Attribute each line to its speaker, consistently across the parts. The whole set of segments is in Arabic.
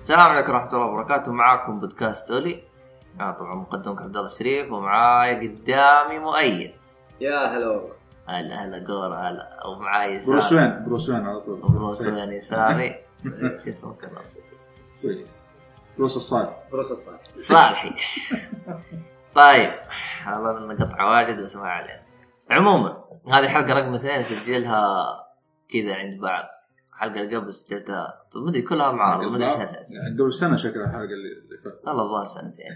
Speaker 1: السلام عليكم ورحمة الله وبركاته معاكم بودكاست اولي انا طبعا مقدمك عبد الله الشريف ومعاي قدامي مؤيد
Speaker 2: يا هلا والله
Speaker 1: هلا هلا جور هلا ومعاي
Speaker 3: بروس
Speaker 1: يساري
Speaker 3: وين بروس وين على طول
Speaker 1: بروس وين يساري شو اسمه كان ناسي اسمه.
Speaker 3: كويس بروس الصالح
Speaker 2: بروس الصالح
Speaker 1: صالحي طيب والله انه قطع واجد بس ما علينا عموما هذه حلقه رقم اثنين نسجلها كذا عند بعض الحلقه اللي قبل سجلتها طب مدري كلها معارض مدري ايش هذا.
Speaker 3: يعني قبل سنه شكلها الحلقه اللي اللي فاتت
Speaker 1: والله الظاهر سنتين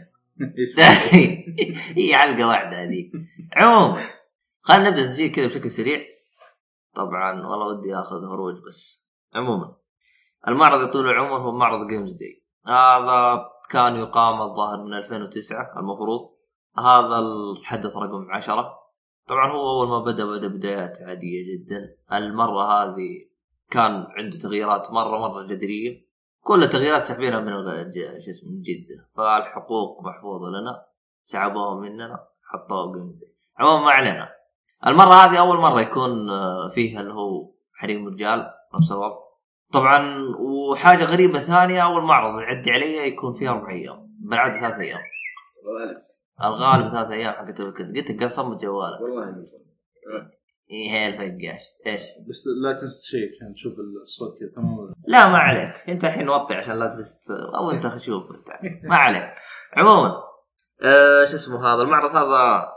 Speaker 1: هي حلقه واحده هذيك عموما خلينا نبدا التسجيل كذا بشكل سريع طبعا والله ودي اخذ هروج بس عموما المعرض يا طول العمر هو معرض جيمز داي هذا كان يقام الظاهر من 2009 المفروض هذا الحدث رقم 10 طبعا هو اول ما بدا بدا بدايات عاديه جدا المره هذه كان عنده تغييرات مره مره جذريه كل التغييرات سحبينها من الغ- ج- شو اسمه من جده فالحقوق محفوظه لنا سحبوها مننا حطوها جيمز داي عموما ما علينا المره هذه اول مره يكون آه، فيها اللي هو حريم الرجال نفس الوضع طبعا وحاجه غريبه ثانيه اول معرض يعدي علي يكون فيه اربع ايام بالعاده ثلاث ايام
Speaker 2: والله أنا-
Speaker 1: الغالب ثلاث ايام حقت الويكند قلت لك صمت جوالك
Speaker 2: والله أنا مصمم.
Speaker 1: اي هي الفقاش ايش؟
Speaker 3: بس لا تنسى شيء عشان تشوف الصوت كذا تمام ولا لا.
Speaker 1: لا ما عليك انت الحين وطي عشان لا تست او انت شوف انت ما عليك عموما آه شو اسمه هذا المعرض هذا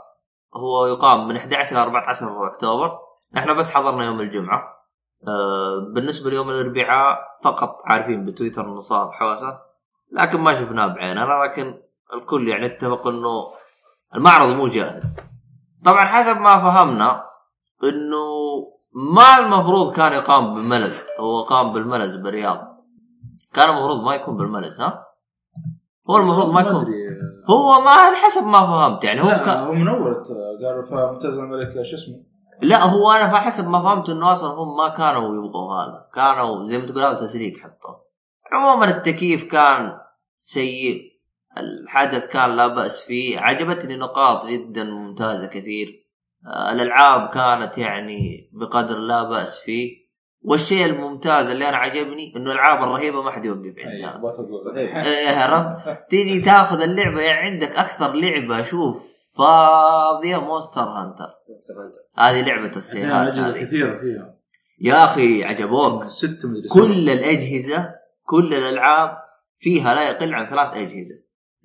Speaker 1: هو يقام من 11 ل 14 اكتوبر احنا بس حضرنا يوم الجمعه آه بالنسبه ليوم الاربعاء فقط عارفين بتويتر انه صار حوسه لكن ما شفناه بعيننا لكن الكل يعني اتفق انه المعرض مو جاهز طبعا حسب ما فهمنا انه ما المفروض كان يقام بالملز هو قام بالملز بالرياض كان المفروض ما يكون بالملز ها هو المفروض ما يكون
Speaker 3: ادري
Speaker 1: هو ما حسب ما فهمت يعني هو
Speaker 3: لا،
Speaker 1: كان
Speaker 3: هو من اول ت- قالوا فممتاز الملك شو اسمه
Speaker 1: لا هو انا فحسب ما فهمت انه اصلا هم ما كانوا يبغوا هذا كانوا زي ما تقول هذا تسليك حطوه عموما التكييف كان سيء الحدث كان لا بأس فيه عجبتني نقاط جدا ممتازة كثير آه، الألعاب كانت يعني بقدر لا بأس فيه والشيء الممتاز اللي أنا عجبني إنه الألعاب الرهيبة ما حد يوقف
Speaker 4: أيوة.
Speaker 1: عندها
Speaker 3: أي، بثق بثق.
Speaker 2: صحيح.
Speaker 1: إيه، عرفت تيجي تاخذ اللعبه يعني عندك اكثر لعبه شوف فاضيه مونستر هانتر
Speaker 2: مصمم أنت.
Speaker 1: هذه لعبه
Speaker 3: يعني
Speaker 1: السيارات
Speaker 3: اجهزه
Speaker 1: هذه
Speaker 3: كثيره فيها
Speaker 1: يا اخي عجبوك
Speaker 3: ست مدري سبعة.
Speaker 1: كل الاجهزه كل الالعاب فيها لا يقل عن ثلاث اجهزه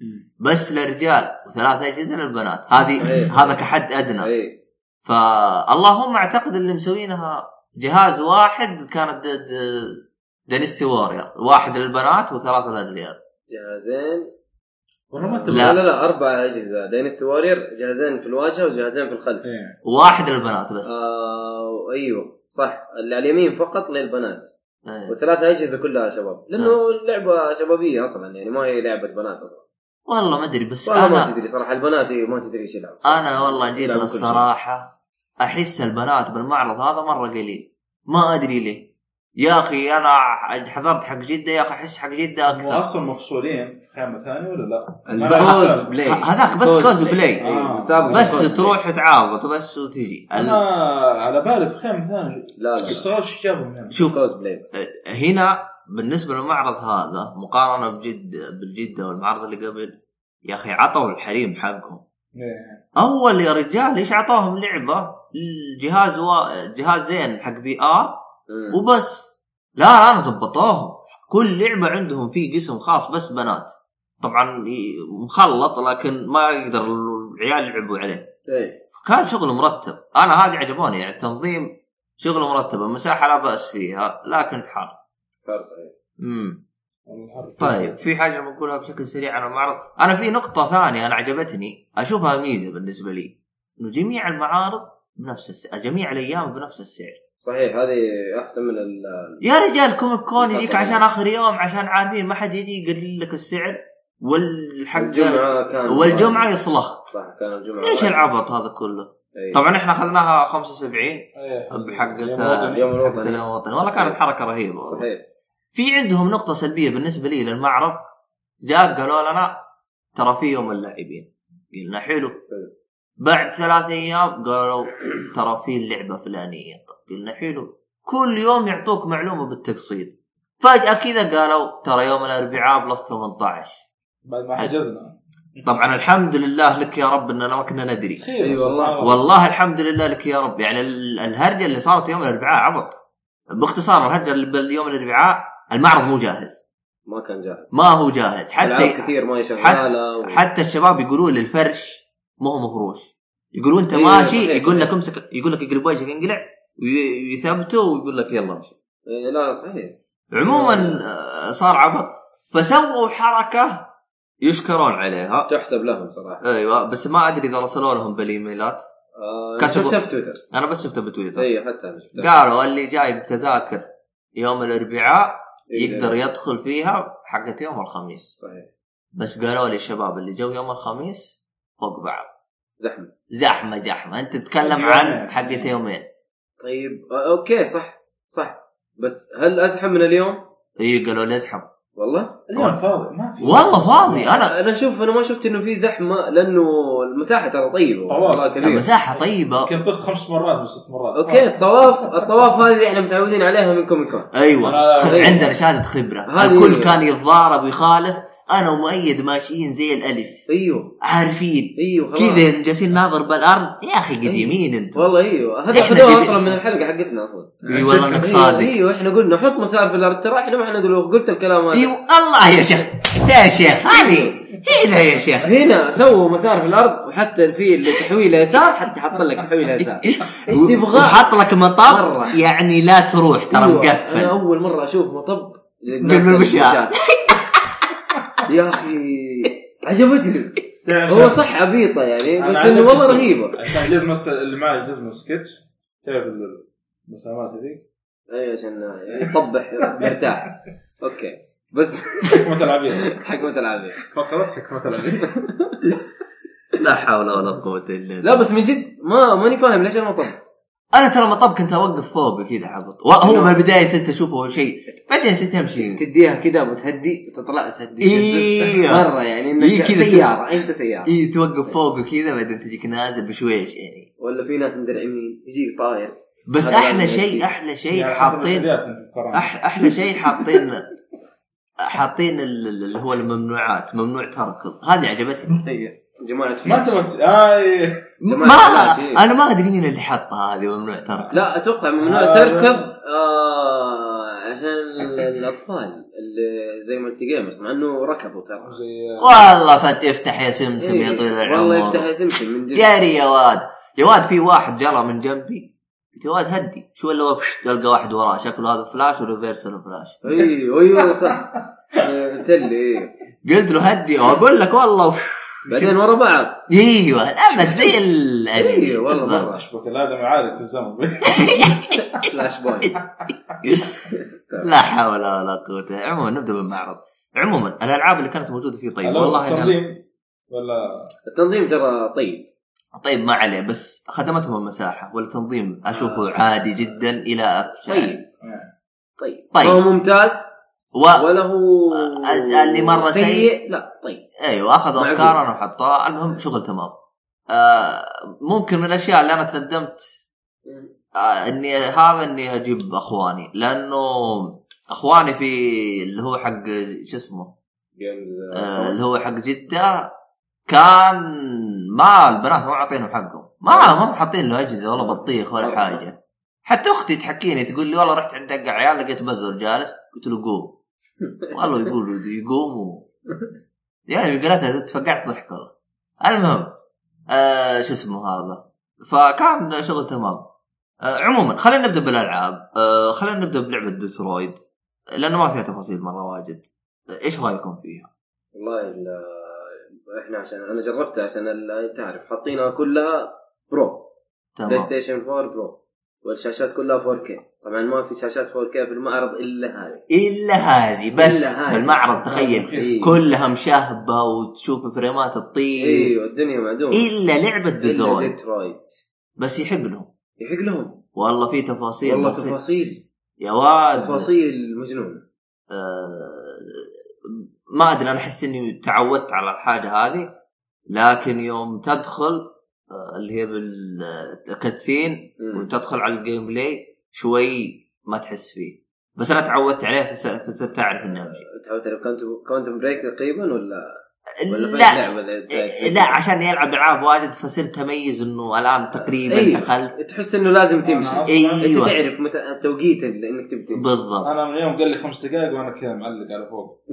Speaker 3: مم.
Speaker 1: بس للرجال وثلاث اجهزه للبنات هذه
Speaker 2: صحيح.
Speaker 1: هذا كحد ادنى
Speaker 2: إيه.
Speaker 1: فاللهم اعتقد اللي مسوينها جهاز واحد كانت د- د- دانستي وورير واحد للبنات وثلاثه للرجال
Speaker 2: جهازين
Speaker 3: والله ما
Speaker 1: لا.
Speaker 3: انتبه
Speaker 2: لا لا لا أربع أجهزة داينستي وارير جهازين في الواجهة وجهازين في الخلف
Speaker 3: إيه.
Speaker 1: واحد للبنات بس
Speaker 2: آه أيوه صح اللي على اليمين فقط للبنات
Speaker 1: إيه.
Speaker 2: والثلاثة أجهزة كلها شباب لأنه
Speaker 1: نعم.
Speaker 2: اللعبة شبابية أصلا يعني ما هي لعبة بنات أصلا
Speaker 1: والله ما ادري بس
Speaker 2: والله ما
Speaker 1: انا
Speaker 2: تدري صراحة البنات هي ما تدري ايش يلعب
Speaker 1: انا والله جيت
Speaker 2: يلعبوا كل
Speaker 1: للصراحه احس البنات بالمعرض هذا مره قليل ما ادري ليه يا اخي انا حضرت حق جده يا اخي احس حق جده
Speaker 3: هم
Speaker 1: اكثر
Speaker 3: اصلا مفصولين في خيمه ثانيه ولا لا؟
Speaker 2: شيء.
Speaker 3: أنا
Speaker 2: الكوز
Speaker 3: حسب.
Speaker 2: بلاي
Speaker 1: ه- هذاك بس كوز بلاي.
Speaker 3: آه.
Speaker 2: مسابقة كوز
Speaker 1: بس
Speaker 2: بلاي.
Speaker 1: تروح تعاوض بس وتجي ال-
Speaker 3: انا على بالي في خيمه ثانيه
Speaker 2: لا لا
Speaker 3: استغربت ايش جابهم هنا
Speaker 1: شوف إيه.
Speaker 2: كوز بلاي بس.
Speaker 1: هنا بالنسبه للمعرض هذا مقارنه بجد بالجده والمعرض اللي قبل يا اخي عطوا الحريم حقهم
Speaker 3: إيه.
Speaker 1: اول يا رجال ايش عطاهم لعبه الجهاز و... جهازين حق بي ار
Speaker 2: مم.
Speaker 1: وبس لا لا، انا ضبطوهم كل لعبه عندهم في قسم خاص بس بنات طبعا ي- مخلط لكن ما يقدر العيال يلعبوا عليه
Speaker 2: إيه.
Speaker 1: كان شغل مرتب انا هذه عجبوني يعني التنظيم شغل مرتب المساحه لا باس فيها لكن حر
Speaker 2: حار صحيح
Speaker 1: امم
Speaker 3: والله الحرف.
Speaker 1: طيب في حاجه بقولها بشكل سريع عن المعرض انا في نقطه ثانيه انا عجبتني اشوفها ميزه بالنسبه لي انه جميع المعارض بنفس السعر جميع الايام بنفس السعر
Speaker 2: صحيح هذه احسن من ال-
Speaker 1: يا رجال كوميك كون يجيك
Speaker 2: أصلاً.
Speaker 1: عشان اخر يوم عشان عارفين ما حد يجي يقلل لك السعر والحق
Speaker 2: الجمعه كان
Speaker 1: والجمعه يصلخ
Speaker 2: صح كان الجمعه
Speaker 1: ليش العبط هذا كله؟
Speaker 2: إيه.
Speaker 1: طبعا احنا اخذناها 75
Speaker 3: إيه.
Speaker 1: بحق
Speaker 3: يوم
Speaker 1: تا-
Speaker 3: الوطني.
Speaker 2: اليوم
Speaker 1: حق
Speaker 2: الوطني
Speaker 1: اليوم الوطني والله كانت حركه رهيبه والله.
Speaker 2: صحيح
Speaker 1: في عندهم نقطه سلبيه بالنسبه لي للمعرض جاء قالوا لنا ترى في يوم اللاعبين قلنا حلو بعد ثلاث ايام قالوا ترى في اللعبه فلانيه طب قلنا حلو كل يوم يعطوك معلومه بالتقسيط فجاه كذا قالوا ترى يوم الاربعاء بلس 18
Speaker 4: بعد ما حجزنا
Speaker 1: طبعا الحمد لله لك يا رب اننا ما كنا ندري
Speaker 4: خير
Speaker 2: أي والله.
Speaker 4: سبحان الله.
Speaker 1: والله الحمد لله لك يا رب يعني ال- الهرجه اللي صارت يوم الاربعاء عبط باختصار الهرجه اللي باليوم الاربعاء المعرض مو جاهز
Speaker 2: ما كان جاهز
Speaker 1: ما هو جاهز
Speaker 2: العاب
Speaker 1: حتى
Speaker 2: كثير ما هي شغاله و-
Speaker 1: حتى الشباب يقولوا لي الفرش ما هو مفروش يقولوا انت
Speaker 2: إيه،
Speaker 1: ماشي
Speaker 2: صحيح،
Speaker 1: يقول لك
Speaker 2: صحيح.
Speaker 1: امسك يقول لك اقلب وجهك انقلع وي- ويثبته ويقول لك يلا امشي
Speaker 2: إيه، لا صحيح
Speaker 1: عموما
Speaker 2: إيه.
Speaker 1: آه، صار عبط فسووا حركه يشكرون عليها
Speaker 2: تحسب لهم صراحه
Speaker 1: ايوه بس ما ادري اذا رسلوا لهم بالايميلات
Speaker 2: آه،
Speaker 1: كتبوا-
Speaker 2: شفتها في تويتر
Speaker 1: انا بس شفتها بتويتر
Speaker 2: اي حتى انا إيه، شفتها
Speaker 1: قالوا اللي جايب تذاكر يوم الاربعاء
Speaker 2: إيه،
Speaker 1: يقدر يدخل فيها حقت يوم الخميس
Speaker 2: صحيح
Speaker 1: بس قالوا لي الشباب اللي جو يوم الخميس فوق بعض
Speaker 2: زحمه
Speaker 1: زحمه زحمه انت تتكلم
Speaker 2: نعم.
Speaker 4: يومين.
Speaker 1: عن حقت يومين
Speaker 2: طيب آه، اوكي صح صح بس هل ازحم من اليوم؟
Speaker 1: اي قالوا لي ازحم
Speaker 2: والله آه،
Speaker 4: اليوم فاضي ما في
Speaker 1: والله فاضي انا
Speaker 2: انا اشوف انا ما شفت انه في زحمه لانه المساحه ترى طيبه
Speaker 4: طواف.
Speaker 2: والله كبير
Speaker 1: المساحه طيبه
Speaker 4: يمكن طفت خمس مرات او ست مرات آه.
Speaker 2: اوكي الطواف الطواف هذه احنا متعودين عليها من كوميك كون
Speaker 1: ايوه
Speaker 4: أنا-
Speaker 1: خ-
Speaker 2: أيوة.
Speaker 1: عندنا شهاده خبره
Speaker 2: هذه-
Speaker 1: الكل كان يتضارب ويخالف انا ومؤيد ماشيين زي الالف
Speaker 2: ايوه
Speaker 1: عارفين
Speaker 2: ايوه خلاص.
Speaker 1: كذا جالسين ناظر بالارض يا اخي قديمين انتم
Speaker 2: إيه. والله ايوه هذا
Speaker 1: إحنا
Speaker 2: اخذوها
Speaker 1: قديم.
Speaker 2: اصلا من الحلقه حقتنا اصلا
Speaker 1: اي والله انك
Speaker 2: أيوة،
Speaker 1: صادق
Speaker 2: ايوه احنا قلنا حط مسار في الارض ترى احنا ما احنا دلوق قلت الكلام
Speaker 1: اي
Speaker 2: هذا
Speaker 1: والله يا شيخ انت يا شيخ هذه هنا يا شيخ
Speaker 2: هنا سووا مسار في الارض وحتى في اللي تحويل يسار حتى حط لك تحويل يسار ايش تبغى؟
Speaker 1: وحط لك مطار
Speaker 2: مرة.
Speaker 1: يعني لا تروح ترى
Speaker 2: أيوة، انا
Speaker 1: مقفل
Speaker 2: اول مره اشوف مطب
Speaker 1: قبل المشاة.
Speaker 2: يا اخي عجبتني
Speaker 4: تعرف
Speaker 2: هو صح عبيطه يعني
Speaker 4: أنا
Speaker 2: بس
Speaker 4: عندي
Speaker 2: انه والله
Speaker 4: قصة.
Speaker 2: رهيبه
Speaker 4: عشان الجزمه الس- اللي معي الجزمه سكتش تعرف ال- المسامات هذيك
Speaker 2: اي أيوة، عشان يطبح مرتاح اوكي بس
Speaker 4: حكمه العبيد
Speaker 2: حكمة العابية
Speaker 4: فقره حكمه العبيد
Speaker 1: لا حول ولا قوه الا بالله
Speaker 2: لا بس من جد ما ماني فاهم ليش المطب
Speaker 1: انا ترى مطب كنت اوقف فوق كذا حبط وهو
Speaker 2: نعم.
Speaker 1: بالبدايه صرت اشوفه شيء بعدين صرت امشي
Speaker 2: تديها كذا وتهدي تطلع تهدي
Speaker 1: إيه.
Speaker 2: مره يعني انك
Speaker 1: إيه كذا إيه.
Speaker 2: سياره انت سياره
Speaker 1: اي توقف فوق وكذا بعدين تجيك نازل بشويش يعني
Speaker 2: ولا في ناس مدرعمين يجيك طاير
Speaker 1: بس
Speaker 2: هذا
Speaker 1: احلى
Speaker 2: يعني
Speaker 1: شيء
Speaker 2: أكيد.
Speaker 1: احلى شيء إيه، حاطين أح احلى شيء حاطين حاطين ال- ال- اللي هو الممنوعات ممنوع تركض هذه عجبتني
Speaker 2: إيه. جماعه فيه.
Speaker 4: ما تبغى اي
Speaker 2: جماعة
Speaker 1: ما
Speaker 2: شيء.
Speaker 1: انا ما ادري مين اللي حطها هذه ممنوع تركض
Speaker 2: لا اتوقع ممنوع
Speaker 4: آه.
Speaker 2: تركض آه عشان ال- الاطفال اللي زي مالتي جيمرز مع انه ركضوا ترى
Speaker 4: زي آه،
Speaker 1: والله فت افتح يا سمسم يا
Speaker 2: إيه.
Speaker 1: طويل العمر
Speaker 2: والله يفتح سمسم من جد
Speaker 1: جري يا واد يا واد في واحد جرى من جنبي قلت يا واد هدي شو اللي وقف تلقى واحد وراه شكله هذا فلاش وريفرسال فلاش
Speaker 2: ايوه ايوه صح إيه، قلت لي إيه.
Speaker 1: قلت له هدي اقول لك والله وش-
Speaker 2: بعدين ورا بعض
Speaker 1: ايوه ابد زي الانمي
Speaker 2: ايوه والله مره
Speaker 4: اشبك الادمي عالق في الزمن
Speaker 2: فلاش بوينت
Speaker 1: لا حول ولا قوه عموما نبدا بالمعرض عموما الالعاب اللي كانت موجوده فيه طيب والله إنها-
Speaker 4: تنظيم ولا
Speaker 2: التنظيم ترى طيب
Speaker 1: طيب ما عليه بس خدمتهم المساحه والتنظيم اشوفه عادي جدا الى افشل
Speaker 2: آه. طيب طيب
Speaker 1: طيب.
Speaker 2: طيب هو ممتاز
Speaker 1: و...
Speaker 2: ولا هو
Speaker 1: أز- اللي مرة سيء.
Speaker 2: لا طيب
Speaker 1: ايوه اخذوا
Speaker 2: معقول.
Speaker 1: افكارنا وحطوها المهم شغل تمام آه ممكن من الاشياء اللي انا تندمت آه اني هذا اني اجيب اخواني لانه اخواني في اللي هو حق شو اسمه
Speaker 2: جيمز
Speaker 1: آه اللي هو حق جده كان ما البنات ما عاطينهم حقهم ما ما هم حاطين له اجهزه ولا بطيخ ولا حاجه حتى اختي تحكيني تقول لي والله رحت عند دق عيال لقيت بزر جالس قلت له قوم والله يقول يقوم و... يعني قالتها تفقعت ضحك والله المهم آه شو اسمه هذا فكان شغل تمام آه عموما خلينا نبدا بالالعاب آه خلينا نبدا بلعبه ديسترويد لانه ما فيها تفاصيل مره واجد ايش رايكم فيها؟
Speaker 2: والله ال- احنا عشان انا جربتها عشان ال- تعرف حاطينها كلها برو بلاي
Speaker 1: تمام
Speaker 2: ستيشن 4 برو والشاشات كلها 4K طبعا ما في شاشات 4K في المعرض الا هذه
Speaker 1: الا هذه بس
Speaker 2: إلا هذه.
Speaker 1: المعرض تخيل
Speaker 2: إيه.
Speaker 1: كلها مشهبه وتشوف فريمات تطير
Speaker 2: ايوه الدنيا معدومه
Speaker 1: الا لعبه
Speaker 2: إلا
Speaker 1: ديدرويد
Speaker 2: ديترويت
Speaker 1: بس يحق لهم
Speaker 2: يحق لهم
Speaker 1: والله في تفاصيل
Speaker 2: والله
Speaker 1: مفيد.
Speaker 2: تفاصيل
Speaker 1: يا
Speaker 2: طيب.
Speaker 1: واد
Speaker 2: تفاصيل مجنونه
Speaker 1: آه، ما ادري انا احس اني تعودت على الحاجه هذه لكن يوم تدخل آه، اللي هي بالكاتسين
Speaker 2: مم.
Speaker 1: وتدخل على الجيم بلاي شوي ما تحس فيه بس انا تعودت عليه فس- فصرت اعرف انه أهم شيء.
Speaker 2: تعودت على كوانتم كوانتم بريك تقريبا ولا ولا فين
Speaker 1: لا
Speaker 2: اللعبه اللي
Speaker 1: إيه، لا عشان يلعب العاب واجد فصرت اميز انه الان تقريبا
Speaker 2: إيه.
Speaker 1: دخلت
Speaker 2: تحس انه لازم تمشي
Speaker 4: أنا أصلاً-
Speaker 2: انت
Speaker 1: ايوه
Speaker 2: آه، تعرف متى التوقيت اللي انك تبي تمشي
Speaker 1: بالضبط
Speaker 4: انا من يوم قال لي خمس دقائق وانا كذا معلق على فوق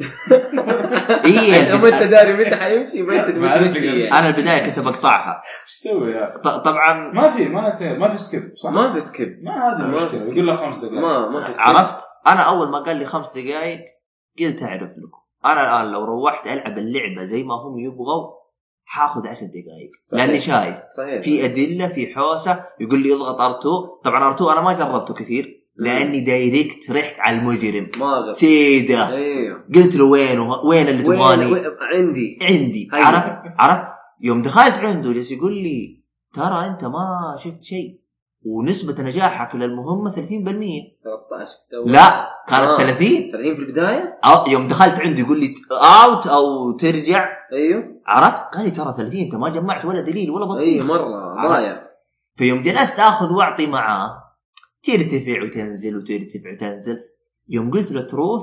Speaker 1: إيه.
Speaker 2: عشان ما انت داري متى حيمشي ما انت
Speaker 4: ما أعرف
Speaker 2: تبي تمشي
Speaker 4: يعني.
Speaker 2: يعني.
Speaker 1: انا البدايه كنت بقطعها
Speaker 4: ايش تسوي يا اخي؟
Speaker 1: ط- طبعا
Speaker 4: ما في ما ت- ما في سكيب صح؟
Speaker 2: ما في سكيب
Speaker 4: ما هذه
Speaker 2: ما في
Speaker 4: المشكله
Speaker 2: سكيب.
Speaker 4: يقول له خمس دقائق
Speaker 2: ما ما في سكيب
Speaker 1: عرفت انا اول ما قال لي خمس دقائق قلت اعرف لكم انا الان لو روحت العب اللعبه زي ما هم يبغوا حاخذ عشر دقائق
Speaker 2: صحيح.
Speaker 1: لاني شايف
Speaker 2: صحيح
Speaker 1: في ادله في حوسه يقول لي اضغط ار2 طبعا ار2 انا ما جربته كثير لاني دايركت رحت على المجرم
Speaker 2: ما اقدر
Speaker 1: سيده
Speaker 2: ايوه
Speaker 1: قلت له وين وه- وين اللي
Speaker 2: وين
Speaker 1: تبغاني
Speaker 2: وين- عندي
Speaker 1: عندي
Speaker 2: أيوة.
Speaker 1: عرفت عرفت يوم دخلت عنده جالس يقول لي ترى انت ما شفت شيء ونسبة نجاحك للمهمة 30%
Speaker 2: 13
Speaker 1: لا كانت
Speaker 2: آه.
Speaker 1: 30
Speaker 2: 30 في البدايه
Speaker 1: أو يوم دخلت عنده يقول لي اوت او ترجع
Speaker 2: ايوه
Speaker 1: عرفت؟ قال لي ترى 30 انت ما جمعت ولا دليل ولا
Speaker 2: اي
Speaker 1: بطيخ
Speaker 2: مره أيوه، ضايع
Speaker 1: فيوم جلست اخذ واعطي معاه ترتفع وتنزل وترتفع وتنزل يوم قلت له تروث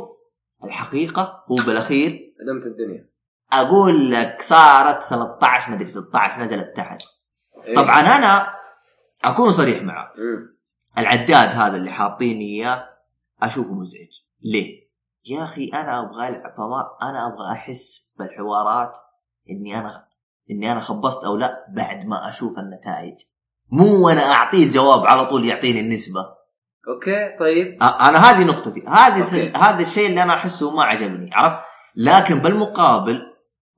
Speaker 1: الحقيقه هو بالاخير
Speaker 2: عدمت الدنيا
Speaker 1: اقول لك صارت 13 مدري 16 نزلت تحت
Speaker 2: إيه.
Speaker 1: طبعا انا اكون صريح معه
Speaker 2: مم.
Speaker 1: العداد هذا اللي حاطيني اياه اشوفه مزعج ليه؟ يا اخي انا ابغى العب فما انا ابغى احس بالحوارات اني انا اني انا خبصت او لا بعد ما اشوف النتائج مو وانا اعطيه الجواب على طول يعطيني النسبه
Speaker 2: اوكي طيب
Speaker 1: أ- انا هذه نقطتي هذه
Speaker 2: أوكي.
Speaker 1: س- هذا الشيء اللي انا احسه ما عجبني عرفت لكن بالمقابل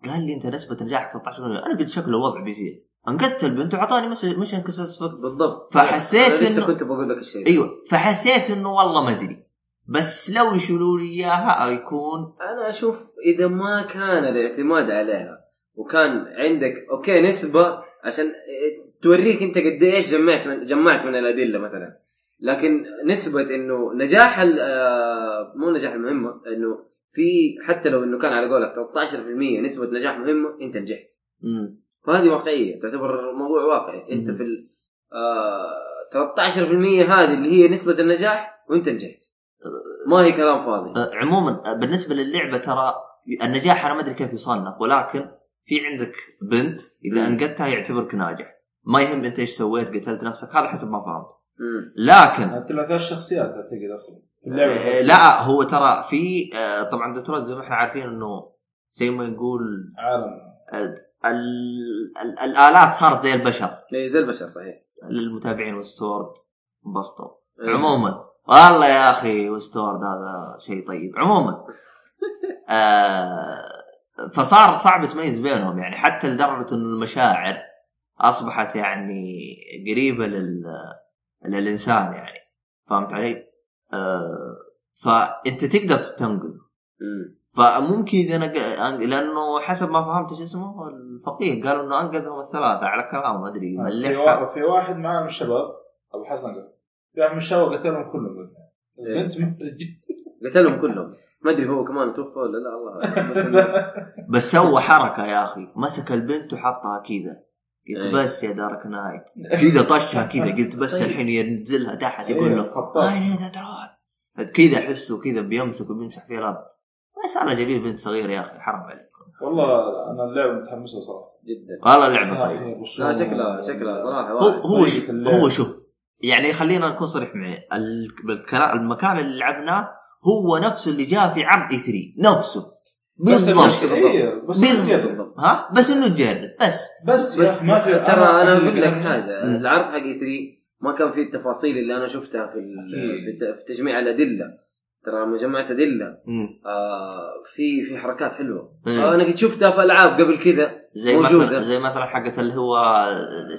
Speaker 1: قال لي انت نسبه نجاحك 19 انا قلت شكله وضع بيصير انقذت البنت وعطاني مش ساتسفاكشن
Speaker 2: بالضبط
Speaker 1: فحسيت
Speaker 2: أنا لسه
Speaker 1: إنه-
Speaker 2: كنت بقول لك الشيء
Speaker 1: ايوه فحسيت انه والله ما ادري بس لو يشيلوا لي اياها يكون
Speaker 2: انا اشوف اذا ما كان الاعتماد عليها وكان عندك اوكي نسبه عشان آه، توريك انت قد ايش جمعت من جمعت من الادله مثلا لكن نسبه انه نجاح ال- آه، مو نجاح المهمه انه في حتى لو انه كان على قولك 13% نسبه نجاح مهمه انت نجحت
Speaker 1: مم.
Speaker 2: وهذه واقعيه تعتبر موضوع واقعي انت
Speaker 1: مم.
Speaker 2: في ال آه 13% هذه اللي هي نسبه النجاح وانت نجحت ما هي كلام فاضي
Speaker 1: آه، عموما آه، بالنسبه للعبه ترى النجاح انا ما ادري كيف يصنف ولكن في عندك بنت اذا
Speaker 2: مم.
Speaker 1: انقذتها يعتبرك ناجح ما يهم انت ايش سويت قتلت نفسك هذا حسب ما فهمت
Speaker 2: مم.
Speaker 1: لكن
Speaker 4: انت ثلاث شخصيات اعتقد اصلا في اللعبه
Speaker 1: آه، لا هو ترى في آه، طبعا ديترويت زي ما احنا عارفين انه زي ما نقول
Speaker 4: عالم
Speaker 1: آه، ال- ال- الالات صارت زي البشر
Speaker 2: إيه، زي البشر صحيح
Speaker 1: للمتابعين والسورد انبسطوا
Speaker 2: إيه.
Speaker 1: عموما والله يا اخي وستورد هذا شيء طيب عموما آه فصار صعب تميز بينهم يعني حتى لدرجه انه المشاعر اصبحت يعني قريبه لل للانسان يعني فهمت علي؟ آه فانت تقدر تنقذ
Speaker 2: مم.
Speaker 1: فممكن اذا انا ق- لانه حسب ما فهمت شو اسمه الفقيه قالوا انه انقذهم الثلاثه على كلامه ما ادري
Speaker 4: آه، في,
Speaker 1: ملحها.
Speaker 4: وا- في واحد معاه من الشباب ابو حسن قتل في واحد من الشباب قتلهم كلهم الاثنين البنت ما
Speaker 2: قتلهم كلهم ما ادري هو كمان توفى ولا لا الله أعلم. بس إنه-
Speaker 1: بس سوى حركه يا اخي مسك البنت وحطها كذا قلت
Speaker 2: أي.
Speaker 1: بس يا دارك نايت كذا طشها كذا قلت بس
Speaker 4: إيه. طيب.
Speaker 1: الحين ينزلها تحت
Speaker 4: أيوة،
Speaker 1: يقول له
Speaker 4: خطاف.
Speaker 2: آه.
Speaker 1: اين تروح كذا احسه كذا بيمسك وبيمسح فيه الارض بس انا جميل بنت صغير يا اخي حرام عليك
Speaker 4: والله انا اللعبه متحمس له صراحه
Speaker 2: جدا
Speaker 1: والله
Speaker 4: آه، يا
Speaker 1: اللعبه
Speaker 4: أخي،
Speaker 1: طيبه
Speaker 4: الرسوم
Speaker 2: آه. لا شكلها شكلها صراحه
Speaker 1: هو
Speaker 2: واحد.
Speaker 1: هو
Speaker 4: طريقة
Speaker 1: شوف-
Speaker 4: اللعب.
Speaker 1: هو شوف يعني خلينا نكون صريح معي ال- بالكلا- المكان اللي لعبناه هو نفسه اللي جاء في عرض اي 3 نفسه
Speaker 4: بس
Speaker 1: بالضبط
Speaker 4: المشكلة- إيه، بس تجرب.
Speaker 1: بالضبط ها بس انه تجرب بس
Speaker 4: بس يا
Speaker 2: بس
Speaker 4: اخي ما في
Speaker 2: ترى انا اقول لك
Speaker 4: أنا-
Speaker 2: حاجه
Speaker 1: مم.
Speaker 2: العرض حق 3 ما كان فيه التفاصيل اللي انا شفتها في ال-
Speaker 4: أكيد.
Speaker 2: في الت- في تجميع الادله ترى لما جمعت ادله
Speaker 1: مم.
Speaker 2: آه في في حركات حلوه
Speaker 1: إيه.
Speaker 2: آه انا قد شفتها في العاب قبل كذا
Speaker 1: زي
Speaker 2: موجودة.
Speaker 1: مثلا زي مثلا حقت اللي هو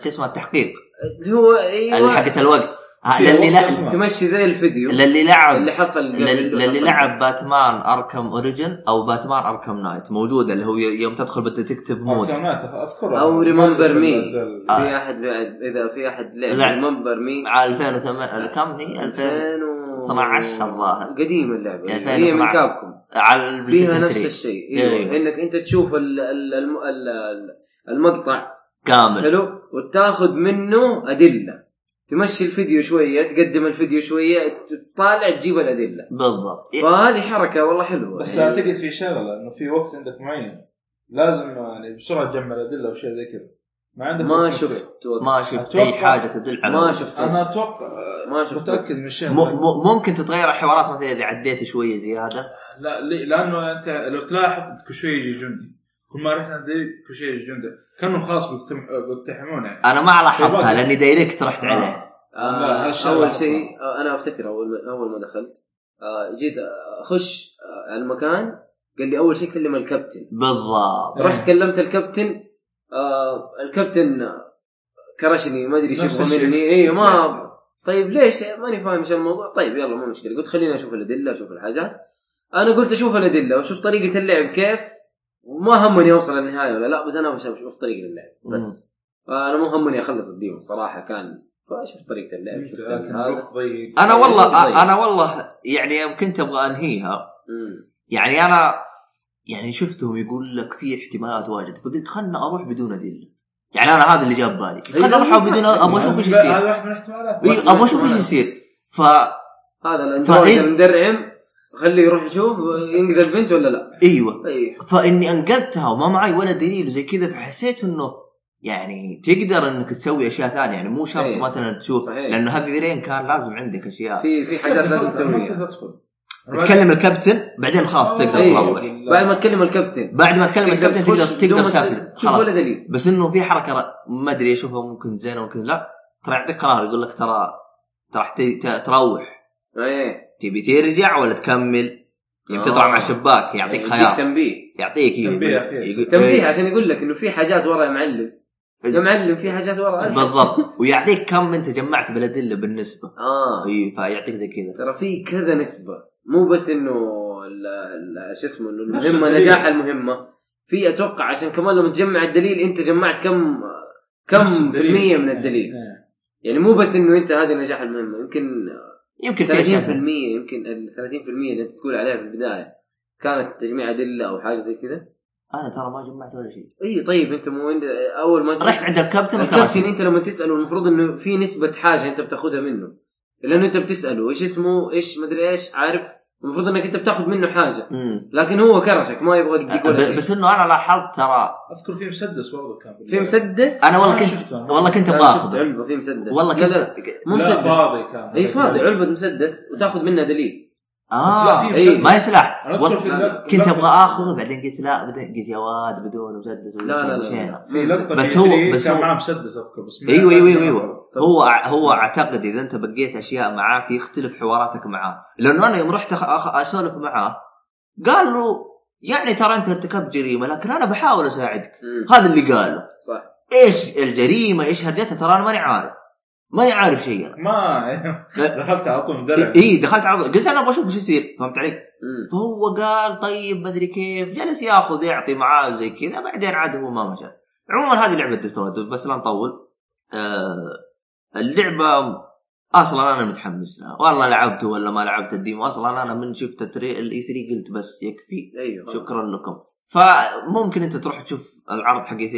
Speaker 1: شو اسمه التحقيق
Speaker 2: اللي هو
Speaker 1: اللي
Speaker 2: ايوه
Speaker 1: حقت الوقت ها،
Speaker 4: في
Speaker 1: للي
Speaker 4: وقت
Speaker 1: لعب
Speaker 4: أصلاً.
Speaker 2: تمشي زي الفيديو
Speaker 1: للي لعب
Speaker 2: اللي حصل قبل
Speaker 1: لل-
Speaker 2: اللي
Speaker 1: للي
Speaker 2: حصل.
Speaker 1: لعب باتمان اركم اوريجن او باتمان اركم نايت موجوده اللي هو ي- يوم تدخل بالديتكتيف مود
Speaker 4: أركانات، اذكرها
Speaker 2: أو Remember Me.
Speaker 4: زل-
Speaker 2: في احد بعد اذا في احد
Speaker 1: آه. لا.
Speaker 2: لعب المنبر مين
Speaker 1: على 2008 كم هي 2000
Speaker 2: 2012
Speaker 1: 12 الظاهر.
Speaker 2: قديمه اللعبه
Speaker 1: يعني
Speaker 2: هي من
Speaker 1: 2012.
Speaker 2: كابكم
Speaker 1: على البلاي
Speaker 2: فيها
Speaker 1: ستيشن
Speaker 2: نفس
Speaker 1: 3.
Speaker 2: الشيء
Speaker 1: أيوة.
Speaker 2: ايوه انك انت تشوف ال ال ال ال- ال- المقطع
Speaker 1: كامل
Speaker 2: حلو وتاخذ منه ادله تمشي الفيديو شويه تقدم الفيديو شويه تطالع تجيب الادله
Speaker 1: بالضبط إيه،
Speaker 2: فهذه حركه والله حلوه
Speaker 4: بس
Speaker 2: يعني.
Speaker 4: اعتقد في شغله انه في وقت عندك معين لازم يعني بسرعه تجمع الادله وشيء زي كذا ما عندك
Speaker 2: ما
Speaker 4: وقت كثير.
Speaker 2: شفت والله.
Speaker 1: ما شفت اي
Speaker 4: أتوقع-
Speaker 1: حاجه تدل على
Speaker 2: ما شفت
Speaker 4: انا اتوقع
Speaker 2: ما شفت
Speaker 4: متاكد من الشيء
Speaker 1: م- م- ممكن تتغير الحوارات مثلا اذا عديت شويه زياده
Speaker 4: لا ليه؟ لانه انت لو تلاحظ كل شوي يجي جندي كل ما رحنا دي كل شيء يجي جندي كانوا خلاص بيقتم- بيقتحمون يعني
Speaker 1: انا ما لاحظتها لاني دايركت رحت عليه
Speaker 2: آه،
Speaker 4: لا، هذا الشيء
Speaker 2: اول
Speaker 4: لاحظته.
Speaker 2: شيء آه، انا افتكر اول ما اول ما دخلت آه، جيت اخش آه، على المكان قال لي اول شيء كلم الكابتن
Speaker 1: بالضبط
Speaker 4: إيه.
Speaker 2: رحت كلمت الكابتن آه، الكابتن كرشني ما ادري
Speaker 4: نفس
Speaker 2: ايش يبغى
Speaker 4: الشيء.
Speaker 2: مني اي
Speaker 4: إيه.
Speaker 2: ما طيب ليش ماني فاهم ايش الموضوع طيب يلا ما مشكله قلت خليني اشوف الادله اشوف الحاجات انا قلت اشوف الادله واشوف طريقه اللعب كيف وما همني اوصل للنهايه ولا لا بس انا بشوف اشوف طريقه اللعب بس انا مو همني اخلص الديون صراحه كان فشفت طريقه اللعب
Speaker 4: انت
Speaker 2: شفت
Speaker 4: لكن
Speaker 2: هذا
Speaker 4: الوقت ضيق
Speaker 1: انا
Speaker 2: طيب.
Speaker 1: والله انا والله يعني يوم كنت ابغى انهيها
Speaker 2: أمم.
Speaker 1: يعني انا يعني شفتهم يقول لك في احتمالات واجد فقلت خلنا اروح بدون ادله يعني انا هذا اللي جاب بالي خلنا
Speaker 2: أيوة،
Speaker 1: اروح
Speaker 2: صح. أيوة،
Speaker 1: بدون ابغى اشوف ايش
Speaker 4: لا،
Speaker 1: يصير
Speaker 4: هذا واحد من الاحتمالات
Speaker 1: إيه، ابغى اشوف ايش يصير ف
Speaker 2: هذا
Speaker 1: فإيه؟
Speaker 2: الاندرويد المدرعم خليه يروح يشوف ينقذ البنت ولا لا طيب،
Speaker 1: ايوه
Speaker 2: اي
Speaker 1: فاني انقذتها وما معي ولا دليل زي كذا فحسيت انه يعني تقدر انك تسوي اشياء ثانيه يعني مو شرط
Speaker 2: إيه.
Speaker 1: مثلا تشوف
Speaker 2: صحيح.
Speaker 1: لانه هافي رين كان لازم عندك اشياء
Speaker 2: في في حاجات لازم تسويها
Speaker 1: تكلم الكابتن بعدين خلاص تقدر
Speaker 2: إيه.
Speaker 1: تروح
Speaker 2: بعد ما تكلم الكابتن
Speaker 1: بعد ما تكلم الكابتن تقدر
Speaker 2: تخش بدون
Speaker 1: تقدر
Speaker 2: ما
Speaker 1: تاكل
Speaker 2: تشوف
Speaker 1: خلاص
Speaker 2: ولا دليل
Speaker 1: بس انه في حركه ر- ما ادري اشوفها ممكن زينه ممكن لا ترى يعطيك قرار يقول لك ترى ترى راح ت- ت- تروح
Speaker 2: ايه
Speaker 1: تبي ترجع ولا تكمل يعني تطلع
Speaker 2: آه.
Speaker 1: مع الشباك يعطيك
Speaker 2: إيه،
Speaker 1: خيار
Speaker 2: تنبيه
Speaker 1: يعطيك إيه،
Speaker 4: تنبيه
Speaker 1: يقول-
Speaker 4: أخير.
Speaker 1: يقول-
Speaker 2: تنبيه عشان يقول لك انه في حاجات ورا يا معلم يا
Speaker 1: ال-
Speaker 2: معلم في حاجات ورا
Speaker 1: إيه. بالضبط ويعطيك كم انت جمعت بالادله بالنسبه
Speaker 2: اه
Speaker 1: اي إيه، فيعطيك زي كذا
Speaker 2: ترى في كذا نسبه مو بس انه ال- ال- شو اسمه انه
Speaker 4: نفس
Speaker 2: المهمه
Speaker 4: الدليل.
Speaker 2: نجاح المهمه في اتوقع عشان كمان لما تجمع الدليل انت جمعت كم كم في المية من الدليل
Speaker 1: إيه.
Speaker 4: إيه.
Speaker 2: يعني مو بس انه انت هذه نجاح المهمه يمكن
Speaker 1: يمكن
Speaker 2: 30%
Speaker 1: في اشياء
Speaker 2: يمكن ال 30% اللي انت تقول عليها في البدايه كانت تجميع ادله او حاجه زي كذا
Speaker 1: انا ترى ما جمعت ولا شيء
Speaker 2: اي طيب انت مو عند اول ما
Speaker 1: رحت عند الكابتن
Speaker 2: الكابتن
Speaker 1: وكرشني.
Speaker 2: انت لما تساله المفروض انه في نسبه حاجه انت بتاخذها منه لانه انت بتساله ايش اسمه ايش مدري ايش عارف المفروض انك انت بتاخذ منه حاجه
Speaker 1: أمم.
Speaker 2: لكن هو كرشك ما يبغى يديك ولا
Speaker 1: أه، ب-
Speaker 2: شيء
Speaker 1: بس انه انا لاحظت ترى
Speaker 4: اذكر في مسدس برضه كان
Speaker 2: في مسدس
Speaker 1: انا والله
Speaker 4: أنا
Speaker 1: كنت
Speaker 4: شفته، أنا
Speaker 1: والله كنت ابغى
Speaker 2: أنا شفت
Speaker 1: اخذه
Speaker 2: علبه في مسدس
Speaker 1: والله يعني
Speaker 2: لا لا
Speaker 1: كنت
Speaker 2: مو
Speaker 4: لا
Speaker 2: مسدس
Speaker 4: فاضي كان
Speaker 2: اي فاضي علبه مسدس وتاخذ منها دليل
Speaker 4: بس لا
Speaker 1: اه
Speaker 4: في
Speaker 2: إيه.
Speaker 4: مسدس
Speaker 1: ما يصلح
Speaker 4: انا اذكر
Speaker 1: والله
Speaker 4: في لق-
Speaker 1: كنت
Speaker 4: لقطة-
Speaker 1: ابغى اخذه بعدين قلت لا بعدين قلت يا واد بدون مسدس
Speaker 2: لا لا لا,
Speaker 1: مشينا.
Speaker 2: لا.
Speaker 4: في لقطه
Speaker 1: بس
Speaker 4: بس
Speaker 1: هو-
Speaker 4: هو
Speaker 1: بس
Speaker 4: بس كان
Speaker 1: هو-
Speaker 4: معاه مسدس اذكر بس ما-
Speaker 1: ايوه
Speaker 4: ما-
Speaker 1: ايوه
Speaker 4: ما-
Speaker 1: ايوه هو هو اعتقد اذا انت بقيت اشياء معاه يختلف حواراتك معاه لانه انا يوم رحت أخ- أخ- اسولف معاه قال له يعني ترى انت ارتكبت جريمه لكن انا بحاول اساعدك
Speaker 2: مم.
Speaker 1: هذا اللي قاله
Speaker 2: صح
Speaker 1: ايش الجريمه ايش هرجتها ترى انا ماني عارف ماني عارف شيء انا
Speaker 4: ما دخلت على طول مدرع
Speaker 1: اي دخلت عرض قلت انا ابغى اشوف ايش يصير فهمت علي؟
Speaker 2: مم.
Speaker 1: فهو قال طيب مدري كيف جلس ياخذ يعطي معاه زي كذا بعدين عاد هو ما مشى عموما هذه لعبه ديترويد بس لا نطول آه اللعبه اصلا انا متحمس لها والله لعبته ولا ما لعبت الديمو اصلا انا من شفت التري الاي 3 قلت بس يكفي
Speaker 2: ايوه
Speaker 1: شكرا لكم فممكن انت تروح تشوف العرض حق 3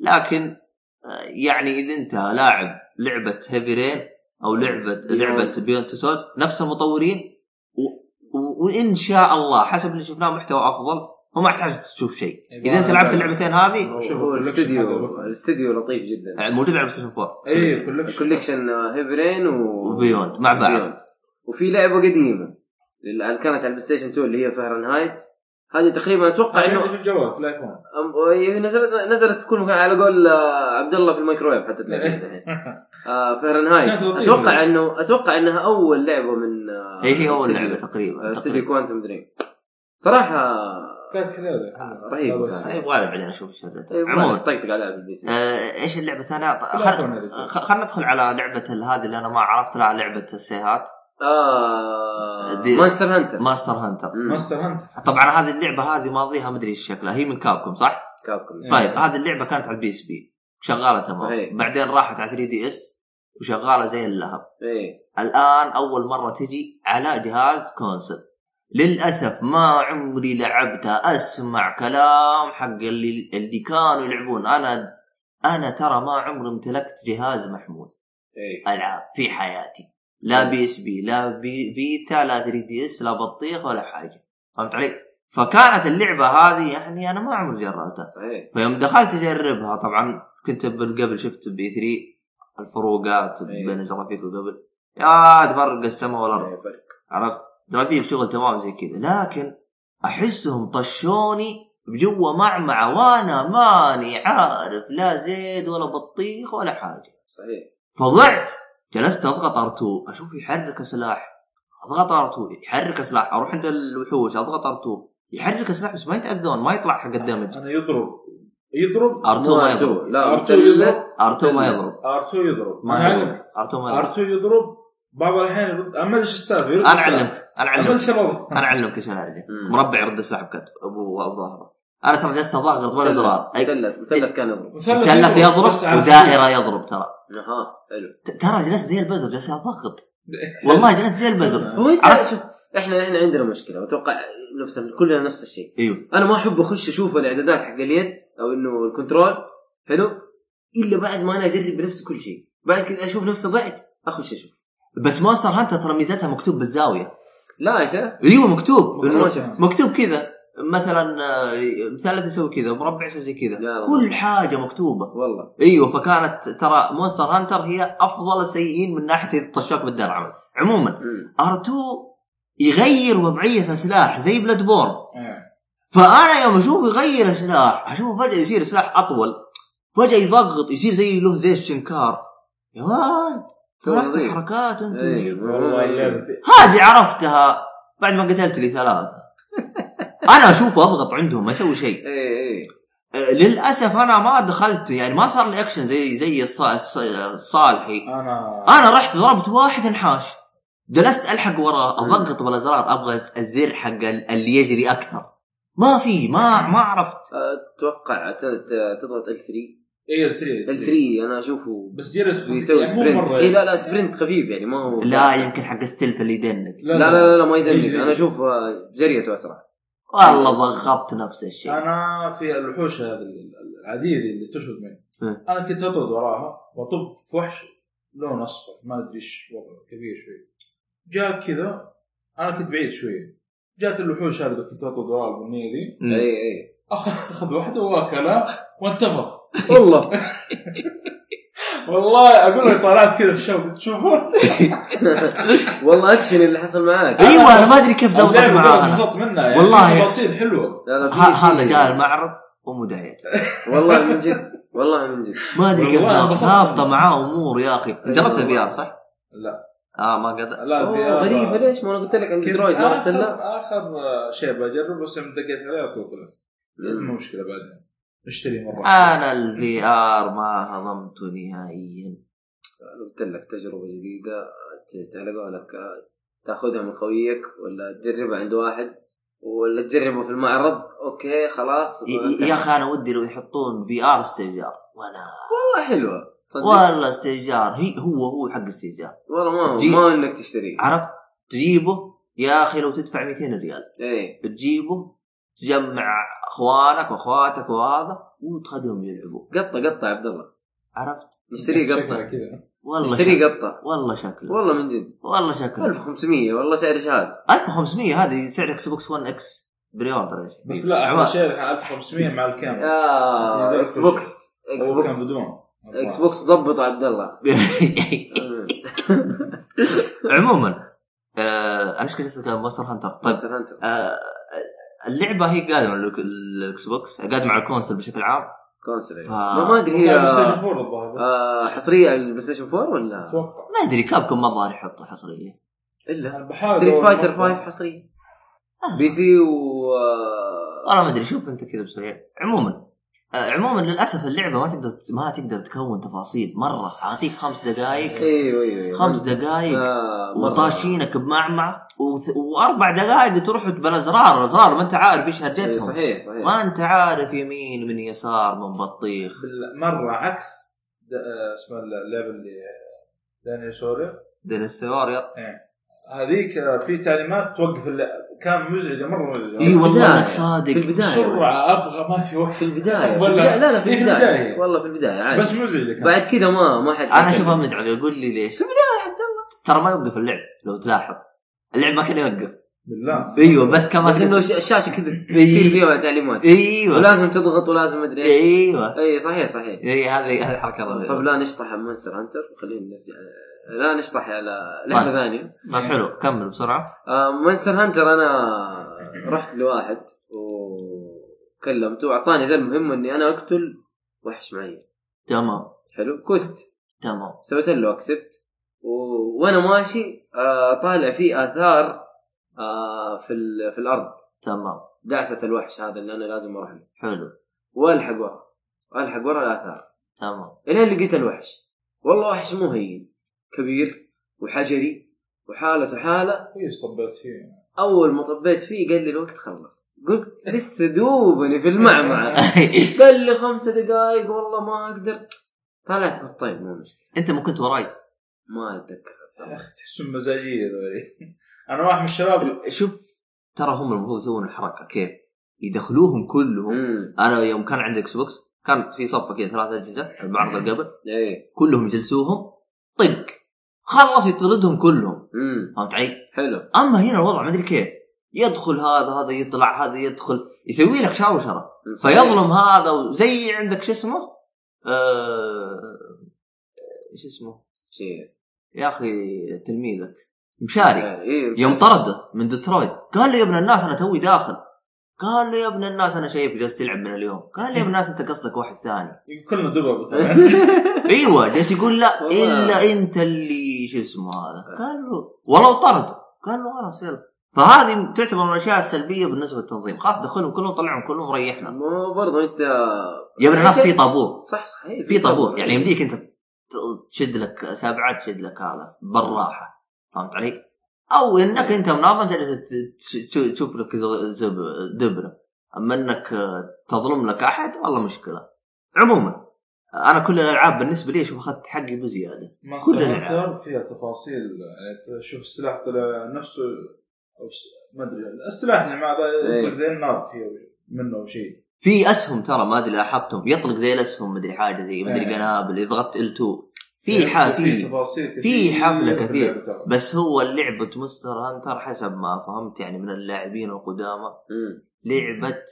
Speaker 1: لكن آه، يعني اذا انت لاعب لعبه هيفي رين او لعبه
Speaker 2: Beyond.
Speaker 1: لعبه بيونت سولز نفس المطورين و... و... وان شاء الله حسب اللي شفناه محتوى افضل وما تحتاج تشوف شيء
Speaker 4: أيوة،
Speaker 1: اذا انت
Speaker 4: أنا
Speaker 1: لعبت
Speaker 4: بعد-
Speaker 1: اللعبتين هذه
Speaker 2: هو-
Speaker 4: شوف
Speaker 2: هو
Speaker 4: الكولكشن هذا
Speaker 2: الاستديو
Speaker 4: بكرة.
Speaker 2: الاستوديو لطيف جدا
Speaker 4: أيوة.
Speaker 1: آه، موجوده على بلاي 4
Speaker 4: اي كولكشن
Speaker 2: الكوليكشن آه، هيفرين و
Speaker 1: وبيوند مع بعض
Speaker 2: بيوند. وفي لعبه قديمه اللي كانت على البلاي ستيشن 2 اللي هي فهرنهايت هذه تقريبا اتوقع
Speaker 1: طيب.
Speaker 4: عندي طيب، في
Speaker 2: انه
Speaker 4: الجوال في الايفون
Speaker 2: أم- هي نزلت نزلت في كل مكان على قول آه، عبد الله في الميكرويف حتى تلاقيها الحين آه،
Speaker 4: إيه. كانت
Speaker 2: فهرنهايت
Speaker 4: لطيفة.
Speaker 2: اتوقع انه اتوقع انها اول لعبه من آه،
Speaker 1: اي هي اول
Speaker 2: استديو-
Speaker 1: لعبه
Speaker 2: آه،
Speaker 1: تقريبا
Speaker 2: استديو
Speaker 1: تقريبا
Speaker 2: كوانتم دريم صراحه
Speaker 4: كانت
Speaker 1: آه،
Speaker 4: حلوه
Speaker 2: رهيب
Speaker 4: لا بس.
Speaker 2: كان.
Speaker 1: يبغى لي بعدين اشوف ايش هذا.
Speaker 2: طيب، ما
Speaker 1: عموما
Speaker 2: طقطق عليها في البي
Speaker 4: إيه.
Speaker 2: سي
Speaker 1: آه، ايش اللعبه انا
Speaker 4: الآيفون يا رجال.
Speaker 1: خلينا ندخل على لعبه ال- هذه اللي انا ما عرفت لها لعبه السيهات
Speaker 2: آه
Speaker 1: دي-
Speaker 2: ماستر هانتر
Speaker 1: ماستر هانتر
Speaker 2: مم.
Speaker 4: ماستر هانت
Speaker 1: طبعا هذه اللعبه هذه ماضيها مدري ايش شكلها هي من كابكم صح؟
Speaker 2: كابكم
Speaker 4: إيه.
Speaker 1: طيب هذه اللعبه كانت على البي اس بي شغاله تمام
Speaker 2: صحيح.
Speaker 1: بعدين راحت على 3 دي اس وشغاله زي اللهب
Speaker 2: ايه
Speaker 1: الان اول مره تجي على جهاز كونسل للاسف ما عمري لعبتها اسمع كلام حق اللي اللي كانوا يلعبون انا انا ترى ما عمري امتلكت جهاز محمول
Speaker 2: اي
Speaker 1: العاب في حياتي لا بي اس بي لا بي فيتا لا 3 دي اس لا بطيخ ولا حاجه فهمت علي؟ فكانت اللعبه هذه يعني انا ما عمري جربتها
Speaker 2: صحيح
Speaker 1: فيوم دخلت اجربها طبعا كنت قبل شفت بي 3 الفروقات
Speaker 2: أيوة.
Speaker 1: بين الجرافيك وقبل يا تفرق السماء والارض
Speaker 2: إيه، فرق.
Speaker 1: عرفت؟ جرافيك شغل تمام زي كذا لكن احسهم طشوني بجوا معمعة وانا ماني عارف لا زيد ولا بطيخ ولا حاجه
Speaker 2: صحيح
Speaker 1: فضعت جلست اضغط ار2 اشوف يحرك سلاح اضغط ار2 يحرك سلاح اروح عند الوحوش اضغط ار2 يحرك سلاح بس ما يتاذون ما يطلع حق الدمج
Speaker 4: انا يضرب يضرب
Speaker 1: ار2
Speaker 2: مو
Speaker 1: ما
Speaker 2: R2.
Speaker 1: يضرب
Speaker 2: لا
Speaker 4: ار2 يضرب
Speaker 1: ار2 ما يضرب
Speaker 4: ار2 يضرب
Speaker 1: آه، ما
Speaker 4: انا اعلمك
Speaker 1: يضرب ار2 ما يضرب
Speaker 4: ار2 يضرب بعض الاحيان يرد انا ما ادري ايش السالفه يرد
Speaker 1: انا
Speaker 4: السلاح.
Speaker 1: اعلمك انا
Speaker 4: انا ما
Speaker 1: اعلمك
Speaker 4: ادري ايش الوضع
Speaker 1: انا اعلمك ايش انا أعلم.
Speaker 2: مم.
Speaker 1: مربع يرد السلاح بكتف ابوه ظهره انا ترى جلست اضغط ولا ضرار إيه. أي-
Speaker 2: مثلث مثلث كان يضرب
Speaker 1: مثلث يضرب
Speaker 4: بس على
Speaker 1: ودائره يضرب ترى
Speaker 2: اها حلو
Speaker 1: ت- ترى جلست زي البزر جلست اضغط والله جلست زي البزر
Speaker 2: هو انت
Speaker 1: عرفت؟
Speaker 2: شوف احنا احنا عندنا مشكله واتوقع نفس كلنا نفس الشيء
Speaker 1: ايوه
Speaker 2: انا ما احب اخش اشوف الاعدادات حق اليد او انه الكنترول حلو الا بعد ما انا اجرب بنفسي كل شيء بعد كذا اشوف نفسي ضعت اخش اشوف
Speaker 1: بس مونستر هانتر ترى ميزتها مكتوب بالزاويه
Speaker 2: لا يا شيخ
Speaker 1: ايوه مكتوب
Speaker 2: ما
Speaker 1: إنه
Speaker 2: شفت
Speaker 1: مكتوب كذا مثلا آه، مثلث يسوي كذا مربع يسوي زي كذا
Speaker 2: لا والله.
Speaker 1: كل حاجه مكتوبه
Speaker 2: والله
Speaker 1: ايوه فكانت ترى مونستر هانتر هي افضل السيئين من ناحيه إذا طشوك بالدرع عموما
Speaker 2: مم.
Speaker 1: ار2 يغير وضعيه سلاح زي بلاد بورن
Speaker 4: إيه.
Speaker 1: فانا يوم اشوفه يغير سلاح اشوفه فجاه يصير سلاح اطول فجاه يضغط يصير زي له زي الشنكار يا ولد تركت
Speaker 2: تنظيف.
Speaker 1: حركات انت
Speaker 2: إيه.
Speaker 4: والله اللعبه في-
Speaker 1: هذه عرفتها بعد ما قتلت لي ثلاثه انا اشوفه اضغط عندهم ما اسوي شيء
Speaker 2: ايه ايه
Speaker 1: أه، للاسف انا ما دخلت يعني ما صار لي اكشن زي زي الص- الص- الصالحي
Speaker 4: انا
Speaker 1: انا رحت ضربت واحد انحاش جلست الحق وراه اضغط بالازرار ابغى الزر حق ال- اللي يجري اكثر ما في ما ما عرفت
Speaker 2: اتوقع ت- ت- تضغط ال3
Speaker 4: اي ال3
Speaker 2: ال3 انا اشوفه
Speaker 4: بس زيادة
Speaker 2: يسوي
Speaker 4: يعني مو
Speaker 2: سبرنت
Speaker 4: مرة
Speaker 2: اي إيه، لا لا سبرنت خفيف يعني ما هو
Speaker 1: لا يمكن حق ستيلث اللي يدنك
Speaker 2: لا لا لا, لا ما يدنك
Speaker 4: إيه.
Speaker 2: انا اشوف آه، جريته اسرع
Speaker 1: والله ضغطت نفس الشيء
Speaker 4: انا في الوحوش هذه ال- العاديه دي اللي تشرد مني
Speaker 1: إيه.
Speaker 4: انا كنت اطرد وراها واطب في وحش لون اصفر ما ادري ايش وضعه كبير شوي جاء كذا انا كنت بعيد شويه جات الوحوش هذه اللي كنت اطرد وراها البنيه دي
Speaker 1: مم.
Speaker 2: اي اي
Speaker 4: اخذ أخذ واحده واكلها وانتفخ
Speaker 2: والله
Speaker 4: والله اقول لك طلعت كذا في الشوق تشوفون
Speaker 2: والله اكشن اللي حصل معاك
Speaker 1: ايوه انا ما ادري كيف زودت
Speaker 4: اللعبة
Speaker 1: معاه
Speaker 4: دي
Speaker 1: أنا.
Speaker 4: انبسطت منها يعني
Speaker 1: والله.
Speaker 4: والله تفاصيل حلوه
Speaker 2: لا لا في-
Speaker 1: ه- هذا
Speaker 2: في-
Speaker 1: جاء المعرض ومدعي
Speaker 2: والله من جد والله من جد
Speaker 1: ما ادري كيف
Speaker 4: والله
Speaker 1: ظابط-
Speaker 4: انبسطت. أيوة.
Speaker 1: ظابطه معاه امور يا اخي جربت
Speaker 2: والله.
Speaker 1: البي ار صح؟
Speaker 4: لا
Speaker 1: اه ما قدر
Speaker 4: لا
Speaker 2: أوه،
Speaker 4: في آه،
Speaker 2: غريبه ليش ما انا قلت لك عن
Speaker 4: كنت
Speaker 2: درويد ما رحت
Speaker 4: اخر
Speaker 2: الا
Speaker 4: اخر شيء بجرب بس لما دقيت عليه على طول طلعت مو مشكله بعدها اشتري مره
Speaker 1: انا البي ار ما هضمته نهائيا
Speaker 2: قلت لك تجربه جديده ت- على قولك آه، تاخذها من خويك ولا تجربها عند واحد ولا تجربه في المعرض اوكي خلاص
Speaker 1: ي- ي- يا اخي انا ودي لو يحطون بي ار استئجار ولا
Speaker 2: والله حلوه صدق
Speaker 1: ولا استئجار هي هو هو حق استئجار
Speaker 2: والله ما
Speaker 1: جي-
Speaker 2: ما انك تشتري
Speaker 1: عرفت؟ تجيبه يا اخي لو تدفع 200 ريال
Speaker 2: ايه
Speaker 1: تجيبه تجمع اخوانك واخواتك وهذا وتخليهم يلعبوا
Speaker 2: قطه قطه يا عبد الله
Speaker 1: عرفت؟
Speaker 2: نشتريه
Speaker 4: شكلها
Speaker 2: قطه
Speaker 4: كذا
Speaker 1: يعني والله
Speaker 2: نشتريه
Speaker 1: شكله
Speaker 2: قطه
Speaker 1: والله شكله
Speaker 2: والله من جد
Speaker 1: والله شكله
Speaker 2: 1500 والله سعر جهاز
Speaker 1: 1500 هذه سعر اكس بوكس 1 اكس بري اوردر يا شيخ.
Speaker 4: بس لا
Speaker 1: عمار.
Speaker 4: احلى شيء الحين 1500 مع الكاميرا
Speaker 2: آه، اكس بوكس اكس
Speaker 4: هو كان
Speaker 2: بوكس
Speaker 4: بدون
Speaker 2: اكس بوكس ظبطه عبد الله
Speaker 1: طيب. عموما آه انا ايش كنت أسألك عن مونستر هانتر طيب
Speaker 2: مونستر هانتر
Speaker 1: آه اللعبه هي قادمه على الك- الاكس بوكس قادمه على الكونسل بشكل عام
Speaker 2: كونسل إيه.
Speaker 1: ف-
Speaker 2: ما ما ادري
Speaker 4: هي
Speaker 2: هي
Speaker 4: بلاي ستيشن 4 الظاهر بس.
Speaker 2: آه، حصريه على البلاي ستيشن 4 ولا
Speaker 4: اتوقع
Speaker 1: ما ادري كابكم ما الظاهر يحطوا حصريه
Speaker 2: الا
Speaker 4: انا بحاول
Speaker 2: ستريت
Speaker 4: أول
Speaker 2: فايتر
Speaker 4: مرة.
Speaker 2: 5 حصريه
Speaker 1: آه.
Speaker 2: بي سي و آه،
Speaker 1: والله ما ادري شوف انت كذا بسرعه عموما آه عموما للاسف اللعبه ما تقدر ما تقدر تكون تفاصيل مره اعطيك خمس دقائق
Speaker 2: ايوه ايوه أيوه.
Speaker 1: خمس دقائق
Speaker 2: آه، مرة.
Speaker 1: وطاشينك بمعمعة وث- واربع دقائق تروح بالازرار الازرار ما انت عارف ايش
Speaker 2: إيه،
Speaker 1: هرجتهم
Speaker 2: صحيح صحيح
Speaker 1: ما انت عارف يمين من يسار من بطيخ
Speaker 4: بال- مره عكس د- آه، اسمه اللعبه اللي دانيال سوريا
Speaker 1: دينيس سيوريا
Speaker 4: هذيك آه، في تعليمات توقف اللعب كان مزعجه مره مزعجه
Speaker 1: اي والله
Speaker 2: البداية.
Speaker 1: انك صادق
Speaker 2: في البدايه بس.
Speaker 4: بسرعه ابغى ما في وقت
Speaker 2: في البدايه في
Speaker 4: ولا-
Speaker 2: البداية. لا لا في
Speaker 4: إيه، في
Speaker 2: البدايه
Speaker 4: البداية.
Speaker 2: والله في البدايه عادي
Speaker 4: بس مزعجه كان
Speaker 2: بعد كذا ما ما حد
Speaker 1: انا اشوفها مزعجه قول لي ليش في البدايه يا عبد الله ترى ما يوقف اللعب لو تلاحظ اللعب ما كان يوقف
Speaker 4: بالله
Speaker 1: ايوه بس كان
Speaker 2: بس انه
Speaker 1: ما
Speaker 2: الش- الشاشه كذا
Speaker 1: إيه.
Speaker 2: تصير فيها تعليمات
Speaker 1: ايوه
Speaker 2: ولازم تضغط ولازم ادري ايش
Speaker 1: ايوه
Speaker 2: اي صحيح صحيح
Speaker 1: اي إيه، هذه هذه الحركه
Speaker 2: طب
Speaker 1: الرهيبه
Speaker 2: لا نشطح مونستر هانتر وخلينا نرجع لا نشطح على لعبه
Speaker 1: طيب.
Speaker 2: ثانيه
Speaker 1: طب حلو كمل بسرعه
Speaker 2: آه، مونستر هانتر انا رحت لواحد وكلمته واعطاني زي المهمه اني انا اقتل وحش معين
Speaker 1: تمام
Speaker 2: حلو كوست
Speaker 1: تمام
Speaker 2: سويت له اكسبت و... وانا ماشي آه، طالع في اثار آه، في ال... في الارض
Speaker 1: تمام
Speaker 2: دعسه الوحش هذا اللي انا لازم اروح له
Speaker 1: حلو
Speaker 2: والحق ورا والحق ورا الاثار
Speaker 1: تمام
Speaker 2: الين لقيت الوحش والله وحش مو هين كبير وحجري وحالته حاله
Speaker 4: كويس طبيت فيه
Speaker 2: اول ما طبيت فيه قال لي الوقت خلص قلت لسه دوبني في المعمعه قال لي خمسة دقائق والله ما اقدر طلعت من الطيب مو مشكله
Speaker 1: انت ما كنت وراي
Speaker 2: ما اتذكر
Speaker 4: يا اخي تحسهم مزاجيه ذولي انا واحد من الشباب
Speaker 1: شوف ترى هم المفروض يسوون الحركه كيف يدخلوهم كلهم
Speaker 2: امم
Speaker 1: انا يوم كان عندي اكس بوكس كانت في صفه كذا ثلاث اجهزه المعرض اللي قبل
Speaker 2: ايه
Speaker 1: كلهم يجلسوهم طق خلص يطردهم كلهم
Speaker 2: امم
Speaker 1: فهمت علي؟
Speaker 2: حلو
Speaker 1: اما هنا الوضع ما ادري كيف يدخل هذا هذا يطلع هذا يدخل يسوي لك شاوشره فيظلم هذا وزي عندك شو اسمه؟ آه، شو اسمه؟
Speaker 2: شيء
Speaker 1: يا اخي تلميذك مشاري
Speaker 2: ايه
Speaker 1: يوم طرده من ديترويت قال له يا ابن الناس انا توي داخل قال له يا ابن الناس انا شايف جالس تلعب من اليوم قال له يا ابن الناس انت قصدك واحد ثاني
Speaker 4: كلنا دبل بس أنا.
Speaker 1: ايوه جالس يقول لا
Speaker 2: والله.
Speaker 1: الا انت اللي شو اسمه هذا قال له ولو طرده قال له خلاص يلا فهذه تعتبر من الاشياء السلبيه بالنسبه للتنظيم خلاص دخلهم كلهم طلعهم كلهم ريحنا
Speaker 2: ما هو برضه انت
Speaker 1: يا ابن الناس في طابور
Speaker 2: صح صح إيه،
Speaker 1: في طابور يعني يمديك انت ت- تشد لك سبعه تشد لك هذا بالراحه فهمت علي؟ او انك انت منظم تجلس ت- تش- تش- تشوف لك ز- زب- دبره اما انك آه، تظلم لك احد والله مشكله عموما انا كل الالعاب بالنسبه لي اشوف اخذت حقي بزياده
Speaker 4: مصر
Speaker 1: كلنا
Speaker 4: اكثر فيها تفاصيل يعني تشوف السلاح طلع نفسه او س- ما ادري السلاح اللي مع ذا
Speaker 2: إيه.
Speaker 4: يطلق زي النار فيه منه او شيء
Speaker 1: في اسهم ترى ما ادري لاحظتهم يطلق زي الاسهم مدري حاجه زي مدري
Speaker 4: إيه.
Speaker 1: قنابل اذا ضغطت ال2 في
Speaker 4: يعني
Speaker 1: حاجه
Speaker 4: في
Speaker 1: في
Speaker 4: تفاصيل كثير
Speaker 1: في حفلة
Speaker 4: في
Speaker 1: كثير.
Speaker 4: اللعبة ترى.
Speaker 1: بس هو لعبه مستر هانتر حسب ما فهمت يعني من اللاعبين القدامى
Speaker 2: أمم.
Speaker 1: لعبه
Speaker 4: إيه.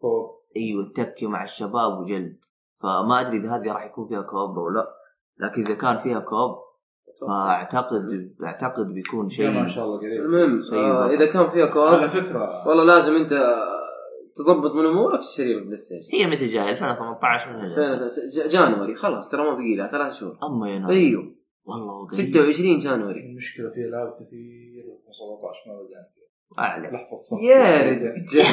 Speaker 4: كوب.
Speaker 1: ايوه تكي مع الشباب وجلد فما ادري اذا هذه راح يكون فيها كوب او لا لكن اذا كان فيها كوب فاعتقد اعتقد بيكون
Speaker 4: جمع ان
Speaker 1: شيء
Speaker 4: إيه، شاء الله قريب
Speaker 2: المهم
Speaker 1: شيء
Speaker 2: آه،
Speaker 1: برضه.
Speaker 2: اذا كان فيها كوارث
Speaker 4: على فكره
Speaker 2: والله لازم انت تظبط من امورك تشتري بلاي ستيشن
Speaker 1: هي متى جايه 2018 من
Speaker 4: إيه.
Speaker 1: هنا
Speaker 2: فين- ج- جانوري خلاص ترى ما بقي لها ثلاث شهور
Speaker 1: اما يا
Speaker 4: إيه.
Speaker 1: ناس
Speaker 2: ايوه
Speaker 1: والله
Speaker 2: 26 جانوري
Speaker 4: المشكله في العاب كثير 17 ما بدأنا
Speaker 1: اعلى
Speaker 4: لحظه الصمت
Speaker 2: يا رجال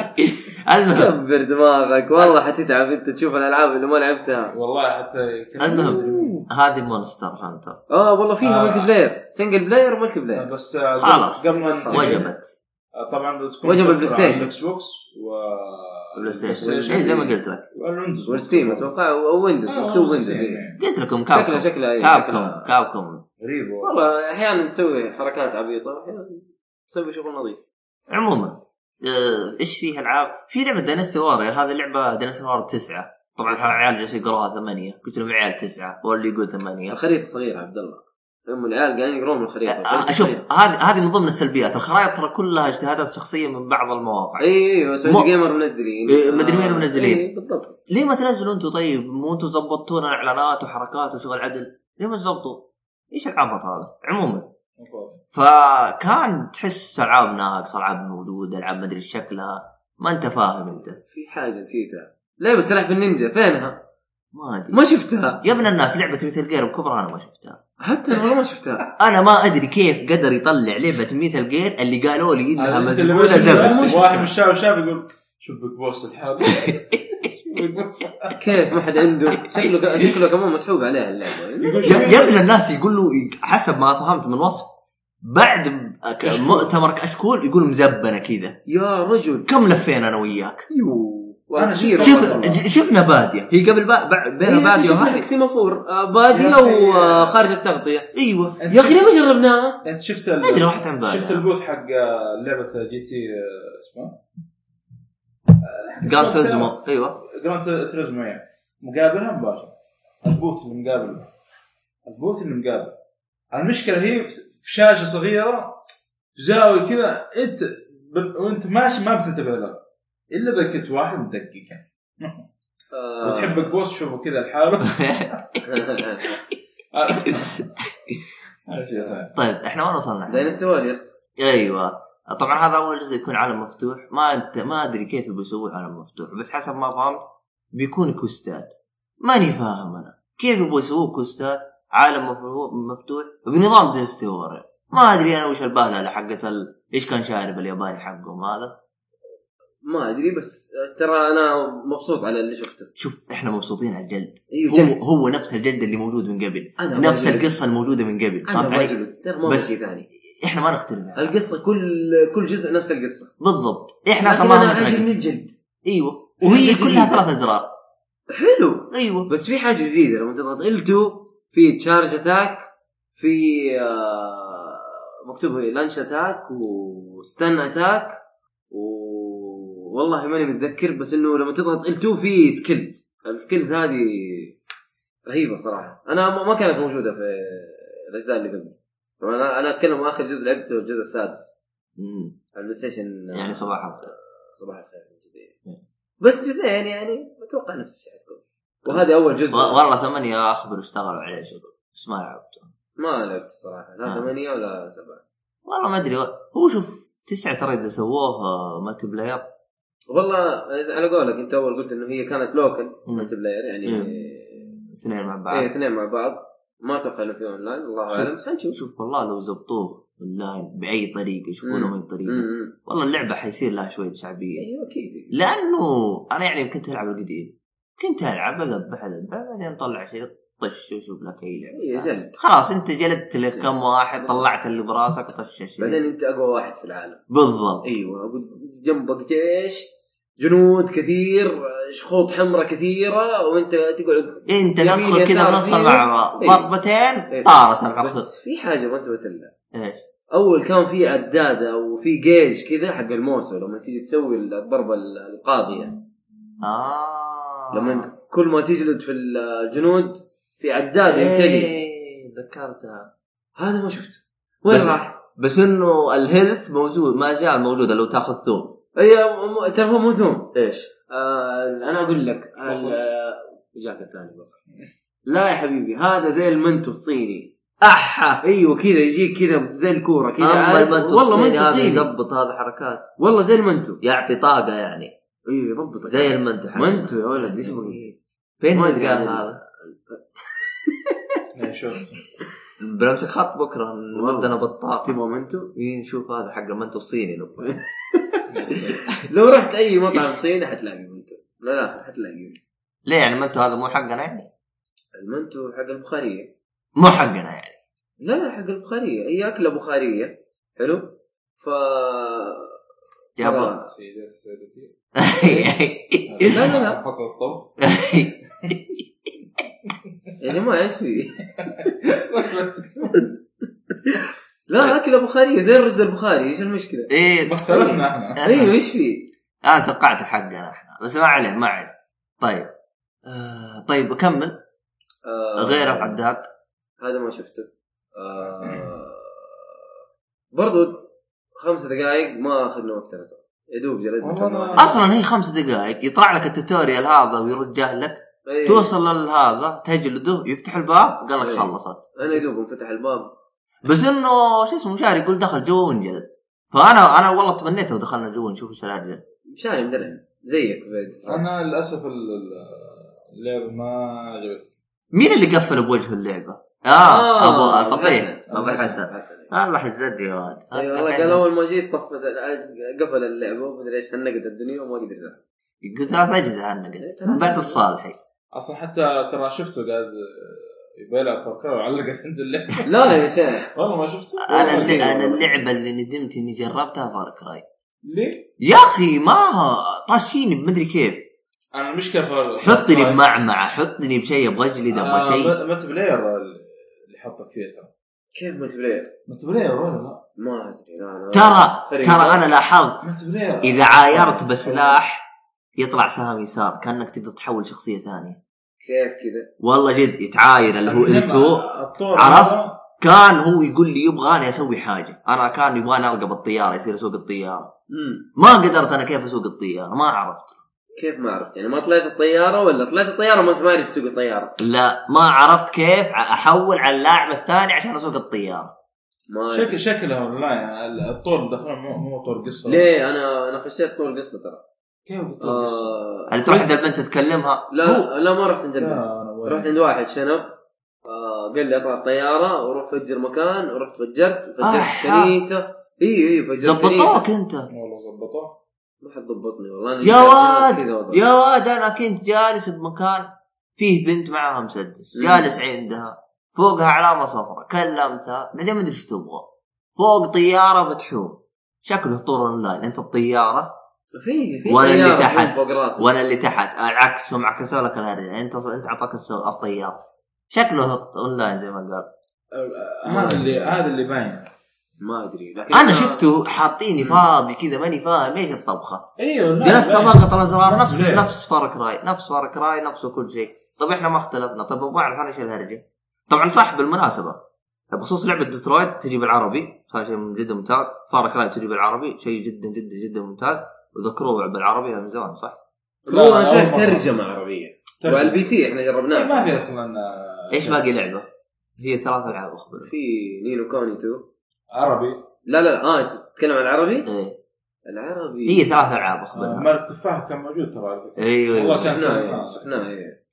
Speaker 1: المهم
Speaker 2: كبر دماغك والله حتتعب انت تشوف الالعاب اللي ما لعبتها
Speaker 4: والله حتى كنا-
Speaker 1: المهم. هذه مونستر هانتر
Speaker 2: اه والله فيها
Speaker 4: آه.
Speaker 2: ملتي بلاير سنجل بلاير وملتي بلاير
Speaker 4: بس آه، قبل-
Speaker 1: خلاص. طيب.
Speaker 4: قبل ما ننتهي،
Speaker 1: وجبت
Speaker 4: آه، طبعا بتكون
Speaker 2: وجب
Speaker 4: متوفرة
Speaker 2: البلاي ستيشن.
Speaker 4: على الاكس بوكس و
Speaker 1: بلاي ستيشن
Speaker 4: البلاي
Speaker 1: إيه، زي ما قلت لك
Speaker 4: والويندوز
Speaker 2: والستيم اتوقع او ويندوز
Speaker 4: آه،
Speaker 2: مكتوب ويندوز
Speaker 4: والستيم،
Speaker 2: إيه.
Speaker 4: يعني.
Speaker 1: قلت لكم
Speaker 2: شكلها
Speaker 1: كابكم
Speaker 2: شكلها إيه،
Speaker 1: كابكم
Speaker 2: شكلها
Speaker 1: كابكم
Speaker 4: غريب والله
Speaker 2: والله احيانا تسوي حركات عبيطه واحيانا تسوي شغل نظيف
Speaker 1: عموما آه، ايش فيه العاب؟ في لعبه دينستي وارير يعني هذه لعبه دينستي وارير تسعه طبعا العيال جالسين يقروها ثمانيه قلت لهم عيال تسعه واللي يقول ثمانيه
Speaker 2: الخريطه صغيره عبد الله ام العيال قاعدين يقرون من الخريطه
Speaker 1: آه،
Speaker 2: الخريطة إيه،
Speaker 1: شوف
Speaker 2: صغيرة.
Speaker 1: هذه هذه من ضمن السلبيات الخرائط ترى كلها اجتهادات شخصيه من بعض المواقع
Speaker 2: اي ايوه
Speaker 1: مو-
Speaker 2: سعودي جيمر منزلين
Speaker 1: إيه، مدري مين
Speaker 2: آه،
Speaker 1: منزلين.
Speaker 2: إيه، بالضبط
Speaker 1: ليه ما تنزلوا انتم طيب؟ مو انتم زبطتونا اعلانات وحركات وشغل عدل؟ ليه ما تزبطوا؟ ايش العبط هذا؟ عموما فكان تحس العاب ناقصه العاب موجوده العاب مدري شكلها ما انت فاهم انت
Speaker 2: في حاجه نسيتها لعبه سلاحف النينجا فينها؟
Speaker 1: ما ادري
Speaker 2: ما شفتها
Speaker 1: يا ابن الناس لعبه ميتل جير الكبرى انا ما شفتها
Speaker 2: حتى والله ما شفتها
Speaker 1: انا ما ادري كيف قدر يطلع لعبه ميتال جير اللي قالوا لي انها
Speaker 4: هذا آه، أنت اللي
Speaker 1: مزبوله
Speaker 4: ماشي
Speaker 1: زبل
Speaker 4: بالله، واحد من الشباب شاب يقول شوف بيج بوس الحالي بيج بوس.
Speaker 2: كيف ما حد عنده شكله ك- شكله كمان مسحوب عليها اللعبه
Speaker 4: يقول
Speaker 1: يا
Speaker 4: شوف
Speaker 1: يا ابن الناس يقول له حسب ما فهمت من وصف بعد أك- مؤتمر كشكول يقول مزبنه كذا
Speaker 2: يا رجل
Speaker 1: كم لفينا انا وياك
Speaker 2: يو
Speaker 4: أنا شفت
Speaker 1: شوف
Speaker 4: والله.
Speaker 1: ج- شفنا باديه هي قبل با... با... بين باديه
Speaker 2: شفنا
Speaker 1: وهذه
Speaker 2: كسيمافور آه،
Speaker 4: يا
Speaker 2: باديه
Speaker 4: أخي.
Speaker 2: وخارج التغطيه
Speaker 1: ايوه
Speaker 4: أنت
Speaker 2: يا اخي ليه
Speaker 4: شفت-
Speaker 2: ما جربناها؟
Speaker 4: انت شفت
Speaker 1: ما ادري راحت عن بالي
Speaker 4: شفت البوث حق لعبه جي تي آه، اسمه آه،
Speaker 1: قال تزمو ايوه
Speaker 4: جراند تريزمو يعني مقابلها مباشر البوث اللي مقابل البوث اللي مقابل المشكله هي في شاشه صغيره في زاويه كذا انت بال- وانت ماشي ما بتنتبه لها الا اذا كنت واحد مدقق يعني
Speaker 2: آه.
Speaker 4: وتحب البوث شوفه كذا لحاله هذا شيء ثاني
Speaker 1: طيب احنا وين وصلنا؟
Speaker 2: داينستي واريورز
Speaker 1: ايوه طبعا هذا اول جزء يكون عالم مفتوح ما انت ما ادري كيف بيسوي عالم مفتوح بس حسب ما فهمت بيكون كوستات ماني فاهم انا كيف يبغوا يسووا كوستات عالم مفرو- مفتوح بنظام دينستي وورير ما ادري انا وش البهلله حقت ال... ايش كان شارب الياباني حقهم هذا
Speaker 2: ما ادري بس آه، ترى انا مبسوط على اللي شفته
Speaker 1: شوف احنا مبسوطين على الجلد
Speaker 2: ايوه جلد.
Speaker 1: هو هو نفس الجلد اللي موجود من قبل
Speaker 2: انا
Speaker 1: أيوة، نفس
Speaker 2: ما جلد.
Speaker 1: القصه الموجوده من قبل
Speaker 2: انا
Speaker 1: فهمت
Speaker 2: ما
Speaker 1: علي؟
Speaker 2: جلد ترى ما في
Speaker 1: بس-
Speaker 2: شيء ثاني
Speaker 1: احنا ما نختلف
Speaker 2: القصه كل كل جزء نفس القصه
Speaker 1: بالضبط احنا
Speaker 2: لكن
Speaker 1: اصلا ما
Speaker 2: انا
Speaker 1: نختلف.
Speaker 2: عاجبني الجلد إيوه.
Speaker 1: ايوه وهي
Speaker 2: جديدة.
Speaker 1: كلها ثلاث ازرار
Speaker 2: حلو
Speaker 1: ايوه
Speaker 2: بس في حاجه جديده لما تضغط ال2 في تشارج اتاك في آه، مكتوب لانش اتاك وستن اتاك و والله ماني متذكر بس انه لما تضغط ال2 في سكيلز السكيلز هذه رهيبه صراحه انا ما- ما كانت موجوده في الاجزاء اللي قبل طبعا انا أنا اتكلم اخر جزء لعبته الجزء السادس
Speaker 1: مم.
Speaker 2: على البلاي ستيشن
Speaker 1: يعني صباح الخير.
Speaker 2: صباح الخير من جديد بس جزئين يعني اتوقع نفس الشيء حيكون. وهذا اول جزء
Speaker 1: و- والله ثمانية اخبر اشتغلوا عليه شغل بس ما لعبته
Speaker 2: ما لعبت صراحه لا
Speaker 1: آه.
Speaker 2: ثمانية ولا سبعة
Speaker 1: والله ما ادري هو شوف تسعة ترى اذا سووه آه، مالتي بلاير
Speaker 2: والله على قولك انت اول قلت انه هي كانت لوكل
Speaker 1: مم.
Speaker 2: مالتي بلاير يعني
Speaker 1: مم.
Speaker 2: ايه
Speaker 1: اثنين مع بعض
Speaker 2: اثنين مع بعض ما اتوقع انه في اونلاين الله
Speaker 1: شوف.
Speaker 2: اعلم بس هنشوف
Speaker 1: شوف والله لو زبطوه اونلاين باي طريقة يشوفونه
Speaker 2: مم.
Speaker 1: من طريقة
Speaker 2: مم.
Speaker 1: والله اللعبة حيصير لها شوية شعبية
Speaker 2: ايوه اكيد
Speaker 1: لانه انا يعني كنت العب القديم كنت العب اذبح اذبح بعدين طلع شيء طش وشوف لك اي
Speaker 2: هي
Speaker 1: لعبة
Speaker 2: جلد
Speaker 1: خلاص انت جلدت لك كم واحد طلعت اللي براسك طش
Speaker 2: بعدين
Speaker 1: الشيء
Speaker 2: انت اقوى واحد في العالم
Speaker 1: بالضبط
Speaker 2: ايوه أقول جنبك جيش جنود كثير خطوط حمراء كثيره وانت تقعد
Speaker 1: انت
Speaker 2: يمين
Speaker 1: إيه، تدخل كذا
Speaker 2: يسار
Speaker 1: نص
Speaker 2: يمين.
Speaker 1: مع
Speaker 2: إيه.
Speaker 1: ضربتين
Speaker 2: إيه.
Speaker 1: طارت العقد
Speaker 2: بس في حاجه ما انتبهت لها
Speaker 1: ايش
Speaker 2: اول كان في عداد او في جيش كذا حق الموسو لما تيجي تسوي الضربه القاضيه
Speaker 1: اه
Speaker 2: لما كل ما تجلد في الجنود في عداد ينتقل
Speaker 1: إيه، ذكرتها
Speaker 2: هذا ما شفته وين
Speaker 1: بس-
Speaker 2: راح؟
Speaker 1: بس انه الهيلث موجود ما زال موجود لو تاخذ ثوم
Speaker 2: اي م- م- إيه، ترى هو مو ثوم
Speaker 1: ايش؟
Speaker 2: آه انا اقول لك آه،
Speaker 4: بصل.
Speaker 2: جاك الثاني بصل لا يا حبيبي هذا زي المنتو الصيني
Speaker 1: احا
Speaker 2: ايوه كذا يجيك كذا زي الكوره كذا
Speaker 1: اما
Speaker 2: عارف؟
Speaker 1: المنتو
Speaker 2: والله
Speaker 1: الصيني
Speaker 2: منتو
Speaker 1: هذا
Speaker 2: صيني
Speaker 1: يضبط هذا حركات
Speaker 2: والله زي المنتو
Speaker 1: يعطي طاقه يعني
Speaker 2: ايوه يضبط
Speaker 1: زي المنتو إيه. حقنا.
Speaker 2: منتو يا ولد ايش بقى؟
Speaker 1: فين
Speaker 2: ما
Speaker 1: قال
Speaker 2: أدري عن-
Speaker 1: هذا؟
Speaker 4: لا، نعم، شوف
Speaker 1: بنمسك خط بكره نودنا بطاط
Speaker 2: تبغى منتو؟
Speaker 1: إيه، نشوف هذا حق المنتو الصيني نبغى.
Speaker 4: يا ساتر.
Speaker 2: لو رحت اي
Speaker 1: إيه.
Speaker 2: مطعم صيني حتلاقي منتو لا لا حتلاقي
Speaker 1: ليه يعني المنتو هذا مو حقنا يعني؟
Speaker 2: المنتو حق البخاريه
Speaker 1: مو حقنا يعني
Speaker 2: لا لا حق البخاريه هي اكله بخاريه حلو ف آه،
Speaker 1: جابوا
Speaker 4: سيداتي سيدتي
Speaker 2: إيه، لا، لا، لا.
Speaker 4: فقط الطبخ
Speaker 2: يا جماعه ايش في؟
Speaker 4: بس
Speaker 2: لا اكله بخاريه زي الرز البخاري ايش المشكله؟
Speaker 1: ايه
Speaker 4: مثلتنا احنا
Speaker 2: ايوه ايش في؟
Speaker 1: انا آه، توقعت حقنا احنا بس ما عليه ما عليه طيب آه طيب اكمل
Speaker 2: آه
Speaker 1: غير العداد
Speaker 2: هذا ما شفته آه برضو خمس دقائق ما اخذنا وقتنا ترى. يا دوب
Speaker 4: والله
Speaker 2: جلدنا
Speaker 4: أنا-
Speaker 1: اصلا هي خمس دقائق يطلع لك التوتوريال هذا ويرجع لك
Speaker 2: أيوه.
Speaker 1: توصل لهذا تجلده يفتح الباب قال لك
Speaker 2: إيه.
Speaker 1: خلصت
Speaker 2: انا يا دوب انفتح الباب
Speaker 1: بس انه شو اسمه مشاري يقول دخل جوا وانجلد فانا انا والله تمنيت لو دخلنا جوا نشوف ايش الاجل
Speaker 2: مشاري مدلع زيك بعد.
Speaker 4: انا للاسف ال- ال- اللعبه ما عجبتني
Speaker 1: مين اللي قفل بوجه اللعبه؟ اه,
Speaker 2: آه،
Speaker 1: ابو الفقيه ابو حسن
Speaker 2: حسن
Speaker 1: الله حزتني يا ولد
Speaker 2: اي إيه، والله أيوة، قال اول ما جيت طفت ال- قفل اللعبه ومدري ايش هنقت الدنيا وما قدرت ألعب.
Speaker 1: يقول ثلاث اجهزه هالنقل بعد الصالحي
Speaker 4: اصلا حتى ترى شفته قاعد يبغى يلعب فكر وعلقت عند اللعبه
Speaker 2: لا لا يا شيخ
Speaker 4: والله ما شفته
Speaker 1: انا
Speaker 4: والله
Speaker 1: اللي-
Speaker 4: ما
Speaker 1: انا
Speaker 4: شفته.
Speaker 1: اللعبه اللي ندمت اني جربتها فار كراي
Speaker 4: ليه؟
Speaker 1: يا اخي ما طاشيني بمدري كيف
Speaker 4: انا المشكله في
Speaker 1: حطني بمعمعه حطني بشيء ابغى اجلد
Speaker 4: آه،
Speaker 1: ابغى شيء
Speaker 4: مت بلاير اللي حطك فيه ترى
Speaker 2: كيف ملتي بلاير؟
Speaker 4: مت بلاير ولا لا؟
Speaker 2: ما ادري لا لا
Speaker 1: ترى
Speaker 2: فريق.
Speaker 1: ترى انا لاحظت
Speaker 4: مت بلاير
Speaker 1: اذا عايرت بسلاح يطلع سهم يسار كانك تقدر تحول شخصيه ثانيه
Speaker 2: كيف كذا؟
Speaker 1: والله جد يتعاير اللي هو التو
Speaker 4: الطور
Speaker 1: عرفت؟
Speaker 4: هذا
Speaker 1: كان هو يقول لي يبغاني اسوي حاجه انا كان يبغاني اركب الطياره يصير اسوق الطياره
Speaker 2: امم
Speaker 1: ما قدرت انا كيف اسوق الطياره ما عرفت
Speaker 2: كيف ما عرفت يعني ما طلعت الطياره ولا طلعت الطياره ما ما عرفت تسوق الطياره
Speaker 1: لا ما عرفت كيف احول على اللاعب الثاني عشان اسوق الطياره
Speaker 2: ما أدري.
Speaker 4: شكل شكله اونلاين الطور مدخله مو مو طور قصه
Speaker 2: ليه انا انا خشيت طول قصه ترى
Speaker 4: كيف طور قصه؟
Speaker 1: اللي
Speaker 2: آه...
Speaker 1: يعني تروح عند البنت تكلمها هو-
Speaker 2: لا لا ما رحت عند
Speaker 1: آه،
Speaker 2: البنت
Speaker 4: لا، أنا وين؟
Speaker 2: رحت عند واحد شنب آه قال لي اطلع الطياره وروح فجر مكان ورحت فجرت
Speaker 1: آه.
Speaker 2: فجرت كنيسه اي اي فجرت كنيسه
Speaker 1: زبطوك انت
Speaker 4: والله ظبطوه
Speaker 2: ما حد ضبطني والله أنا
Speaker 1: يا
Speaker 2: جالس
Speaker 1: واد،
Speaker 2: كذا وضع.
Speaker 1: يا واد انا كنت جالس بمكان فيه بنت معاها مسدس
Speaker 2: مم.
Speaker 1: جالس عندها فوقها علامه صفراء كلمتها بعدين ما ادري ايش تبغى فوق طياره بتحوم شكله طور اونلاين انت الطياره
Speaker 2: في في
Speaker 1: ولا اللي
Speaker 2: طيارة
Speaker 1: تحت.
Speaker 2: فوق راسي
Speaker 1: وانا اللي تحت العكس هم عكسوا لك الهرجه انت انت اعطاك السو- الطيار شكله هط- اونلاين زي ما قال
Speaker 4: هذا اللي هذا اللي باين
Speaker 2: ما ادري لكن
Speaker 1: انا شفته حاطيني فاضي كذا ماني فاهم ايش الطبخه
Speaker 4: ايوه لا،
Speaker 1: جلست
Speaker 4: باين.
Speaker 1: اضغط الازرار نفس
Speaker 4: زين.
Speaker 1: نفس فرق راي نفس فرق راي نفسه كل شيء طب احنا ما اختلفنا طيب، طب ابغى اعرف انا ايش الهرجه طبعا صح بالمناسبه بخصوص لعبه ديترويت تجي بالعربي هذا شيء جدا ممتاز فارك راي تجي بالعربي شيء جدا جدا جدا ممتاز وذكروه بالعربي من زمان صح؟
Speaker 4: لا،
Speaker 2: كرو انا شايف
Speaker 4: أول مرة.
Speaker 2: ترجمه عربيه
Speaker 4: ترجمة.
Speaker 2: وعلى البي سي احنا
Speaker 4: إيه،
Speaker 2: جربناها
Speaker 4: ما في اصلا آه،
Speaker 1: ايش
Speaker 4: شيء.
Speaker 1: باقي لعبه؟ هي ثلاث العاب اخبرني
Speaker 2: في نينو كوني 2
Speaker 4: عربي
Speaker 2: لا لا لا اه أنت تتكلم عن العربي؟
Speaker 1: ايه
Speaker 2: العربي
Speaker 1: هي ثلاث العاب
Speaker 4: آه،
Speaker 1: اخبرنا
Speaker 4: ملك تفاح كان موجود ترى على فكرة.
Speaker 1: ايوه
Speaker 4: والله
Speaker 1: أيوة.
Speaker 4: كان
Speaker 2: شفناها
Speaker 4: سنة.
Speaker 2: إيه، شفناها إيه.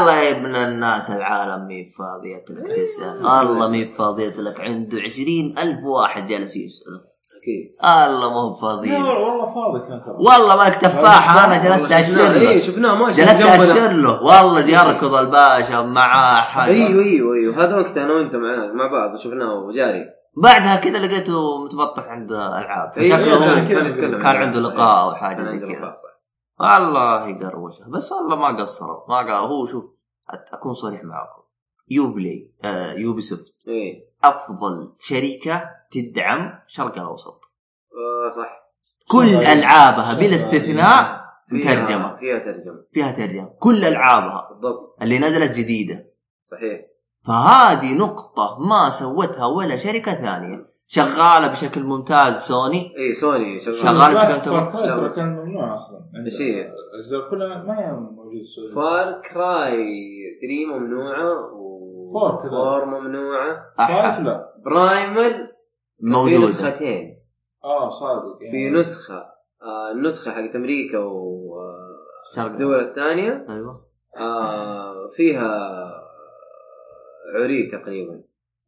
Speaker 1: الله يا ابن الناس العالم مي فاضية لك
Speaker 2: إيه.
Speaker 1: تسأل الله مي فاضية لك عنده عشرين ألف واحد جالس يسأل
Speaker 2: اكيد
Speaker 1: الله ما هو
Speaker 4: لا
Speaker 1: فاضي
Speaker 4: والله فاضي كان ترى
Speaker 1: والله مالك تفاحة أنا جلست أشر
Speaker 2: اي
Speaker 1: له
Speaker 2: شفناها ماشي
Speaker 1: جلست
Speaker 2: جنبنا.
Speaker 1: أشر له والله يركض الباشا معاه حاجة
Speaker 2: ايوه ايوه ايوه هذا وقت انا وانت معاك مع بعض شفناه وجاري
Speaker 1: بعدها كذا لقيته متبطح عند ألعاب
Speaker 2: أيوة،
Speaker 1: شكله
Speaker 2: عشان
Speaker 1: هو
Speaker 4: كان-
Speaker 2: كذا
Speaker 4: كان
Speaker 2: نتكلم
Speaker 1: كان
Speaker 2: عنه.
Speaker 1: عنده
Speaker 2: صحيح.
Speaker 1: لقاء أو حاجة
Speaker 2: كان
Speaker 1: زي
Speaker 2: عنده
Speaker 1: كذا
Speaker 2: لقاء صح
Speaker 1: والله قروشه بس والله ما قصرت ما قال هو شوف أت- اكون صريح معاكم يوبلي آه يوبي سوفت
Speaker 2: اي
Speaker 1: افضل شركه تدعم الشرق الاوسط
Speaker 2: آه صح
Speaker 1: كل
Speaker 4: والله.
Speaker 1: العابها
Speaker 4: والله.
Speaker 1: بلا استثناء
Speaker 2: فيها-
Speaker 1: مترجمه
Speaker 2: فيها ترجمه
Speaker 1: فيها ترجمه كل العابها
Speaker 2: بالضبط
Speaker 1: اللي نزلت جديده
Speaker 2: صحيح
Speaker 1: فهذه نقطه ما سوتها ولا شركه ثانيه شغاله بشكل ممتاز سوني
Speaker 2: اي سوني إيه، شغال
Speaker 1: شغال.
Speaker 4: فار-
Speaker 1: كان تبع-
Speaker 4: فار كراي
Speaker 2: لا،
Speaker 4: ترى
Speaker 2: بس-
Speaker 4: كان ممنوع اصلا عند-
Speaker 2: إيش هي؟
Speaker 4: الاجزاء كلها ما هي موجوده السعوديه
Speaker 2: فار كراي 3 ممنوعه و
Speaker 4: فور كذا.
Speaker 2: فور ممنوعه
Speaker 4: فايف لا
Speaker 2: برايمل في
Speaker 1: موجوده
Speaker 2: نسختين
Speaker 4: اه صادق
Speaker 2: في
Speaker 4: يعني
Speaker 2: نسخه آه النسخه حقت آه، امريكا
Speaker 1: شرق.
Speaker 2: والدول الثانيه
Speaker 1: ايوه
Speaker 2: آه فيها عري تقريبا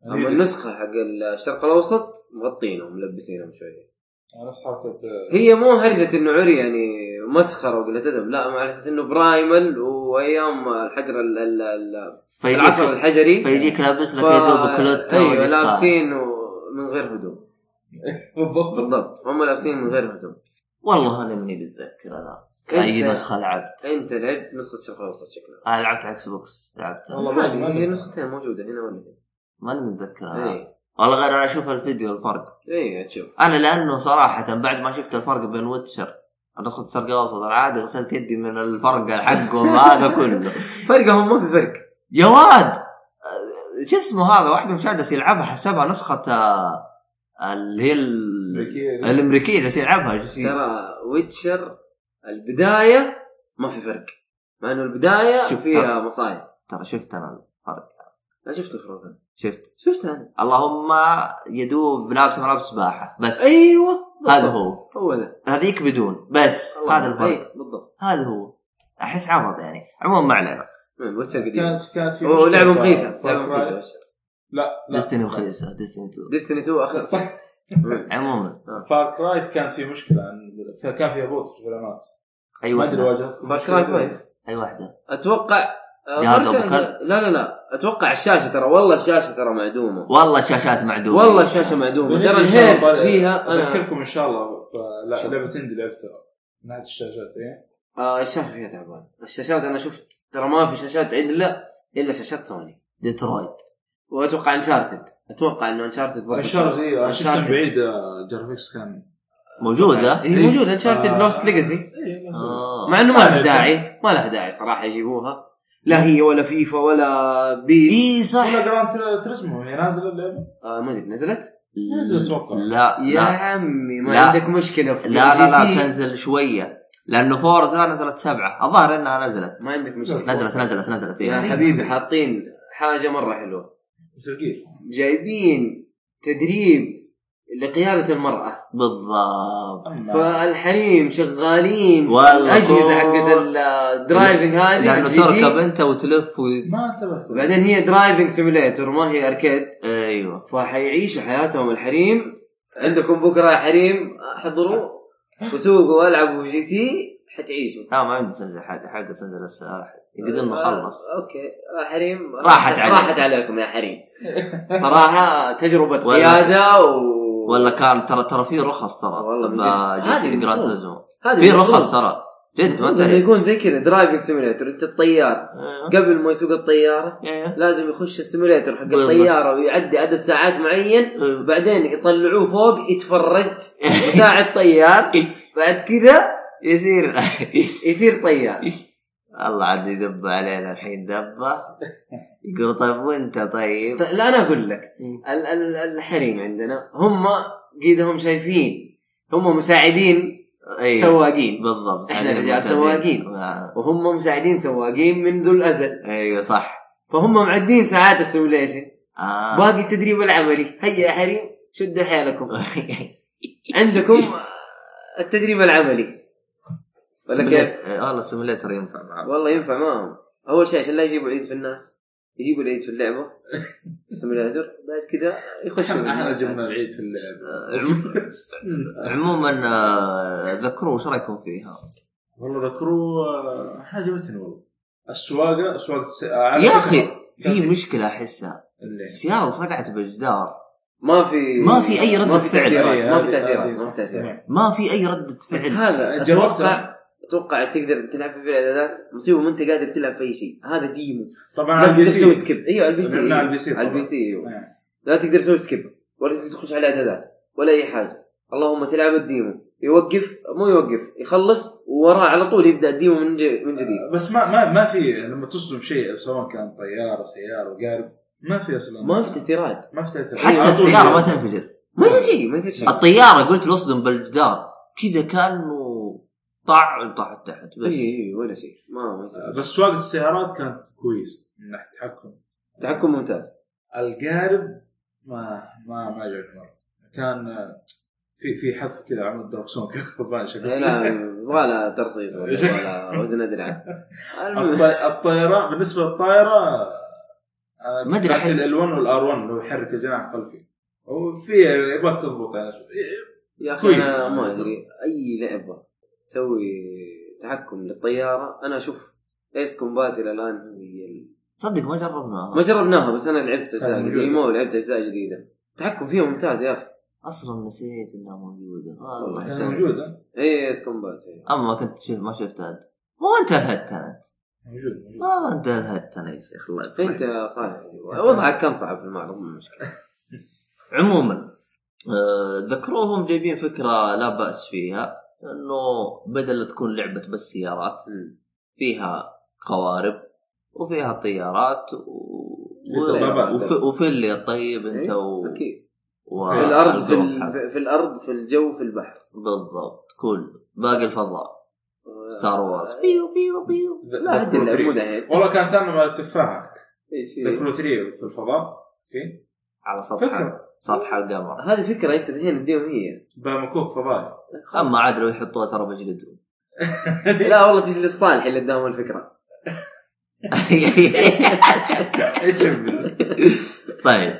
Speaker 2: اما
Speaker 4: أمريكا.
Speaker 2: النسخه حق الشرق الاوسط مغطينهم ملبسينهم شويه
Speaker 4: نفس حركه آه،
Speaker 2: هي مو هرجه انه عري يعني مسخره وقله ادب لا مع اساس انه برايمل وايام الحجر ال- ال- ال- العصر
Speaker 1: فيجيك
Speaker 2: الحجري
Speaker 1: فيجيك لابس لك
Speaker 2: ف-
Speaker 1: يا دوب كلوتا
Speaker 2: ايوه
Speaker 1: وجبتها.
Speaker 2: لابسين و- من غير هدوم
Speaker 4: بالضبط
Speaker 2: بالضبط هم لابسين من غير هدوم
Speaker 1: والله انا مني بتذكر انا اي
Speaker 2: أنت-
Speaker 1: نسخه لعبت
Speaker 2: انت لعبت نسخه الشرق الاوسط شكلها
Speaker 1: انا لعبت على اكس بوكس لعبتها
Speaker 4: والله ما أدري، ما
Speaker 2: هذه هي
Speaker 4: أدري.
Speaker 2: نسختين موجوده هنا ولا
Speaker 1: ماني متذكرها
Speaker 2: هنا
Speaker 1: والله غير انا اشوف الفيديو الفرق
Speaker 2: اي إيه، تشوف
Speaker 1: انا لانه صراحه بعد ما شفت الفرق بين ويتشر نسخة الشرق الاوسط العادي غسلت يدي من الفرق حقهم هذا كله
Speaker 2: فرقهم ما في فرق
Speaker 1: يا واد آه، شو اسمه هذا واحد مش جالس يلعبها حسبها نسخة آه، اللي هي ال-
Speaker 4: أمريكية دي.
Speaker 1: الامريكية جالس يلعبها جالس ي-
Speaker 2: ترى ويتشر البدايه ما في فرق مع انه البدايه
Speaker 1: شوف،
Speaker 2: فيها
Speaker 1: ترى-
Speaker 2: مصايب
Speaker 1: ترى شفت انا الفرق
Speaker 2: لا شفت فروضا
Speaker 1: شفت
Speaker 2: شفتها انا
Speaker 1: اللهم يدوب لابس ملابس سباحة بس
Speaker 2: ايوه
Speaker 1: هذا
Speaker 2: بالضبط.
Speaker 1: هو
Speaker 2: هو ذا
Speaker 1: هذيك بدون بس
Speaker 2: الله
Speaker 1: هذا
Speaker 2: يرحمه.
Speaker 1: الفرق
Speaker 2: إيه، بالضبط
Speaker 1: هذا هو احس عبط يعني عموما ما علينا
Speaker 2: مم، ويتشر قديم
Speaker 4: كانت كانت في
Speaker 2: هو لعبه
Speaker 4: مشكلة
Speaker 2: مخيسه
Speaker 4: فار
Speaker 2: لعبه
Speaker 4: كراي.
Speaker 2: مخيسه ويتشر.
Speaker 4: لا لا
Speaker 1: ديستني رخيصه ديستني 2
Speaker 2: ديستني 2 اخذ
Speaker 4: صح
Speaker 1: عموما
Speaker 2: آه.
Speaker 4: فار كراي كان في مشكله عن- كان فيها بوت في العلامات
Speaker 1: اي
Speaker 4: ما ادري
Speaker 1: واحده
Speaker 4: واجهتكم
Speaker 2: فار كراي
Speaker 4: مشكلة؟
Speaker 2: 5
Speaker 1: اي واحده
Speaker 2: اتوقع آه،
Speaker 1: جهاز
Speaker 2: مركز-
Speaker 1: أبو كلب.
Speaker 2: لا لا لا اتوقع الشاشه ترى والله الشاشه ترى معدومه
Speaker 1: والله الشاشات معدومه
Speaker 2: والله الشاشه معدومه
Speaker 4: بنجي
Speaker 2: ترى
Speaker 4: إن شاء الله
Speaker 2: الهيرتز فيها انا
Speaker 4: اذكركم ان شاء الله ف- لا- لعبه اندي لعبتها من ناحيه الشاشات ايه
Speaker 2: آه الشاشه فيها تعبان الشاشات انا شفت ترى ما في شاشات عدله الا شاشات سوني
Speaker 1: ديترويت
Speaker 2: واتوقع انشارتد اتوقع انه انشارتد برضه
Speaker 4: الشارج إيه، انا شفتها من
Speaker 2: Uncharted.
Speaker 4: بعيد آه، الجرافيكس كان
Speaker 1: موجوده
Speaker 2: هي
Speaker 4: إيه.
Speaker 2: موجوده انشارتد لوست ليجاسي
Speaker 4: اي
Speaker 1: آه.
Speaker 2: مع انه ما
Speaker 4: إيه، آه،
Speaker 2: لها
Speaker 4: جد.
Speaker 2: داعي ما لها داعي صراحه يجيبوها لا هي ولا فيفا ولا بيس
Speaker 1: اي صح
Speaker 4: ولا جراند تريزمو هي نازله اللعبه
Speaker 2: آه ما ادري نزلت
Speaker 4: نزل أتوقع.
Speaker 1: لا
Speaker 2: يا
Speaker 1: لا
Speaker 2: عمي ما
Speaker 1: لا.
Speaker 2: عندك مشكله في
Speaker 1: لا لا, لا
Speaker 2: GTA.
Speaker 1: تنزل شويه لانه فورزا نزلت سبعه الظاهر انها نزلت
Speaker 2: ما عندك مشكله
Speaker 1: نزلت نزلت نزلت
Speaker 2: يا
Speaker 1: إيه.
Speaker 2: حبيبي حاطين حاجه مره حلوه
Speaker 4: مثل جير
Speaker 2: جايبين تدريب لقياده المراه
Speaker 1: بالضبط
Speaker 2: فالحريم شغالين
Speaker 1: والله
Speaker 2: الاجهزه
Speaker 1: كل-
Speaker 2: حقت الدرايفنج هذه
Speaker 1: لانه
Speaker 2: الجي دي.
Speaker 1: تركب انت وتلف و...
Speaker 4: ما انتبهت
Speaker 2: بعدين هي درايفنج سيميليتر ما هي اركيد
Speaker 1: ايوه
Speaker 2: فحيعيشوا حياتهم الحريم عندكم بكره يا حريم احضروا وسوقوا والعبوا جي تي حتعيشوا
Speaker 1: لا ما عندي تنزل حاجه حاجه تنزل السلاح يقدر ما خلص
Speaker 2: آه، اوكي آه، حريم
Speaker 1: راحت عليكم.
Speaker 2: راحت عليكم يا حريم صراحه تجربه
Speaker 1: ولا-
Speaker 2: قياده و
Speaker 1: ولا كان ترى ترى في رخص ترى
Speaker 2: والله من جد. هذه
Speaker 1: جد جراند
Speaker 2: المفروض.
Speaker 1: تزمو
Speaker 2: هذه
Speaker 1: في
Speaker 2: المفروض-
Speaker 1: رخص ترى جد ما
Speaker 2: المفروض إنه
Speaker 1: تعرف
Speaker 2: يكون زي كذا درايفنج سيميليتر انت الطيار
Speaker 1: إيه.
Speaker 2: قبل ما يسوق الطياره
Speaker 1: إيه.
Speaker 2: لازم يخش السيميليتر حق
Speaker 1: بالضبط.
Speaker 2: الطياره ويعدي عدد ساعات معين وبعدين يطلعوه فوق يتفرج مساعد طيار بعد كذا
Speaker 1: يصير
Speaker 2: يصير طيار
Speaker 1: الله عاد يدب علينا الحين دبه يقول طيب وانت طيب
Speaker 2: ط- لا انا اقول لك
Speaker 1: مم.
Speaker 2: ال- ال- الحريم عندنا هم قيد هم شايفين هم مساعدين
Speaker 1: أيوه.
Speaker 2: سواقين
Speaker 1: بالضبط
Speaker 2: إحنا
Speaker 1: يعني
Speaker 2: رجال
Speaker 1: معتادين.
Speaker 2: سواقين.
Speaker 1: آه.
Speaker 2: وهم مساعدين سواقين منذ الازل
Speaker 1: ايوه صح
Speaker 2: فهم معدين ساعات السيموليشن
Speaker 1: آه.
Speaker 2: باقي التدريب العملي هيا يا حريم شدوا حيلكم عندكم التدريب العملي ولا كيف؟
Speaker 1: سيميليت- إيه، والله السيميليتر ينفع معه
Speaker 2: والله ينفع معهم اول شيء عشان لا يجيبوا العيد في الناس يجيبوا العيد في اللعبه السيموليتر بعد كذا يخشوا
Speaker 4: احنا
Speaker 2: بالناس.
Speaker 4: جبنا العيد في اللعبه
Speaker 1: عموما آه، ذكروا وش رايكم فيها؟
Speaker 4: والله آه، ذكروه عجبتني والله السواقه السواقه الس... آه، على
Speaker 1: يا
Speaker 4: فكرة-
Speaker 1: اخي في مشكله احسها
Speaker 4: اللي-
Speaker 1: السياره صقعت بجدار
Speaker 2: ما في
Speaker 1: ما في أي ردة
Speaker 2: ما في
Speaker 1: فعل.
Speaker 2: تأثيرات
Speaker 4: أي،
Speaker 2: ما في
Speaker 4: هذه-
Speaker 2: تأثيرات
Speaker 4: هذه
Speaker 2: ما في
Speaker 4: أيوة، صح.
Speaker 2: تأثيرات
Speaker 1: ما في اي رده
Speaker 2: بس
Speaker 1: فعل
Speaker 2: هذا
Speaker 4: جاوبت
Speaker 2: اتوقع اتوقع تقدر تلعب في الاعدادات مصيبه ما انت قادر تلعب في اي شيء هذا ديمو
Speaker 4: طبعا
Speaker 2: ما
Speaker 4: على
Speaker 2: تقدر
Speaker 4: البي
Speaker 2: تسوي
Speaker 4: سي
Speaker 2: سكيب ايوه على البي سي
Speaker 4: لا،
Speaker 2: أيوة.
Speaker 4: على البي سي
Speaker 2: على البي
Speaker 4: طبعاً.
Speaker 2: سي أيوة.
Speaker 4: إيه.
Speaker 2: لا تقدر تسوي سكيب ولا تقدر تخش على اعدادات ولا اي حاجه اللهم تلعب الديمو يوقف مو يوقف يخلص ووراه على طول يبدا الديمو من ج- من جديد
Speaker 4: بس ما ما ما في لما تصدم شيء سواء كان طياره سياره وقارب ما في اصلا
Speaker 2: ما في تأثيرات
Speaker 4: ما في تاثير
Speaker 1: حتى السياره ما تنفجر
Speaker 2: أيوه. ما يصير شيء ما يصير شيء
Speaker 1: الطياره قلت لصدم بالجدار كذا كانه طع طاح تحت
Speaker 2: اي
Speaker 1: بس
Speaker 2: اي ولا شيء ما ما يصير
Speaker 4: بس سواقه السيارات كانت كويس من ناحيه التحكم
Speaker 2: تحكم ممتاز
Speaker 4: القارب ما ما ما عجبني مره كان آه، في في حذف كذا عمل الدركسون كذا خربان شكله
Speaker 2: لا ولا ترصيص ولا ولا وزن ادرع المهم
Speaker 4: الطي- الطائره بالنسبه للطائره أنا
Speaker 1: ما أدري،
Speaker 4: كنت ناسي
Speaker 1: أحس-
Speaker 4: ال1 والار1 اللي هو يحرك الجناح خلفي وفي يبغاك تضبط يعني شو-
Speaker 2: يا اخي
Speaker 4: كويس.
Speaker 2: انا ما ادري اي لعبه تسوي تحكم للطياره انا اشوف ايس كومبات الى الان هي
Speaker 1: صدق ما جربناها
Speaker 2: ما جربناها بس انا لعبت اجزاء
Speaker 4: كان موجود.
Speaker 2: قديمه ولعبت اجزاء جديده التحكم فيها ممتاز يا اخي
Speaker 1: اصلا نسيت انها موجوده
Speaker 2: والله.
Speaker 1: والله
Speaker 4: كان موجود ها؟
Speaker 2: اي ايس إيه، كومبات إي.
Speaker 1: اما كنت شوف ما شفتها انت مو انت الهت انا
Speaker 4: موجود موجود
Speaker 1: ما انت الهت انا يا شيخ الله
Speaker 2: انت
Speaker 1: يسلمك
Speaker 2: يا صالح يعني. وضعك كان صعب في المعرض مو مشكله
Speaker 1: عموما آه، ذكروهم جايبين فكره لا باس فيها انه بدل تكون لعبه بس سيارات فيها قوارب وفيها طيارات و...
Speaker 4: في
Speaker 1: و-
Speaker 4: سبابات.
Speaker 1: وف... وفل الطيب انت طيب و...
Speaker 2: اكيد
Speaker 1: و...
Speaker 2: في الارض في,
Speaker 1: الجو حق.
Speaker 2: ال... في الارض في الجو في البحر
Speaker 1: بالضبط كل باقي الفضاء ستار وورز بيو بيو بيو
Speaker 4: ذ-
Speaker 2: آه، أيوة، لا
Speaker 4: ذكروا
Speaker 2: عدل مو
Speaker 4: ثري.
Speaker 2: دحين
Speaker 4: والله كان سالنا مال التفاحه
Speaker 2: ايش
Speaker 1: إيه.
Speaker 2: في؟
Speaker 4: ذكروا 3 في الفضاء في
Speaker 1: على سطح
Speaker 4: فكره
Speaker 1: سطح القمر
Speaker 2: هذه فكره انت الحين تديهم هي
Speaker 4: بامكوك فضائي
Speaker 1: اما عاد لو يحطوها ترى بجلدهم
Speaker 2: لا والله تجلس صالح اللي اداهم الفكره
Speaker 4: ايش بالله؟
Speaker 1: طيب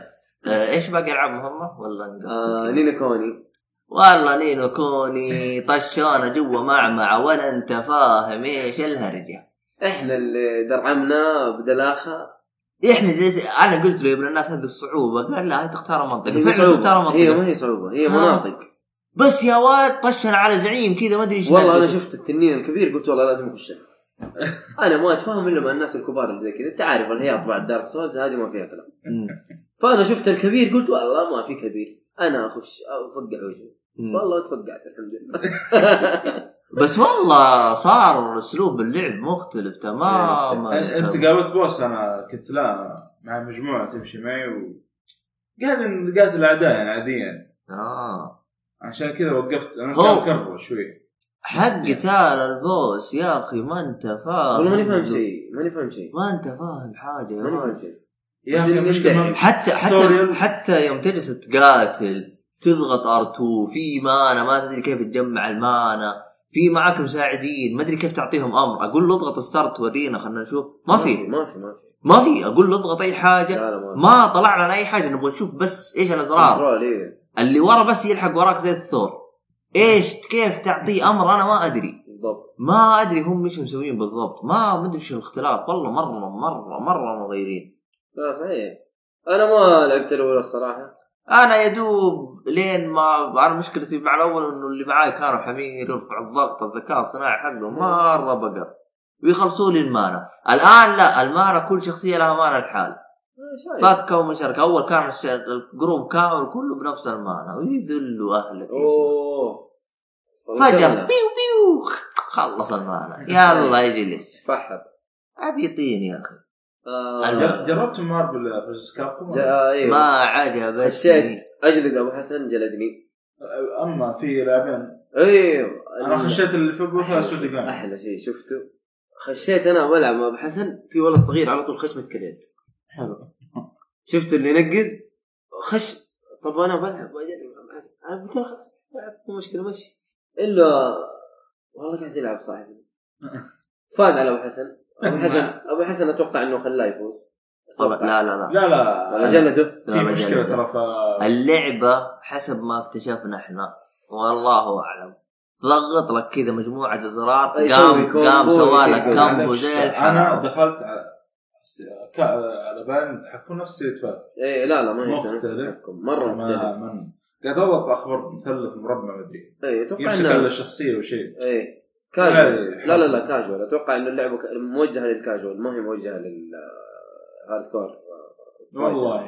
Speaker 1: آه، ايش باقي العاب مهمه ولا نقفل
Speaker 2: آه
Speaker 1: كذا؟
Speaker 2: نينا كوني
Speaker 1: والله نينو كوني طشانه جوا معمعه ولا انت فاهم ايش الهرجه
Speaker 2: احنا اللي درعمنا بدلاخه
Speaker 1: احنا جلس انا قلت لابن الناس هذه الصعوبه قال لا هي تختار منطقه
Speaker 2: هي
Speaker 1: فعلا
Speaker 2: صعوبة.
Speaker 1: تختار
Speaker 2: هي ما
Speaker 1: منطقه
Speaker 2: هي صعوبه هي
Speaker 1: آه.
Speaker 2: مناطق
Speaker 1: بس يا واد طشر على زعيم كذا ما ادري ايش
Speaker 2: والله انا
Speaker 1: نبته.
Speaker 2: شفت التنين الكبير قلت والله لازم اخشه انا ما اتفاهم الا مع الناس الكبار اللي زي كذا انت عارف الهياط بعد دارك سولز هذه ما فيها كلام
Speaker 1: مم.
Speaker 2: فانا شفت الكبير قلت والله ما في كبير انا اخش افقع وجهي
Speaker 1: مم. طيب.
Speaker 2: والله تفقعت الحمد لله
Speaker 1: بس والله صار اسلوب اللعب مختلف تماما
Speaker 2: إيه،
Speaker 4: أن- انت يعني قابلت بوس انا كنت لا مع مجموعه تمشي معي و قاعد نقاتل الاعداء يعني عاديا
Speaker 1: آه.
Speaker 4: عشان كذا وقفت انا
Speaker 1: هو-
Speaker 4: كان كرر شوي
Speaker 1: حق قتال البوس يا اخي ما انت فاهم
Speaker 2: والله ماني فاهم شيء ماني فاهم شيء
Speaker 1: ما انت فاهم حاجه يا
Speaker 2: ماني
Speaker 1: راجل
Speaker 2: فاهم شيء
Speaker 4: يا
Speaker 2: بس
Speaker 4: اخي المشكله
Speaker 2: ننتهي.
Speaker 1: حتى حتى
Speaker 4: Tutorial.
Speaker 1: حتى يوم تجلس تقاتل تضغط ار2 في مانا ما تدري كيف تجمع المانا في معاك مساعدين ما ادري كيف تعطيهم امر اقول له اضغط ستارت تورينا خلينا نشوف ما في
Speaker 2: ما في ما في
Speaker 1: ما في اقول له اضغط اي حاجه
Speaker 2: لا لا ما في
Speaker 1: ما طلع لنا اي حاجه نبغى نشوف بس ايش الازرار
Speaker 2: كنترول ايه
Speaker 1: اللي ورا بس يلحق وراك زي الثور ايش كيف تعطيه امر انا ما ادري
Speaker 2: بالضبط
Speaker 1: ما ادري هم ايش مسويين بالضبط ما ما ادري ايش الاختلاف والله مره مره مره مغيرين
Speaker 2: لا صحيح انا ما لعبت الاولى الصراحه
Speaker 1: انا يدوب لين ما انا مشكلتي مع الاول انه اللي معاي كانوا حمير يرفع الضغط الذكاء الصناعي حقهم مره بقر ويخلصوا لي المانا الان لا المانا كل شخصيه لها مانا الحال
Speaker 2: آه، شايف.
Speaker 1: فكوا من شركه اول كان الش- الجروب كامل كله بنفس المانا ويذلوا اهلك يا شيخ.
Speaker 2: اوه والله
Speaker 1: فجاه بيو
Speaker 2: شغلة.
Speaker 1: بيو خلص المانا يلا يجلس
Speaker 2: فحط
Speaker 1: عبيطين يا اخي
Speaker 2: آه،
Speaker 1: الجر-
Speaker 4: جر- جربت مارفل فيرسس كابكوم
Speaker 2: جاء ايوه
Speaker 1: ما عجبتني
Speaker 2: خشيت اجلد ابو حسن جلدني
Speaker 4: اما في لاعبين
Speaker 2: ايوه
Speaker 4: انا خشيت اللي في بوث
Speaker 2: أحلى
Speaker 4: اسود
Speaker 2: شيء-
Speaker 4: دقائق
Speaker 2: احلى شيء شفته خشيت انا بلعب مع ابو حسن في ولد صغير على طول خش مسك اليد
Speaker 4: حلو
Speaker 2: شفت اللي ينقز خش طب انا بلعب وأجري مع أبو حسن. انا قلت له خلاص بلعب، مو مشكله مشي الا والله قاعد يلعب صاحبي فاز على ابو حسن ابو حسن ابو حسن اتوقع انه خلاه يفوز
Speaker 1: طبعا لا لا لا
Speaker 4: لا لا
Speaker 2: ولا جلده
Speaker 1: لا،
Speaker 4: في
Speaker 1: ما
Speaker 4: مشكله
Speaker 1: جلد.
Speaker 4: ترى ف
Speaker 1: اللعبة حسب ما اكتشفنا احنا والله اعلم ضغط لك كذا مجموعة زرار قام
Speaker 2: أي سوي كومبو،
Speaker 1: قام سوى لك
Speaker 2: يسوي
Speaker 1: كامبو
Speaker 4: معلش،
Speaker 1: زي
Speaker 4: انا
Speaker 1: الحلاوة
Speaker 4: دخلت على كا- على بان تحكم نفس ستريت فايتر
Speaker 2: ايه لا لا ما يقدر
Speaker 4: مختلف.
Speaker 2: يتحكم مره مختلف
Speaker 4: ما- من- قاعد اضغط اخضر مثلث مربع مدري
Speaker 2: ايه اتوقع
Speaker 4: يمسك
Speaker 2: انه
Speaker 4: الا الشخصيه وشيء
Speaker 2: ايه
Speaker 4: عادي.
Speaker 2: كاجوال لا لا لا كاجوال اتوقع انه اللعبه ك- موجهه للكاجوال ما هي آه، موجهه للهارد كور
Speaker 4: والله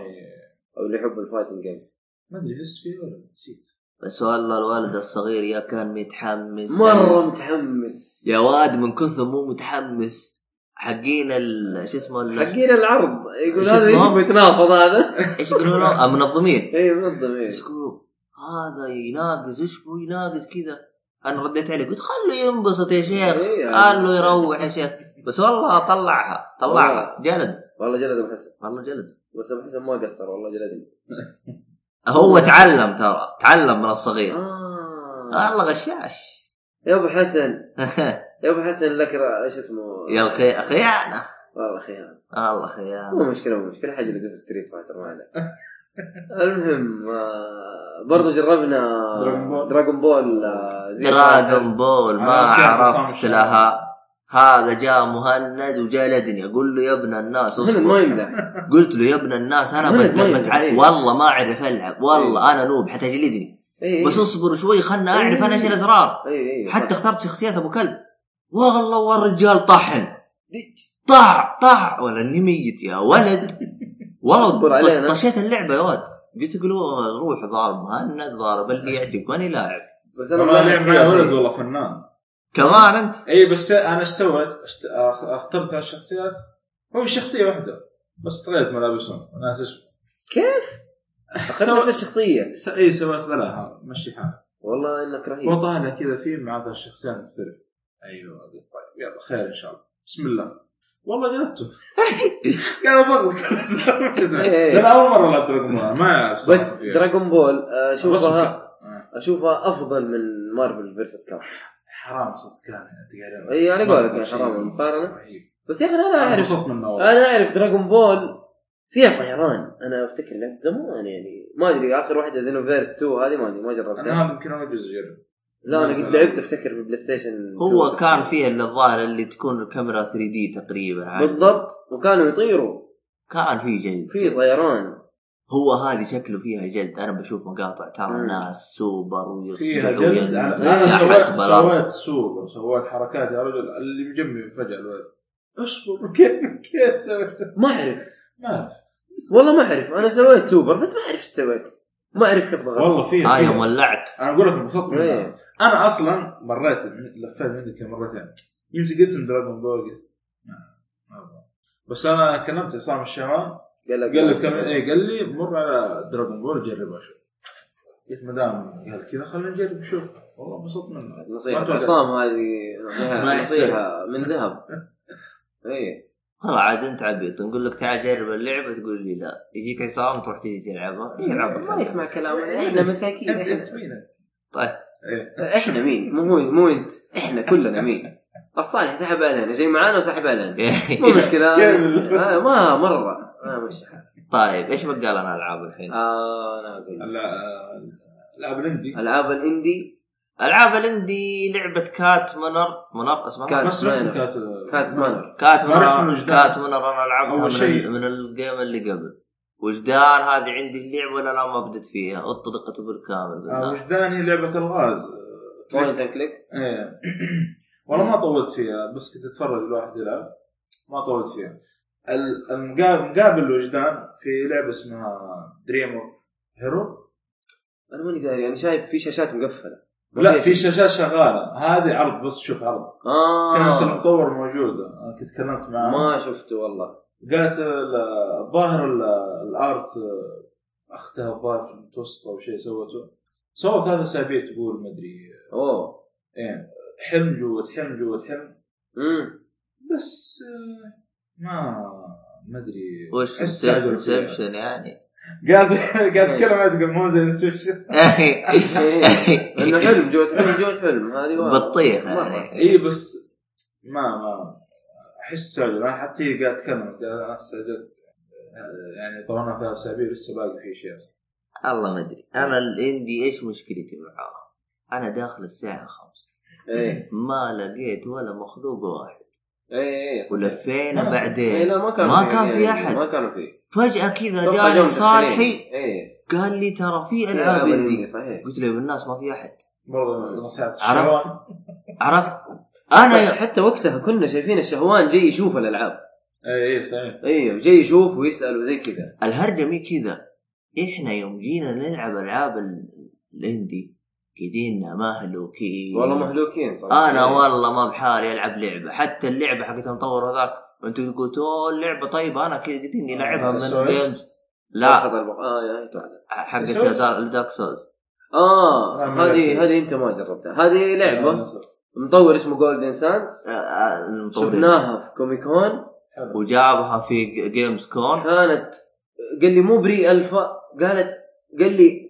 Speaker 2: او اللي يحب الفايتنج جيمز
Speaker 4: ما ادري احس فيه ولا نسيت
Speaker 1: بس والله الولد الصغير يا كان متحمس
Speaker 2: مره متحمس
Speaker 1: يا واد من كثر مو متحمس حقين ال- شو اسمه ال-
Speaker 2: حقين العرض يقول
Speaker 1: إيش
Speaker 2: هذا
Speaker 1: اسمه؟
Speaker 2: ايش بيتنافض هذا
Speaker 1: ايش يقولوا له؟ المنظمين
Speaker 2: اي منظم ايه
Speaker 1: بس يقولوا هذا يناقز ايش هو يناقز كذا انا رديت عليه قلت خله ينبسط يا شيخ
Speaker 2: إيه يعني.
Speaker 1: خله يروح يا شيخ بس والله طلعها طلعها جلد
Speaker 2: والله جلد ابو حسن
Speaker 1: والله جلد
Speaker 2: بس ابو حسن ما قصر والله جلدني
Speaker 1: هو تعلم ترى تعلم من الصغير
Speaker 2: آه.
Speaker 1: والله غشاش
Speaker 2: يا ابو حسن يا ابو حسن لك را- ايش اسمه
Speaker 1: يا الخي خيانه
Speaker 2: والله خيانه
Speaker 1: والله خيانه
Speaker 2: مو مشكله مو مشكله حاجه في ستريت فايتر ما عليك المهم آه، برضو جربنا
Speaker 4: دراغون بول.
Speaker 2: دراغون بول آه، زي
Speaker 1: دراغون بول ما
Speaker 4: أنا نسيت أسامة
Speaker 1: عرفت
Speaker 4: شنو.
Speaker 1: لها هذا جاء مهند وجلدني اقول له يا ابن الناس
Speaker 2: فايتر. هند ما يمزح
Speaker 1: قلت له يا ابن الناس انا
Speaker 2: مهند
Speaker 1: بت-
Speaker 2: مهند،
Speaker 1: بتع-
Speaker 2: إيه.
Speaker 1: والله ما اعرف العب والله انا نوب حتجلدني
Speaker 2: إيه،
Speaker 1: بس
Speaker 2: إيه.
Speaker 1: اصبر شوي خلنا اعرف
Speaker 2: إيه.
Speaker 1: انا ايش الازرار
Speaker 2: إيه، إيه،
Speaker 1: حتى
Speaker 2: صح.
Speaker 1: اخترت شخصيات ابو كلب والله والرجال طحن طع طع ولا اني ميت يا ولد
Speaker 2: اصبر
Speaker 1: والله
Speaker 2: علينا.
Speaker 1: طش- طشيت اللعبه يا ولد قلت له روح ضارب مهند ضارب اللي يعجبك ماني لاعب
Speaker 2: بس انا
Speaker 4: انا
Speaker 2: ما
Speaker 4: ما لعب
Speaker 2: لعب
Speaker 4: معي
Speaker 2: فيها
Speaker 4: ولد
Speaker 2: شيء.
Speaker 4: والله فنان
Speaker 1: كمان انت
Speaker 4: اي بس انا ايش سويت؟ اشت- أخ- اخترت ثلاث شخصيات هو شخصيه واحده بس تغيرت ملابسهم ناس اسمه
Speaker 2: كيف؟ اخذت نفس الشخصيه
Speaker 4: س- اي سويت بلاها مشي حالها
Speaker 2: والله انك رهيب
Speaker 4: وطها لها كذا في مع ذا الشخصيه المختلفه ايوه قلت طيب يلا خير ان شاء الله بسم الله والله جلدته قال بغض كل
Speaker 2: إيه.
Speaker 4: انا اول مره العب دراجون بول ما اعرف صراحة
Speaker 2: بس
Speaker 4: فيها.
Speaker 2: دراغون بول آه، اشوفها
Speaker 4: رسمك. آه.
Speaker 2: اشوفها افضل من مارفل فيرسس كاب
Speaker 4: حرام صدق كان تقريبا
Speaker 2: إيه، على قولك
Speaker 4: مرة
Speaker 2: يا حرام
Speaker 4: شيء
Speaker 2: المقارنة.
Speaker 4: رهيب.
Speaker 2: بس يا اخي انا
Speaker 4: انا
Speaker 2: اعرف
Speaker 4: انبسطت منه والله
Speaker 2: انا اعرف دراغون بول فيها طيران انا افتكر لعبت زمان يعني ما ادري اخر واحده زينوفيرس 2 هذه ما ادري ما
Speaker 4: انا
Speaker 2: جربتها
Speaker 4: هذا يمكن اول جزء اجرب
Speaker 2: لا انا قد لعبت افتكر في بلاي ستيشن
Speaker 1: هو كان فيها اللي الظاهر اللي تكون الكاميرا 3 دي تقريبا عارف؟
Speaker 2: بالضبط وكانوا يطيروا
Speaker 1: كان في جلد
Speaker 2: في طيران
Speaker 1: هو هذه شكله فيها جلد انا بشوف مقاطع ترى
Speaker 2: مم.
Speaker 1: ناس سوبر ويصيحوا
Speaker 4: فيها جلد
Speaker 1: وينزلوا.
Speaker 4: انا أنا
Speaker 1: أحمد
Speaker 4: سويت
Speaker 1: بلاط.
Speaker 4: سويت سوبر سويت حركات يا رجل اللي بجنبي فجاه الولد اصبر كيف كيف سويتها؟
Speaker 2: ما اعرف
Speaker 4: ما أعرف.
Speaker 2: والله ما اعرف انا سويت سوبر بس ما اعرف ايش سويت ما اعرف كيف ضغطت
Speaker 4: والله فيها
Speaker 1: اه
Speaker 4: فيها.
Speaker 1: يوم ولعت
Speaker 4: انا اقول لك انبسطت منها
Speaker 2: إيه.
Speaker 4: انا اصلا مريت لفيت منك مرتين يمسك اسم دراجون بول قلت ما- ما أبغى. بس انا كلمت عصام الشعران
Speaker 2: قال لك
Speaker 4: قال لي كم إيه. اي قال لي مر على دراجون بول جربها شوف قلت ما دام قال كذا خلينا نجرب شوف والله انبسطت منها ما
Speaker 2: نصيحة
Speaker 4: أتوقع.
Speaker 2: عصام هذه
Speaker 1: ما
Speaker 2: نصيحة- نصيحة من ذهب إيه. اي
Speaker 1: والله عاد انت عبيط نقول لك تعال جرب اللعبه تقول لي لا يجيك عصام تروح تيجي تلعبها إيش العبط
Speaker 2: إيه، ما يسمع كلامنا احنا مساكين
Speaker 4: انت
Speaker 2: إحنا.
Speaker 4: انت مين انت؟
Speaker 1: طيب
Speaker 4: إيه.
Speaker 2: احنا مين مو هو مو انت احنا كلنا مين الصالح سحب علينا جاي معانا وسحب علينا
Speaker 1: إيه.
Speaker 2: مو مشكلة
Speaker 4: كيف؟
Speaker 2: آه، ما مرة ما مش حال.
Speaker 1: طيب ايش بقى لنا العاب الحين؟
Speaker 2: آه، انا اقول لك.
Speaker 4: لا لا بلندي
Speaker 2: العاب الاندي
Speaker 1: العاب الاندي لعبه كات منر منر اسمها
Speaker 2: كات
Speaker 4: بس رحت
Speaker 2: مانر.
Speaker 4: كات-
Speaker 2: كاتس مانر
Speaker 1: كات
Speaker 4: ما رحت من
Speaker 1: منر
Speaker 4: وجدان.
Speaker 1: كات منر انا لعبتها
Speaker 4: أول
Speaker 1: من,
Speaker 4: شيء.
Speaker 1: ال- من الجيم اللي قبل وجدان هذه عندي اللعبه ولا لا ما بدت فيها اطلقت بالكامل
Speaker 4: آه،
Speaker 1: بالله.
Speaker 4: وجدان هي لعبه الغاز
Speaker 2: بوينت اند كليك
Speaker 4: ايه والله ما طولت فيها بس كنت اتفرج الواحد يلعب ما طولت فيها ال- المقا- مقابل الوجدان في لعبه اسمها دريم اوف هيرو
Speaker 2: انا ماني داري انا شايف في شاشات مقفلة ما
Speaker 4: لا في شاشات شغاله هذه عرض بس شوف عرض كانت
Speaker 2: اه
Speaker 4: المطور موجوده أنا كنت تكلمت معه
Speaker 2: ما شفته والله
Speaker 4: قالت ال- الظاهر ال- الارت اختها الظاهر في المتوسط او شيء سوته سووا ثلاث اسابيع تقول مدري
Speaker 2: اوه
Speaker 4: ايه حلم جوة حلم جوة حلم
Speaker 2: امم
Speaker 4: بس آه، ما ما ادري
Speaker 1: وش
Speaker 4: السالفة
Speaker 1: انسبشن يعني
Speaker 4: فيها. قاعد قاعد اتكلم عن تقول مو زي انسبشن
Speaker 2: انه إيه. حلم جوة حلم جوة حلم هذه واضحة.
Speaker 1: بطيخ
Speaker 2: مرة.
Speaker 1: يعني
Speaker 4: اي بس ما ما احس سجل انا حتى هي قاعد اتكلم قاعد انا سجلت آه، يعني طلعنا ثلاث اسابيع لسه باقي في شيء اصلا
Speaker 1: الله ما ادري
Speaker 2: إيه.
Speaker 1: انا الاندي ايش مشكلتي معاها؟ انا داخل الساعه 5
Speaker 2: ايه
Speaker 1: ما لقيت ولا مخلوق واحد
Speaker 2: ايه ايه صح.
Speaker 1: ولفينا
Speaker 4: ما-
Speaker 2: إيه،
Speaker 1: بعدين
Speaker 2: لا ما كان
Speaker 1: ما كان في
Speaker 2: يعني،
Speaker 1: أحد.
Speaker 2: ما كانوا في
Speaker 1: فجاه كذا
Speaker 2: توقع
Speaker 1: جاني
Speaker 2: جوهم
Speaker 1: صالحي
Speaker 2: تفكيرين. ايه
Speaker 1: قال لي ترى
Speaker 2: إيه،
Speaker 1: في العاب
Speaker 2: العاب الاندي
Speaker 1: اندي
Speaker 2: صحيح
Speaker 1: قلت له بالناس ما في احد
Speaker 4: برضه نصيحه
Speaker 1: عرفت.
Speaker 4: الشباب
Speaker 1: عرفت انا
Speaker 2: حتى وقتها كنا شايفين الشهوان جاي يشوف الالعاب
Speaker 4: اي اي صحيح
Speaker 2: ايوه جاي يشوف ويسال وزي كذا
Speaker 1: الهرجه مي كذا احنا يوم جينا نلعب العاب ال- الاندي قدينا مهلوكين
Speaker 2: والله مهلوكين صراحه
Speaker 1: انا إيه. والله ما بحالي العب لعبه حتى اللعبه حقت المطور هذاك انتم قلتوا اللعبه طيبه انا كذا قد اني
Speaker 2: آه،
Speaker 1: لعبها من
Speaker 4: سويس.
Speaker 1: جيمز لا
Speaker 2: فقط البق- اه يا توعد.
Speaker 1: حقت
Speaker 4: سويس.
Speaker 1: دارك سولز
Speaker 2: اه
Speaker 4: أنا ما آه،
Speaker 2: هذه
Speaker 4: لعبتها.
Speaker 2: هذه انت ما جربتها هذه لعبه
Speaker 4: نصر.
Speaker 2: مطور اسمه جولدن ساندز
Speaker 1: آه، المطورين
Speaker 2: شفناها في كوميك كون
Speaker 4: حلو.
Speaker 1: وجابها في جيمز كون
Speaker 2: كانت قال لي مو بري الفا قالت قال لي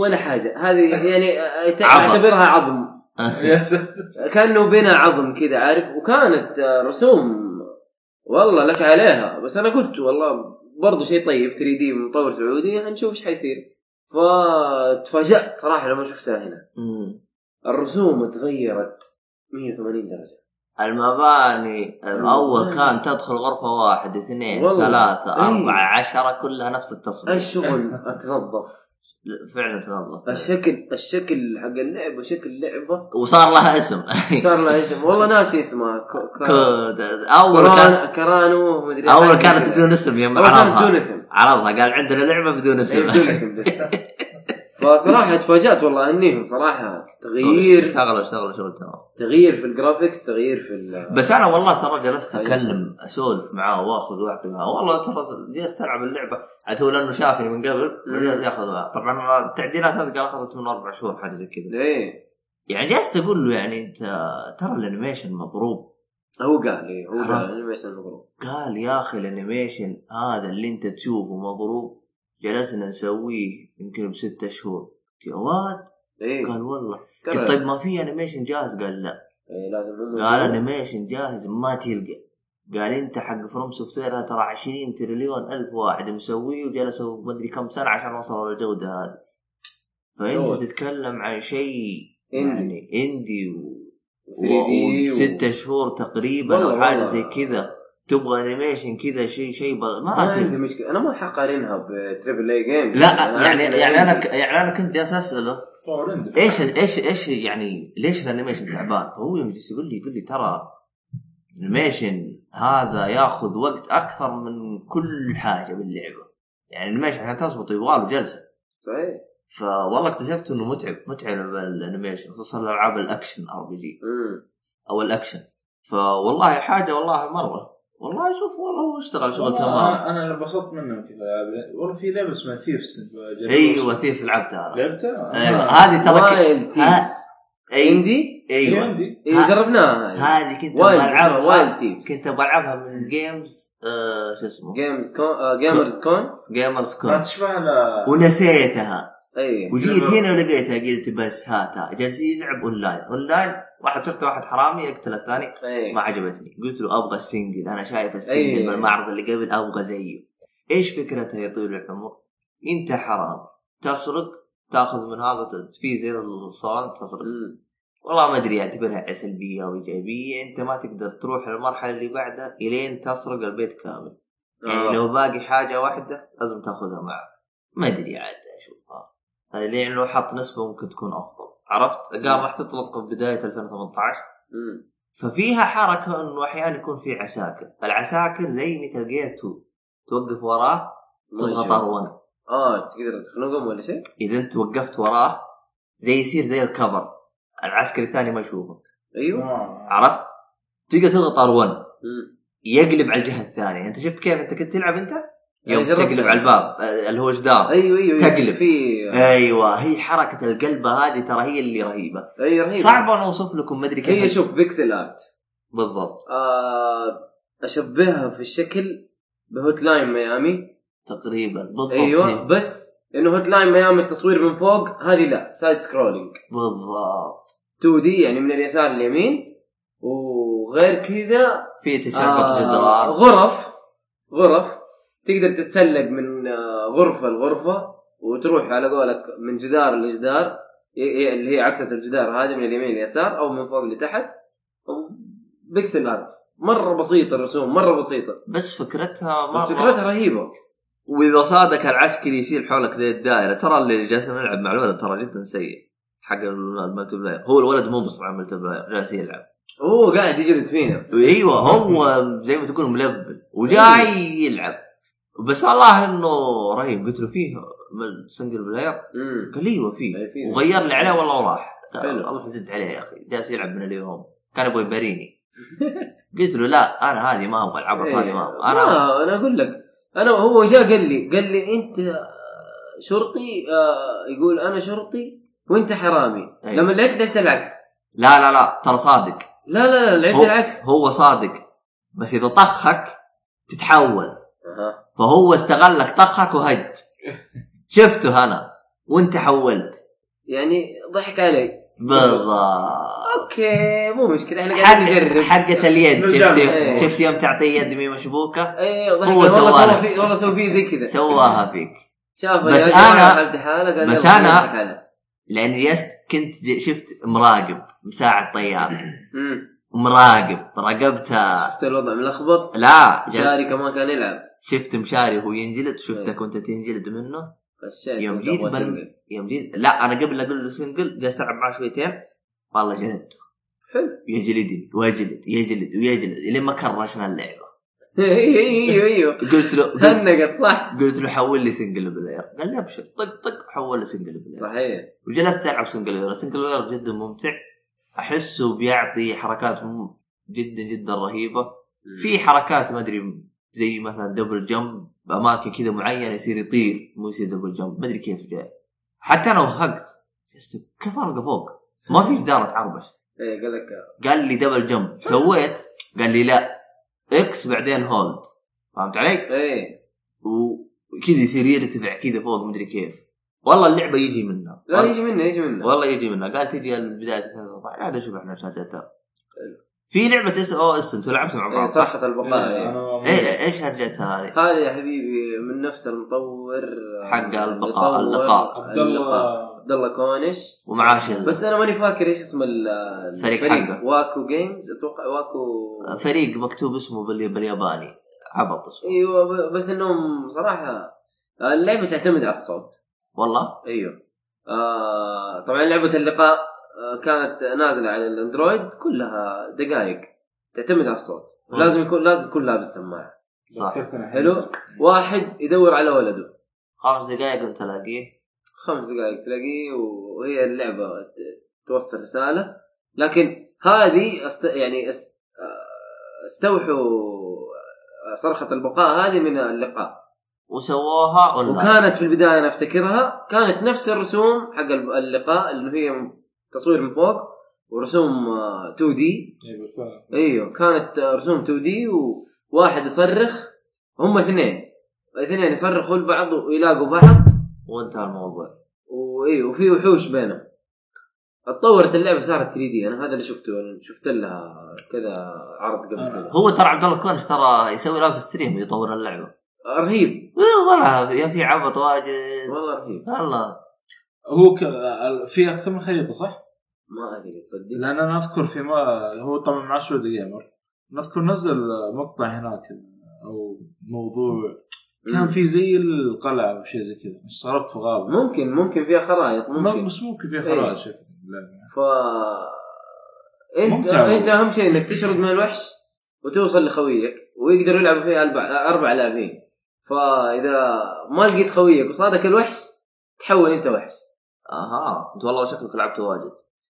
Speaker 2: ولا حاجه هذه يعني أعت-
Speaker 1: عظم.
Speaker 2: اعتبرها عظم
Speaker 4: يا ساتر
Speaker 2: كانه بنى عظم كذا عارف وكانت آه، رسوم والله لك عليها بس انا قلت والله برضو شيء طيب 3 دي مطور سعودي هنشوف ايش حيصير فتفاجات صراحه لما شفتها هنا
Speaker 1: مم.
Speaker 2: الرسوم تغيرت 180 درجه
Speaker 1: المباني اول
Speaker 2: المباني.
Speaker 1: كان تدخل غرفه واحد اثنين
Speaker 2: والله.
Speaker 1: ثلاثه
Speaker 2: أي.
Speaker 1: اربعه عشره كلها نفس التصميم
Speaker 2: الشغل اتنظف
Speaker 1: فعلا تنظف
Speaker 2: الشكل الشكل حق اللعبه شكل لعبه
Speaker 1: وصار لها اسم
Speaker 2: صار لها اسم والله ناسي اسمها ك- ك-
Speaker 1: كود- اول كان
Speaker 2: كران كرانو مدري
Speaker 1: اول
Speaker 2: حاجة
Speaker 1: كانت
Speaker 2: كذا.
Speaker 1: بدون اسم يوم
Speaker 2: اول كانت
Speaker 1: عرضها
Speaker 2: بدون اسم
Speaker 1: عرضها قال عندنا لعبه بدون
Speaker 2: إيه،
Speaker 1: اسم
Speaker 2: بدون اسم بس فصراحه تفاجات والله انيهم صراحه تغيير
Speaker 1: اشتغلوا اشتغلوا شغل تمام
Speaker 2: تغيير في الجرافيكس تغيير في ال-
Speaker 1: بس انا والله ترى جلست
Speaker 2: أيوة.
Speaker 1: اكلم اسولف معاه واخذ واعطي معاه والله ترى جلست العب اللعبه عاد هو لانه شافني من قبل جلست ياخذ ويعطي. طبعا أنا التعديلات هذه قال اخذت من اربع شهور حاجه زي كذا
Speaker 2: ايه
Speaker 1: يعني جلست اقول له يعني انت ترى الانيميشن مضروب
Speaker 2: هو قال ايه هو
Speaker 1: عرفت.
Speaker 2: قال الانيميشن مضروب
Speaker 1: قال يا اخي الانيميشن هذا اللي انت تشوفه مضروب جلسنا نسويه يمكن بستة شهور قلت يا واد
Speaker 2: ايه
Speaker 1: قال والله
Speaker 2: كرر.
Speaker 1: قلت طيب ما في انيميشن جاهز قال لا
Speaker 2: إيه لازم هم
Speaker 1: قال
Speaker 2: يسوون.
Speaker 1: انيميشن جاهز ما تلقى قال انت حق فروم سوفت وير ترى 20 تريليون الف واحد مسويه وجلسوا ما ادري كم سنه عشان وصلوا للجوده هذه فانت
Speaker 2: أوه.
Speaker 1: تتكلم عن شيء
Speaker 2: اندي
Speaker 1: يعني اندي و...
Speaker 2: 3D و-
Speaker 1: وستة شهور تقريبا او
Speaker 2: والله
Speaker 1: حاجه
Speaker 2: والله.
Speaker 1: زي كذا تبغى انيميشن كذا شيء شيء بغ...
Speaker 2: ما
Speaker 1: ما
Speaker 2: عندي
Speaker 1: ادري
Speaker 2: مشكله انا ما حقارنها بتريبل اي جيم
Speaker 1: لا يعني يعني انا ك... يعني انا كنت جالس اساله
Speaker 4: طور عندك
Speaker 1: ايش ايش ايش يعني ليش الانيميشن تعبان؟ هو يوم جالس يقول لي يقول لي ترى الانيميشن هذا ياخذ وقت اكثر من كل حاجه باللعبه يعني الانيميشن عشان تظبط يبغى له جلسه
Speaker 2: صحيح
Speaker 1: فوالله اكتشفت انه متعب متعب الانيميشن خصوصا الالعاب الاكشن ار بي جي
Speaker 2: مم.
Speaker 1: او الاكشن فوالله حاجه والله مره والله شوف والله هو اشتغل شغل تمام
Speaker 4: انا انا انبسطت منهم كذا والله في لعبه اسمها ثيفس كنت بجربها.
Speaker 1: ايوه ثيف لعبتها انا
Speaker 4: لعبتها؟
Speaker 1: أيوة،
Speaker 4: آه.
Speaker 1: هذه ترى
Speaker 2: وايلد
Speaker 1: ك- آه، ها-
Speaker 2: ثيفز
Speaker 1: اي
Speaker 2: اندي
Speaker 4: إيه،
Speaker 1: ايوه
Speaker 4: عندي
Speaker 2: إيه،
Speaker 1: ها-
Speaker 2: جربناها هذه.
Speaker 1: هذه كنت
Speaker 2: وايلد
Speaker 1: بلعبها
Speaker 2: وايلد ثيفز
Speaker 1: كنت بلعبها من جيمز آه شو اسمه
Speaker 2: جيمز كون آه، جيمرز كون
Speaker 1: جيمرز
Speaker 4: ما
Speaker 1: كون
Speaker 4: تشبه لا
Speaker 1: ونسيتها
Speaker 2: اي
Speaker 1: وجيت هنا ولقيتها قلت بس هاتها جالسين يلعب اونلاين اونلاين واحد شفت واحد حرامي يقتل الثاني
Speaker 2: إي.
Speaker 1: ما عجبتني قلت له ابغى السنجل انا شايف
Speaker 2: أي.
Speaker 1: السنجل بالمعرض اللي قبل ابغى زيه ايش فكرتها يا طويل العمر انت حرام تسرق تاخذ من هذا في زي الصوان تسرق
Speaker 2: مم.
Speaker 1: والله ما ادري اعتبرها سلبيه او ايجابيه انت ما تقدر تروح للمرحله اللي بعدها الين تسرق البيت كامل يعني
Speaker 2: آه.
Speaker 1: لو باقي حاجه واحده لازم تاخذها معك ما ادري عاد اشوفها لان يعني لو حط نسبه ممكن تكون افضل عرفت قام راح تطلق بدايه 2018
Speaker 2: مم.
Speaker 1: ففيها حركه انه احيانا يكون في عساكر العساكر زي مثل جير 2 توقف وراه تبغى طرونه
Speaker 2: اه تقدر تخنقهم ولا شيء؟
Speaker 1: اذا انت وقفت وراه زي يصير زي الكفر العسكري الثاني ما يشوفه
Speaker 2: ايوه
Speaker 4: آه.
Speaker 1: عرفت تقدر تضغط ار1
Speaker 2: مم.
Speaker 1: يقلب على الجهه الثانيه انت شفت كيف انت كنت تلعب انت يوم
Speaker 2: أنا جربت.
Speaker 1: تقلب على الباب آه، اللي هو جدار
Speaker 2: ايوه ايوه
Speaker 1: تقلب.
Speaker 2: في
Speaker 1: ايوه هي حركه القلبه هذه ترى هي اللي رهيبه
Speaker 2: اي رهيبه
Speaker 1: صعب انا اوصف لكم ما ادري كيف
Speaker 2: إيه، هي أيوة. شوف بيكسل ارت
Speaker 1: بالضبط
Speaker 2: آه اشبهها في الشكل بهوت لاين ميامي
Speaker 1: تقريبا بالضبط
Speaker 2: ايوه بس انه هوت لاين ميامي التصوير من فوق هذه لا سايد سكرولينج
Speaker 1: بالضبط
Speaker 2: 2 دي يعني من اليسار لليمين وغير كذا آه،
Speaker 1: في تشعبط جدران
Speaker 2: غرف غرف تقدر تتسلق من آه، غرفه لغرفه وتروح على قولك من جدار لجدار ي- ي- اللي هي عكسة الجدار هذه من اليمين لليسار او من فوق لتحت بيكسل ارت مره بسيطه الرسوم مره بسيطه
Speaker 1: بس فكرتها
Speaker 2: بس
Speaker 1: مره
Speaker 2: فكرتها رهيبه
Speaker 1: واذا صادك العسكري يصير حولك زي الدائره ترى اللي جالس نلعب مع الولد ترى جدا سيء حق الملتي بلاير هو الولد مبصر على الملتي بلاير جالس يلعب
Speaker 2: هو قاعد يجلد فينا
Speaker 1: ايوه هو زي ما تقول ملبل
Speaker 2: أيوه.
Speaker 1: وجاي يلعب بس والله انه رهيب قلت له فيه مل- سنجل بلاير
Speaker 2: امم
Speaker 1: قال لي ايوه فيه
Speaker 2: أي فيه.
Speaker 1: وغير لي عليه والله وراح
Speaker 2: حلو.
Speaker 1: الله يسد عليه يا اخي جالس يلعب من اليوم كان يبغى يباريني قلت له لا انا هذه ما ابغى العبها
Speaker 2: إيه.
Speaker 1: هذه ما ابغى انا
Speaker 2: انا انا اقول لك انا هو جاء قال لي قال لي انت شرطي آه، يقول انا شرطي وانت حرامي
Speaker 1: أيوة.
Speaker 2: لما لعبت لعبت العكس
Speaker 1: لا لا لا ترى صادق
Speaker 2: لا لا لا لعبت
Speaker 1: هو,
Speaker 2: العكس
Speaker 1: هو صادق بس اذا طخك تتحول
Speaker 2: أها.
Speaker 1: فهو استغلك طخك وهج شفته انا وانت حولت
Speaker 2: يعني ضحك علي
Speaker 1: بالضبط
Speaker 2: اوكي مو مشكله احنا
Speaker 1: حق
Speaker 2: قاعدين نجرب
Speaker 1: حقة اليد
Speaker 4: بالجمع.
Speaker 1: شفت
Speaker 2: إيه.
Speaker 1: يوم, شفت يوم تعطيه يد مي مشبوكه
Speaker 2: ايه ضحك
Speaker 1: هو
Speaker 2: والله
Speaker 1: سوى
Speaker 2: سوى
Speaker 1: لك.
Speaker 2: فيه والله سوى فيه زي كذا
Speaker 1: سواها فيك
Speaker 2: شاف
Speaker 1: بس
Speaker 2: يا
Speaker 1: أنا-
Speaker 2: جماعة حالتي حالة قال
Speaker 1: بس
Speaker 2: يلا
Speaker 1: أنا-
Speaker 2: ضحك علي.
Speaker 1: لاني جلست كنت ج- شفت مراقب مساعد طيار
Speaker 2: أمم.
Speaker 1: مراقب راقبتها
Speaker 2: شفت الوضع ملخبط
Speaker 1: لا جا-
Speaker 2: شاري كمان كان يلعب
Speaker 1: شفت مشاري وهو ينجلد
Speaker 2: إيه.
Speaker 1: شفتك وانت تنجلد منه
Speaker 2: خشيت
Speaker 1: يوم
Speaker 2: وأنت
Speaker 1: جيت
Speaker 2: أبغى
Speaker 1: بل-
Speaker 2: أسلم.
Speaker 1: يوم جيت لا انا قبل لا اقول له سنجل جلست العب معاه شويتين والله جلدته
Speaker 2: حلو
Speaker 1: يجلدني ويجلد يجلد ويجلد لين ما كرشنا اللعبه
Speaker 2: ايوه ايوه
Speaker 1: قلت له قلت-
Speaker 2: هنقت صح
Speaker 1: قلت له حول لي سنجل بلاير قال لي ابشر طق طق حول لي سنجل بلاير
Speaker 2: صحيح
Speaker 1: وجلست العب سنجل بلاير سنجل بلاير جدا ممتع احسه بيعطي حركات مم- جدا جدا رهيبه في حركات ما ادري زي مثلا دبل جمب باماكن كذا معينه يصير يطير مو يصير دبل جمب ما ادري كيف جاي حتى انا وهقت جلست كيف ارقى فوق ما في جدار اتعربش
Speaker 2: ايه قال لك
Speaker 1: قال لي دبل جمب سويت قال لي لا اكس بعدين هولد فهمت علي؟
Speaker 2: ايه
Speaker 1: وكذا يصير يرتفع كذا فوق مدري كيف والله اللعبه يجي منها
Speaker 2: لا يجي منه يجي منه
Speaker 1: والله يجي منها قال تجي بدايه 2017 عاد اشوف احنا هرجتها في لعبه اس او اس انتوا لعبتوا مع
Speaker 2: إيه،
Speaker 1: بعض صح؟
Speaker 2: صرخة البقاء
Speaker 4: إيه،
Speaker 2: إيه.
Speaker 4: أنا-
Speaker 1: اي ايش هرجتها هذه؟
Speaker 2: هذا يا حبيبي من نفس المطور
Speaker 1: حق
Speaker 2: آه،
Speaker 1: البقاء،
Speaker 2: يطور
Speaker 1: اللقاء.
Speaker 4: عبد الله
Speaker 2: عبد الله كونش
Speaker 1: ومعاه شيء
Speaker 2: بس انا ماني فاكر ايش اسم ال- الفريق
Speaker 1: حقه. آه.
Speaker 2: واكو جيمز اتوقع واكو
Speaker 1: فريق مكتوب اسمه بال- بالياباني عبط اسمه
Speaker 2: ايوه ب- بس انهم صراحه اللعبه تعتمد على الصوت
Speaker 1: والله
Speaker 2: ايوه آه طبعا لعبه اللقاء آه، كانت نازله على الاندرويد كلها دقائق تعتمد على الصوت
Speaker 1: مم.
Speaker 2: لازم يكون لازم يكون لابس سماعه
Speaker 1: صح
Speaker 4: ذكرتنا
Speaker 2: حلو واحد يدور على ولده
Speaker 1: خمس دقائق انت تلاقيه
Speaker 2: خمس دقائق تلاقيه وهي اللعبه ت- توصل رساله لكن هذه أست... يعني أست... آه، استوحوا صرخه البقاء هذه من اللقاء
Speaker 1: وسووها اون
Speaker 2: وكانت في البدايه انا افتكرها كانت نفس الرسوم حق الب- اللقاء اللي هي تصوير من فوق ورسوم 2 دي
Speaker 3: إيه، بالفعل.
Speaker 2: ايوه كانت آه، رسوم 2 دي وواحد يصرخ هم اثنين اثنين يصرخوا لبعض ويلاقوا بعض
Speaker 1: وانتهى الموضوع
Speaker 2: وايوه وفي وحوش بينهم اتطورت اللعبه صارت 3 دي انا هذا اللي شفته أنا شفت لها كذا عرض قبل
Speaker 4: آه.
Speaker 2: كذا
Speaker 1: هو ترى عبد الله كونش ترى يسوي لايف ستريم يطور اللعبه
Speaker 2: رهيب
Speaker 1: إيه، والله يا في عبط واجد
Speaker 2: والله رهيب
Speaker 1: والله
Speaker 4: هو ك... ال- في اكثر من خريطه صح؟
Speaker 2: ما ادري تصدق
Speaker 4: لان انا اذكر في ما هو طبعا مع سعودي جيمر نذكر نزل مقطع هناك او موضوع كان
Speaker 2: مم.
Speaker 4: في زي القلعه او شيء زي كذا صارت في غابه
Speaker 2: ممكن ممكن فيها خرايط
Speaker 4: ما-
Speaker 2: ممكن
Speaker 4: بس ممكن في
Speaker 2: إيه.
Speaker 4: خرائط شكل لا.
Speaker 2: ف انت
Speaker 4: ممتع.
Speaker 2: انت اهم شيء انك تشرد من الوحش وتوصل لخويك ويقدروا يلعبوا فيها اربع اربع لاعبين فاذا ما لقيت خويك وصادك الوحش تحول انت وحش
Speaker 1: اها آه، انت والله شكلك لعبت واجد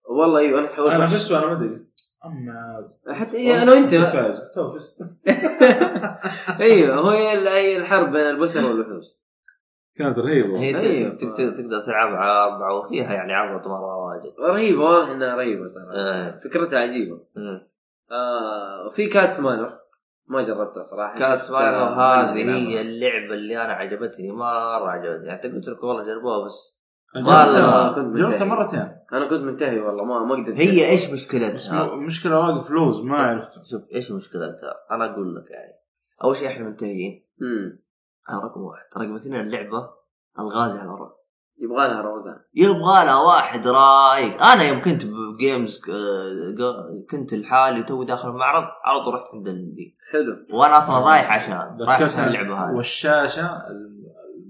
Speaker 2: والله ايوه انا تحولت
Speaker 4: انا
Speaker 2: وحش
Speaker 4: فزت وانا ما ادري اما عاد.
Speaker 2: حتى إيه انا وانت
Speaker 4: فاز تو فزت
Speaker 2: ايوه هو هي ال- هي الحرب بين البشر والوحوش
Speaker 4: كانت رهيبه
Speaker 1: هي ت-
Speaker 2: أيوة.
Speaker 1: ت- إيه، تقدر- تقدر تلعب على اربعه وفيها يعني عبط مره واجد
Speaker 2: رهيبه واضح انها رهيبه صراحه
Speaker 1: إيه.
Speaker 2: فكرتها عجيبه
Speaker 1: مم.
Speaker 2: آه وفي كاتس ماينر ما جربتها صراحه
Speaker 1: كانت
Speaker 2: شفت-
Speaker 1: سبايرال
Speaker 2: آه،
Speaker 1: هذه
Speaker 2: ماني
Speaker 1: هي
Speaker 2: بلعبها.
Speaker 1: اللعبه اللي انا عجبتني مره عجبتني يعني قلت لكم والله جربوها بس
Speaker 2: والله
Speaker 4: جربتها
Speaker 2: كنت
Speaker 4: جربتها
Speaker 2: منتهي.
Speaker 4: مرتين
Speaker 2: انا كنت منتهي والله ما ما قدرت
Speaker 1: هي إيه؟ ايش
Speaker 4: بس
Speaker 2: آه.
Speaker 1: مشكلتها؟
Speaker 4: م- مشكله واقف لوز ما عرفته
Speaker 1: شوف ايش مشكلتها؟ انا اقول لك يعني اول شيء احنا منتهيين
Speaker 2: مم.
Speaker 1: هذا رقم واحد، رقم اثنين اللعبه الغاز على الرعب
Speaker 2: يبغى لها روقان
Speaker 1: يبغى لها واحد رايق، انا يوم كنت بجيمز آه، جو- كنت لحالي توي داخل المعرض على طول رحت عند الدي
Speaker 2: حلو
Speaker 1: وانا اصلا رايح عشان رايح عشان اللعبه
Speaker 4: ذكرتها
Speaker 1: هذه
Speaker 4: والشاشه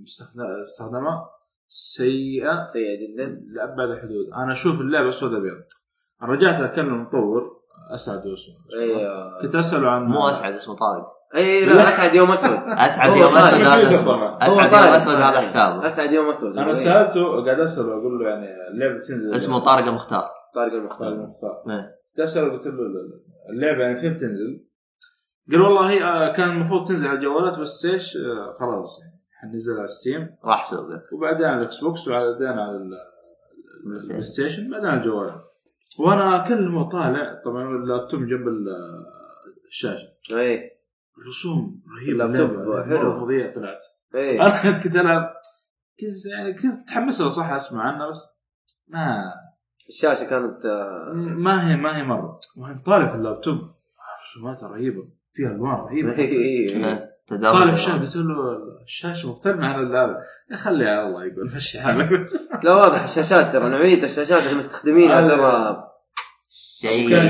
Speaker 4: المستخدمه سيئه
Speaker 2: سيئه جدا
Speaker 4: لابعد الحدود انا اشوف اللعبه اسود ابيض انا رجعت اكلم مطور اسعد واسمه
Speaker 2: ايوه
Speaker 4: كنت اساله عن
Speaker 1: مو اسعد اسمه طارق
Speaker 2: اي إيه، لا اسعد يوم اسود
Speaker 1: اسعد
Speaker 2: هو
Speaker 1: يوم
Speaker 2: طارق.
Speaker 1: اسود
Speaker 4: هو
Speaker 1: هذا اسمه
Speaker 4: طارق.
Speaker 1: اسعد
Speaker 2: طارق
Speaker 1: يوم اسود
Speaker 2: صراحة.
Speaker 1: هذا حسابه
Speaker 2: اسعد يوم إيه، اسود
Speaker 4: انا
Speaker 2: هو
Speaker 4: سالته قاعد اساله اقول له يعني اللعبه تنزل
Speaker 1: اسمه طارق المختار
Speaker 2: طارق
Speaker 4: طارق
Speaker 2: المختار
Speaker 4: المختار
Speaker 1: إيه.
Speaker 4: كنت اساله قلت له اللعبه يعني فين تنزل؟ قال والله هي آه، كان المفروض تنزل على الجوالات بس ايش آه، خلاص يعني حنزلها على ستيم
Speaker 1: راح سوقه
Speaker 4: وبعدين على الاكس بوكس وبعدين على ال-
Speaker 1: بلاي ستيشن.
Speaker 4: البلاي ستيشن بعدين على الجوال وانا اكلمه طالع طبعا اللابتوب جنب ال- الشاشه
Speaker 2: اي
Speaker 4: الرسوم رهيبه
Speaker 2: اللابتوب
Speaker 4: اللعبة
Speaker 2: حلو. إيه.
Speaker 4: مرة فظيع طلعت
Speaker 2: اي
Speaker 4: انا كنت- كنت العب كنت يعني كنت متحمس له صح اسمع عنه بس ما
Speaker 2: الشاشه كانت آه،
Speaker 4: ما هي ما هي مره وهم طالع في اللابتوب رسوماتها رهيبه فيها الوان
Speaker 2: إي،
Speaker 4: رهيبه
Speaker 2: إي، إي.
Speaker 1: إيه. تدرج
Speaker 4: طالع في الشاشه قلت له الشاشه مختلفه عن اللعبه يا خليها على الله يقول مشي حالك بس
Speaker 2: لا واضح الشاشات ترى نوعيه الشاشات اللي مستخدمينها
Speaker 4: هذا-
Speaker 2: ترى
Speaker 4: وكان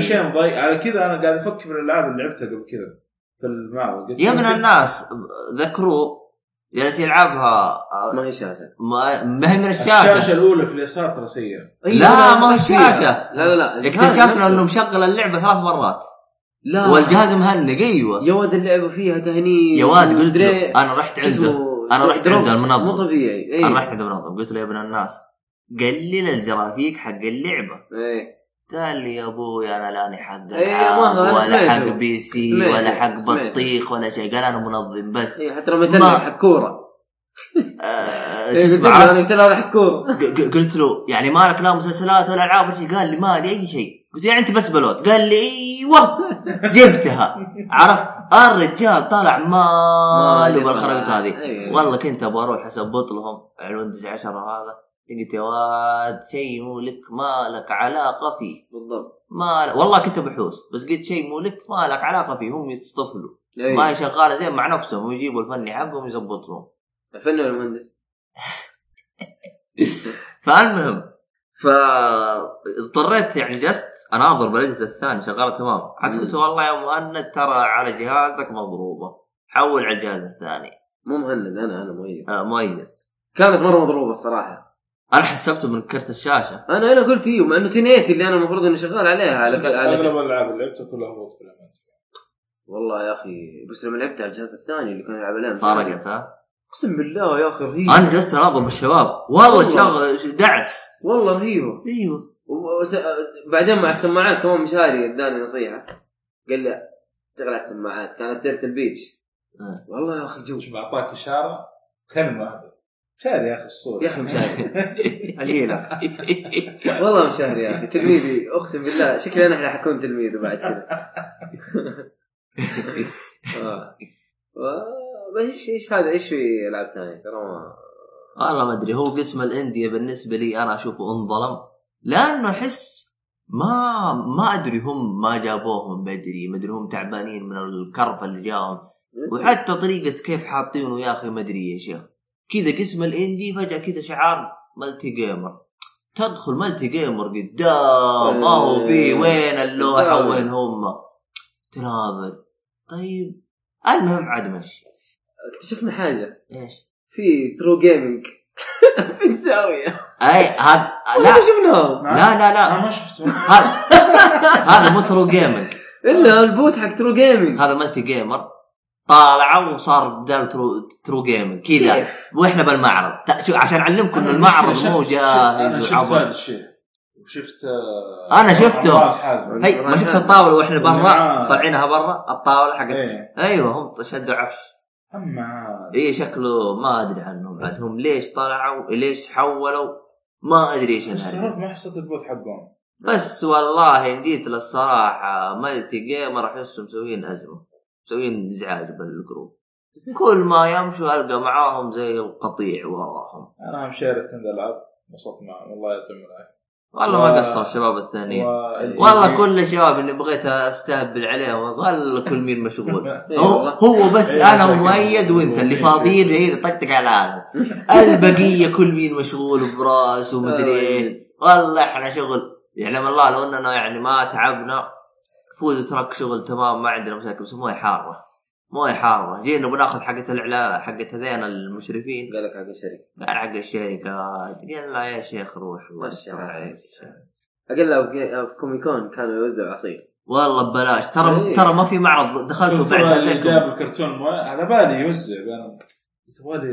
Speaker 1: شيء
Speaker 4: شيء مضايق على كذا انا قاعد افكر في الالعاب اللي لعبتها قبل كذا في المعرض قلت
Speaker 1: يا ابن
Speaker 4: يمكن-
Speaker 1: الناس ذكروه جالس يلعبها آه،
Speaker 2: ما هي شاشه
Speaker 1: ما ما هي من
Speaker 4: الشاشه,
Speaker 1: الشاشه
Speaker 4: الاولى في اليسار ترى سيئه
Speaker 2: أيوة،
Speaker 1: لا، ما هي
Speaker 2: فيها.
Speaker 1: شاشة.
Speaker 2: لا لا لا الجهاز
Speaker 1: إيه، اكتشفنا
Speaker 2: نفسه.
Speaker 1: انه مشغل اللعبه ثلاث مرات
Speaker 2: لا
Speaker 1: والجهاز مهنق ايوه
Speaker 2: يا واد اللعبه فيها تهنيد
Speaker 1: يا واد قلت
Speaker 2: ومدري-
Speaker 1: له انا رحت
Speaker 2: شو اسمه؟
Speaker 1: عنده أنا رحت
Speaker 2: دروب.
Speaker 1: عند المنظم.
Speaker 2: مو طبيعي إيه. اي
Speaker 1: انا رحت عند المنظم قلت له يا ابن الناس قلل الجرافيك حق اللعبه
Speaker 2: ايه
Speaker 1: قال لي يا ابوي انا لاني حق
Speaker 2: إيه،
Speaker 1: ألعاب
Speaker 2: ما هو أنا
Speaker 1: ولا
Speaker 2: سمعته.
Speaker 1: حق بي سي
Speaker 2: سمعته،
Speaker 1: ولا حق
Speaker 2: سمعته. إيه.
Speaker 1: بطيخ ولا شيء قال انا منظم بس
Speaker 2: اي حتى رميت
Speaker 1: ما-
Speaker 2: لها حق كوره
Speaker 1: آه،
Speaker 2: إيه،
Speaker 1: شو
Speaker 2: قلت
Speaker 1: اسمه
Speaker 2: لها
Speaker 1: عرفت؟
Speaker 2: رميت لها حق كوره
Speaker 1: ق- ق- قلت له يعني مالك لا مسلسلات ولا العاب ولا شيء؟ قال لي مالي اي شيء قلت يعني انت بس بلوت قال لي ايوه جبتها عرفت الرجال طلع ماله بالخرابيط هذه
Speaker 2: إيه.
Speaker 1: والله كنت ابغى اروح اثبط لهم على الويندوز 10 هذا قلت يا واد شيء مو لك ما لك علاقه فيه
Speaker 2: بالضبط
Speaker 1: ما ل... والله كنت بحوس بس قلت شيء مو لك ما لك علاقه فيه هم يستطفلوا
Speaker 2: إيه.
Speaker 1: ما هي شغاله زين مع نفسهم ويجيبوا الفني حقهم يزبط لهم
Speaker 2: الفني ولا المهندس؟
Speaker 1: فالمهم فاضطريت يعني جلست اناظر بالاجهزه الثانيه شغاله تمام حتى قلت
Speaker 2: مم.
Speaker 1: والله يا مهند ترى على جهازك مضروبه حول على الجهاز الثاني
Speaker 2: مو مهند انا انا مؤيد
Speaker 1: آه مؤيد
Speaker 2: كانت مره مضروبه الصراحه
Speaker 1: انا حسبته من كرت الشاشه
Speaker 2: انا انا قلت ايوه مع انه تنيتي اللي انا المفروض اني شغال عليها على كل على
Speaker 4: اغلب الالعاب اللي لعبتها كلها هبوط في الأمان.
Speaker 2: والله يا اخي بس لما لعبت على الجهاز الثاني اللي كان يلعب عليه مش عارف.
Speaker 1: فرقت ها
Speaker 2: اقسم بالله يا اخي رهيبه
Speaker 1: انا جلست اناظر بالشباب والله شغل دعس
Speaker 2: والله رهيبه
Speaker 1: ايوه
Speaker 2: و- وث- بعدين مع السماعات كمان مشاري اداني نصيحه قال لي اشتغل على السماعات كانت تيرت البيتش
Speaker 1: آه.
Speaker 2: والله يا اخي جو
Speaker 4: شوف اعطاك اشاره كلمه واحده شاري يا إيه. اخي الصوره
Speaker 2: يا اخي مشاري الهيله والله مشاري يا اخي تلميذي اقسم بالله شكلي انا راح اكون تلميذه بعد كذا آه. و- بس إيش- ايش هذا ايش في العاب ثانيه ترى ما
Speaker 1: والله ما ادري هو قسم الانديه بالنسبه لي انا اشوفه انظلم لانه احس ما ما ادري هم ما جابوه من بدري ما ادري هم تعبانين من الكرف اللي جاهم وحتى طريقه كيف حاطينه يا اخي ما ادري يا شيخ كذا قسم الاندي فجاه كذا شعار ملتي جيمر تدخل ملتي جيمر قدام ما هو في وين اللوحه وين هم تناظر طيب المهم عاد مشي
Speaker 2: اكتشفنا حاجه
Speaker 1: ايش
Speaker 2: في ترو جيمنج في الزاويه
Speaker 1: اي هذا
Speaker 2: لا
Speaker 1: لا
Speaker 2: ما شفناها
Speaker 1: لا لا لا
Speaker 4: انا ما شفته
Speaker 1: هذا هذا مو ترو جيمنج
Speaker 2: الا البوث حق ترو جيمنج
Speaker 1: هذا ملتي جيمر طالعه وصار بدال ترو ترو جيمنج كذا
Speaker 2: كيف
Speaker 1: واحنا بالمعرض تا- شو عشان اعلمكم
Speaker 4: أنا
Speaker 1: ان المعرض
Speaker 4: المشكلة
Speaker 1: مو
Speaker 4: شفت- شفت- انا
Speaker 1: جاهز
Speaker 4: شفت هذا
Speaker 1: وعبط.
Speaker 4: الشيء وشفت آه،
Speaker 1: أنا شفته.
Speaker 4: أمراض حازم
Speaker 1: هي ما شفت الطاوله واحنا برا
Speaker 4: والنعال.
Speaker 1: طالعينها برا الطاوله حقت
Speaker 4: ايه
Speaker 1: ايوه هم شدوا عفش
Speaker 4: اما عاد.
Speaker 1: اي شكله ما ادري عنهم بعد هم ليش طلعوا ليش حولوا ما ادري ايش
Speaker 4: بس
Speaker 1: الهرجة.
Speaker 4: صارت ما حصلت البوث حقهم
Speaker 1: بس والله إن جيت للصراحة ملتي جيمر أحسهم مسويين أزمة مسويين إزعاج بالجروب كل ما يمشوا ألقى معاهم زي القطيع وراهم
Speaker 4: انا هم شاركت عند العاب انبسطت معهم والله يعطيهم العافيه
Speaker 1: والله ما
Speaker 4: و-
Speaker 1: قصروا الشباب الثانيين
Speaker 4: والجي-
Speaker 1: يعني والله كل الشباب اللي بغيت استهبل عليهم والله كل مين مشغول
Speaker 2: إيه
Speaker 1: هو,
Speaker 2: والله.
Speaker 1: هو بس
Speaker 4: إيه
Speaker 1: انا
Speaker 4: مساكين.
Speaker 1: ومؤيد وانت اللي
Speaker 4: إيه.
Speaker 1: فاضيين هي طقطق على هذا البقيه كل مين مشغول براس ومدري
Speaker 4: إيه.
Speaker 1: ايه والله احنا شغل يعلم الله لو اننا يعني ما تعبنا فوز ترك شغل تمام ما عندنا مشاكل بس مويه حاره مويه حاره جينا بناخذ حقه الاعلام حقه هذين المشرفين
Speaker 2: قال لك حق الشركه
Speaker 1: قال حق الشركات قلنا يا شيخ روح الله
Speaker 2: مشي
Speaker 1: يستر
Speaker 2: حالك.
Speaker 1: عليك.
Speaker 2: اقل في كوميكون كانوا يوزعوا عصير
Speaker 1: والله ببلاش ترى
Speaker 2: إيه.
Speaker 1: ترى ما في معرض دخلته بعد
Speaker 4: تذكر اللي
Speaker 1: هذاك.
Speaker 4: جاب الكرتون مو- على بالي يوزع أنا تبغالي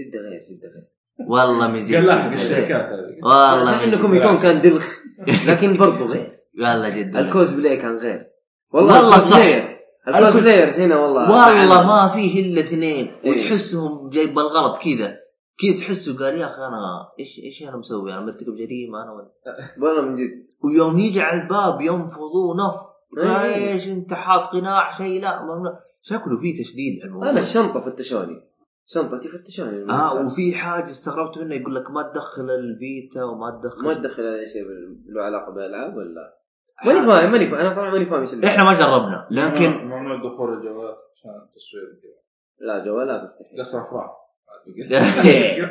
Speaker 2: جدا غير جدا غير
Speaker 1: والله من جد
Speaker 4: قال لاحق الشركات هذه
Speaker 1: آه، والله
Speaker 2: صح
Speaker 1: من
Speaker 2: انه
Speaker 1: جد.
Speaker 2: كوميكون كان دلخ لكن برضو غير
Speaker 1: والله جدا
Speaker 2: الكوز بلاي كان غير
Speaker 1: والله صح.
Speaker 2: الكوزبلاير- الكوزبلايرز هنا والله
Speaker 1: والله ما فيه الا اثنين
Speaker 2: إيه.
Speaker 1: وتحسهم جايب الغلط كذا كذا تحسه قال يا اخي انا ايش ايش انا مسوي انا مرتكب جريمه انا ولا
Speaker 2: والله من جد
Speaker 1: ويوم يجي على الباب ينفضوه نفض
Speaker 2: إيه.
Speaker 1: ايش انت حاط قناع شيء لا ممنوع شكله فيه تشديد على الموضوع
Speaker 2: انا الشنطه فتشوني شنطتي فتشوني
Speaker 1: اه وفي حاجه استغربت منه يقول لك ما تدخل الفيتا وما تدخل
Speaker 2: ما تدخل اي شيء له علاقه بالالعاب ولا
Speaker 1: آه.
Speaker 2: ماني فاهم ماني فاهم انا صراحه ماني فاهم ايش اللي-
Speaker 1: احنا ما جربنا لكن
Speaker 4: ممنوع دخول الجوالات عشان التصوير وكذا.
Speaker 2: لا جوالات مستحيل
Speaker 4: قصر افراح
Speaker 1: إيه.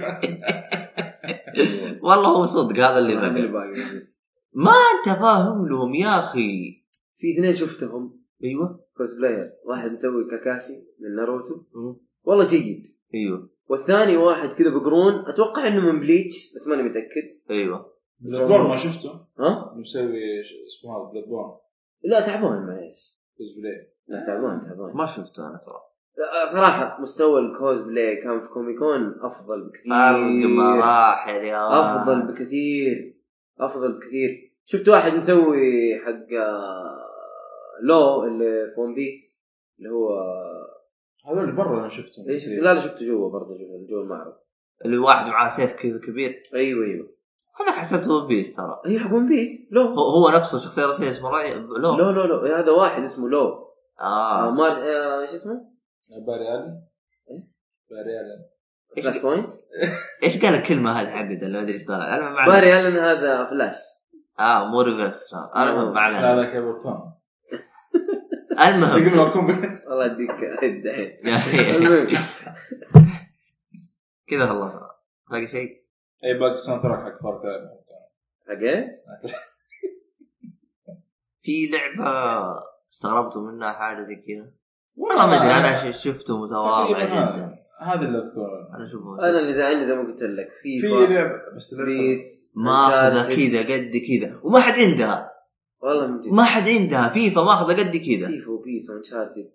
Speaker 1: والله هو صدق هذا اللي
Speaker 2: أنا من
Speaker 1: بقى
Speaker 2: الباقي.
Speaker 1: ما انت فاهم لهم يا اخي
Speaker 2: في اثنين شفتهم
Speaker 1: ايوه
Speaker 2: كوزبلايرز واحد مسوي كاكاشي من ناروتو
Speaker 1: مم.
Speaker 2: والله جيد
Speaker 1: ايوه
Speaker 2: والثاني واحد كذا بقرون اتوقع انه من بليتش بس ماني متاكد
Speaker 1: ايوه
Speaker 4: بلاتفورم ما شفته
Speaker 2: ها؟
Speaker 4: مسوي ش- اسمه هذا بلاتفورم
Speaker 2: لا تعبان معليش
Speaker 4: كوزبلاي
Speaker 2: لا تعبان تعبان
Speaker 1: ما شفته انا ترى
Speaker 2: لا، صراحه مستوى الكوزبلاي كان في كوميكون افضل
Speaker 4: إيه.
Speaker 1: فرق
Speaker 2: بكثير
Speaker 1: مراحل يا
Speaker 2: افضل بكثير افضل بكثير شفت واحد مسوي حق آه، لو اللي في ون بيس اللي هو
Speaker 4: هذول اللي برا انا شفتهم
Speaker 2: ايش لا لا شفته جوا برضه جوا جوا المعرض
Speaker 1: اللي واحد معاه سيف كذا كبير
Speaker 2: ايوه ايوه
Speaker 1: هذاك حسبته ون بيس ترى
Speaker 2: هي حق ون بيس لو
Speaker 1: هو, هو نفسه الشخصيه الرئيسيه اسمه راي لو,
Speaker 2: لا لا لا إيه، هذا واحد اسمه لو آه.
Speaker 1: اه
Speaker 2: مار آه، ايش اسمه؟
Speaker 4: باري الن باري الن
Speaker 1: إيش-
Speaker 2: فلاش بوينت
Speaker 1: ايش قال الكلمه هذه حقته اللي ما ادري ايش طلع انا ما أعرف.
Speaker 2: باري الن هذا فلاش
Speaker 1: اه مو ريفرس المهم ما
Speaker 4: لا
Speaker 1: علينا
Speaker 4: لا كيبل ثون
Speaker 1: المهم
Speaker 4: يقول لكم
Speaker 2: الله يديك الدحين
Speaker 1: يا أخي.
Speaker 2: المهم
Speaker 1: كذا خلصنا باقي شيء
Speaker 4: اي باقي الساوند تراك حق فار كراي
Speaker 2: حق ايه؟
Speaker 1: في لعبه استغربتوا منها حاجه زي كذا والله ما ادري
Speaker 2: آه.
Speaker 1: انا ش- شفته متواضع
Speaker 4: تقريباً هذا.
Speaker 1: جدا
Speaker 4: هذا اللي اذكره
Speaker 1: انا اشوفه
Speaker 2: انا اللي زعلني زي ما قلت لك
Speaker 4: في
Speaker 2: فيفا
Speaker 4: لعبه بس لعبة
Speaker 2: بيس
Speaker 1: ماخذه
Speaker 2: Uncharted.
Speaker 1: كذا قد كذا وما حد عندها
Speaker 2: والله من جد
Speaker 1: ما حد عندها فيفا ماخذه قد كذا
Speaker 2: فيفا وبيس وانشارتد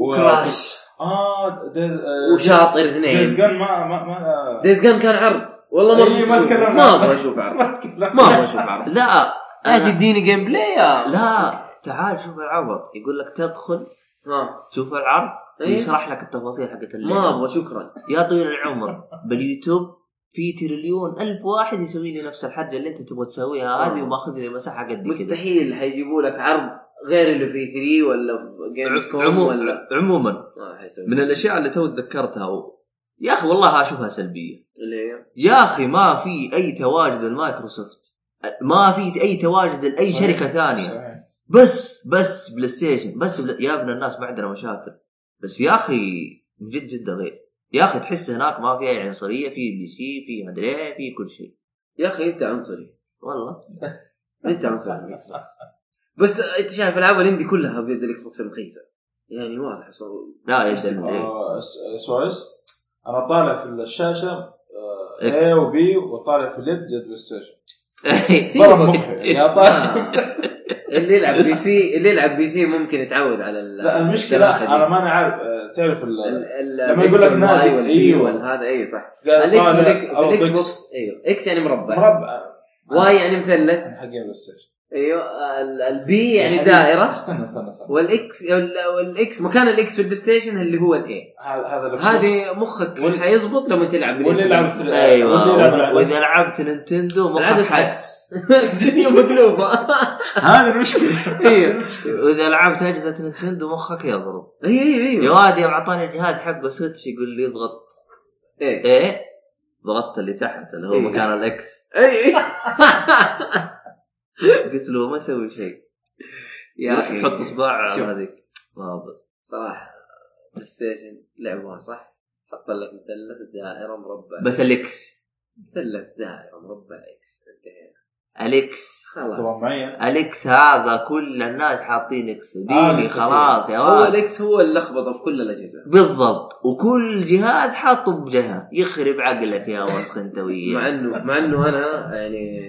Speaker 4: و-
Speaker 2: كراش
Speaker 4: اه دايز
Speaker 2: وشاطر
Speaker 4: دايز
Speaker 2: اثنين
Speaker 4: جان ما ما ما
Speaker 2: دايز جان كان عرض والله ما
Speaker 4: إيه، ما
Speaker 2: أبغى أشوفه.
Speaker 4: تكلمنا
Speaker 2: ما
Speaker 4: عنه.
Speaker 2: ابغى اشوف عرض
Speaker 4: ما أتكلم.
Speaker 2: ما ابغى اشوف عرض
Speaker 1: لا
Speaker 2: لا تديني جيم بلاي يا
Speaker 1: لا تعال شوف العرض يقول لك تدخل
Speaker 2: ها
Speaker 1: تشوف العرض
Speaker 2: إيه.
Speaker 1: ويشرح لك التفاصيل حقت اللعبه
Speaker 2: ما ابغى شكرا
Speaker 1: يا طويل العمر باليوتيوب في تريليون ألف واحد يسوي لي نفس الحاجة اللي أنت تبغى تسويها هذه
Speaker 2: آه.
Speaker 1: وماخذ لي مساحة قد كذا
Speaker 2: مستحيل حيجيبوا لك عرض غير اللي في 3 ولا في جيمز كوم ولا آه،
Speaker 1: عموما عموما
Speaker 2: ما حيسوي
Speaker 1: من الأشياء اللي تو تذكرتها و... يا أخي والله أشوفها سلبية
Speaker 2: اللي هي
Speaker 1: يا أخي ما في أي تواجد لمايكروسوفت ما في أي تواجد لأي
Speaker 4: صحيح.
Speaker 1: شركة ثانية
Speaker 4: صحيح.
Speaker 1: بس بس بلاي ستيشن بس بلا... يا ابن الناس ما عندنا مشاكل بس يا اخي من جد جد غير يا اخي تحس هناك ما في اي عنصريه في بي سي في مدري ايه في كل شيء
Speaker 2: يا اخي انت عنصري
Speaker 1: والله
Speaker 2: انت عنصري بس انت شايف العاب الاندي كلها بيد الاكس بوكس المخيسه يعني واضح صار-
Speaker 1: لا ايش إيه.
Speaker 4: آه، س- سويس انا طالع في آه، الشاشه
Speaker 1: إكس.
Speaker 4: اي وبي وطالع في اليد يد بلاي ستيشن ضرب
Speaker 2: سيبك.
Speaker 4: مخي يا طالع
Speaker 2: آه. اللي يلعب بي سي اللي يلعب بي سي ممكن يتعود على ال-
Speaker 4: لا المشكله
Speaker 2: الدراخة
Speaker 4: انا
Speaker 2: دي.
Speaker 4: ماني عارف آه، تعرف ال-
Speaker 2: ال- ال-
Speaker 4: لما يقول لك
Speaker 2: الإكس والواي
Speaker 4: نادي،
Speaker 2: والبي
Speaker 4: أيوة.
Speaker 2: والهذا اي صح
Speaker 4: قال
Speaker 2: الاكس
Speaker 4: طالع
Speaker 2: والإك-
Speaker 4: أو
Speaker 2: الاكس
Speaker 4: إكس.
Speaker 2: بوكس ايوه اكس يعني مربع
Speaker 4: مربع
Speaker 2: واي يعني مثلث
Speaker 4: حق بلاي ستيشن
Speaker 2: ايوه ال- البي يعني
Speaker 4: حق-
Speaker 2: دائره
Speaker 4: استنى استنى استنى
Speaker 2: والاكس وال- والاكس مكان الاكس في البلاي ستيشن اللي هو الاي
Speaker 4: هذا هذا الإكس بوكس.
Speaker 2: هذه أيوة، مخك
Speaker 4: وال-
Speaker 2: حيظبط لما تلعب بال-
Speaker 4: واللي يلعب في-
Speaker 1: ايوه
Speaker 4: واللي يلعب على-
Speaker 1: وإذا- واذا لعبت نينتندو مخك
Speaker 2: العدس
Speaker 1: حد
Speaker 2: الدنيا مقلوبه
Speaker 4: هذه المشكله
Speaker 2: ايوه
Speaker 1: إيه. واذا لعبت اجهزه نينتندو مخك يضرب
Speaker 2: ايوه ايوه
Speaker 1: يا واد يوم اعطاني الجهاز حقه سويتش يقول لي اضغط
Speaker 2: ايه
Speaker 1: ايه ضغطت اللي تحت اللي هو
Speaker 2: إيه.
Speaker 1: مكان الاكس
Speaker 2: اي
Speaker 1: قلت له ما اسوي شيء
Speaker 2: يا اخي
Speaker 1: حط صباع
Speaker 2: شوف.
Speaker 1: على هذيك
Speaker 2: صراحه بلاي ستيشن لعبوها صح حط لك مثلث دائره مربع
Speaker 1: بس الاكس
Speaker 2: مثلث دائره مربع اكس انتهينا
Speaker 1: الاكس
Speaker 4: طبعا
Speaker 2: خلاص
Speaker 4: معين
Speaker 1: الاكس هذا كل الناس حاطين اكس
Speaker 4: آه،
Speaker 1: ديني
Speaker 4: لسه
Speaker 1: خلاص يا
Speaker 2: هو
Speaker 1: ولد
Speaker 2: الاكس هو اللخبطه في كل الاجهزه
Speaker 1: بالضبط وكل جهاز حاطه بجهه يخرب عقلك يا وسخ انت
Speaker 2: مع
Speaker 1: وياه
Speaker 2: انه مع انه انا يعني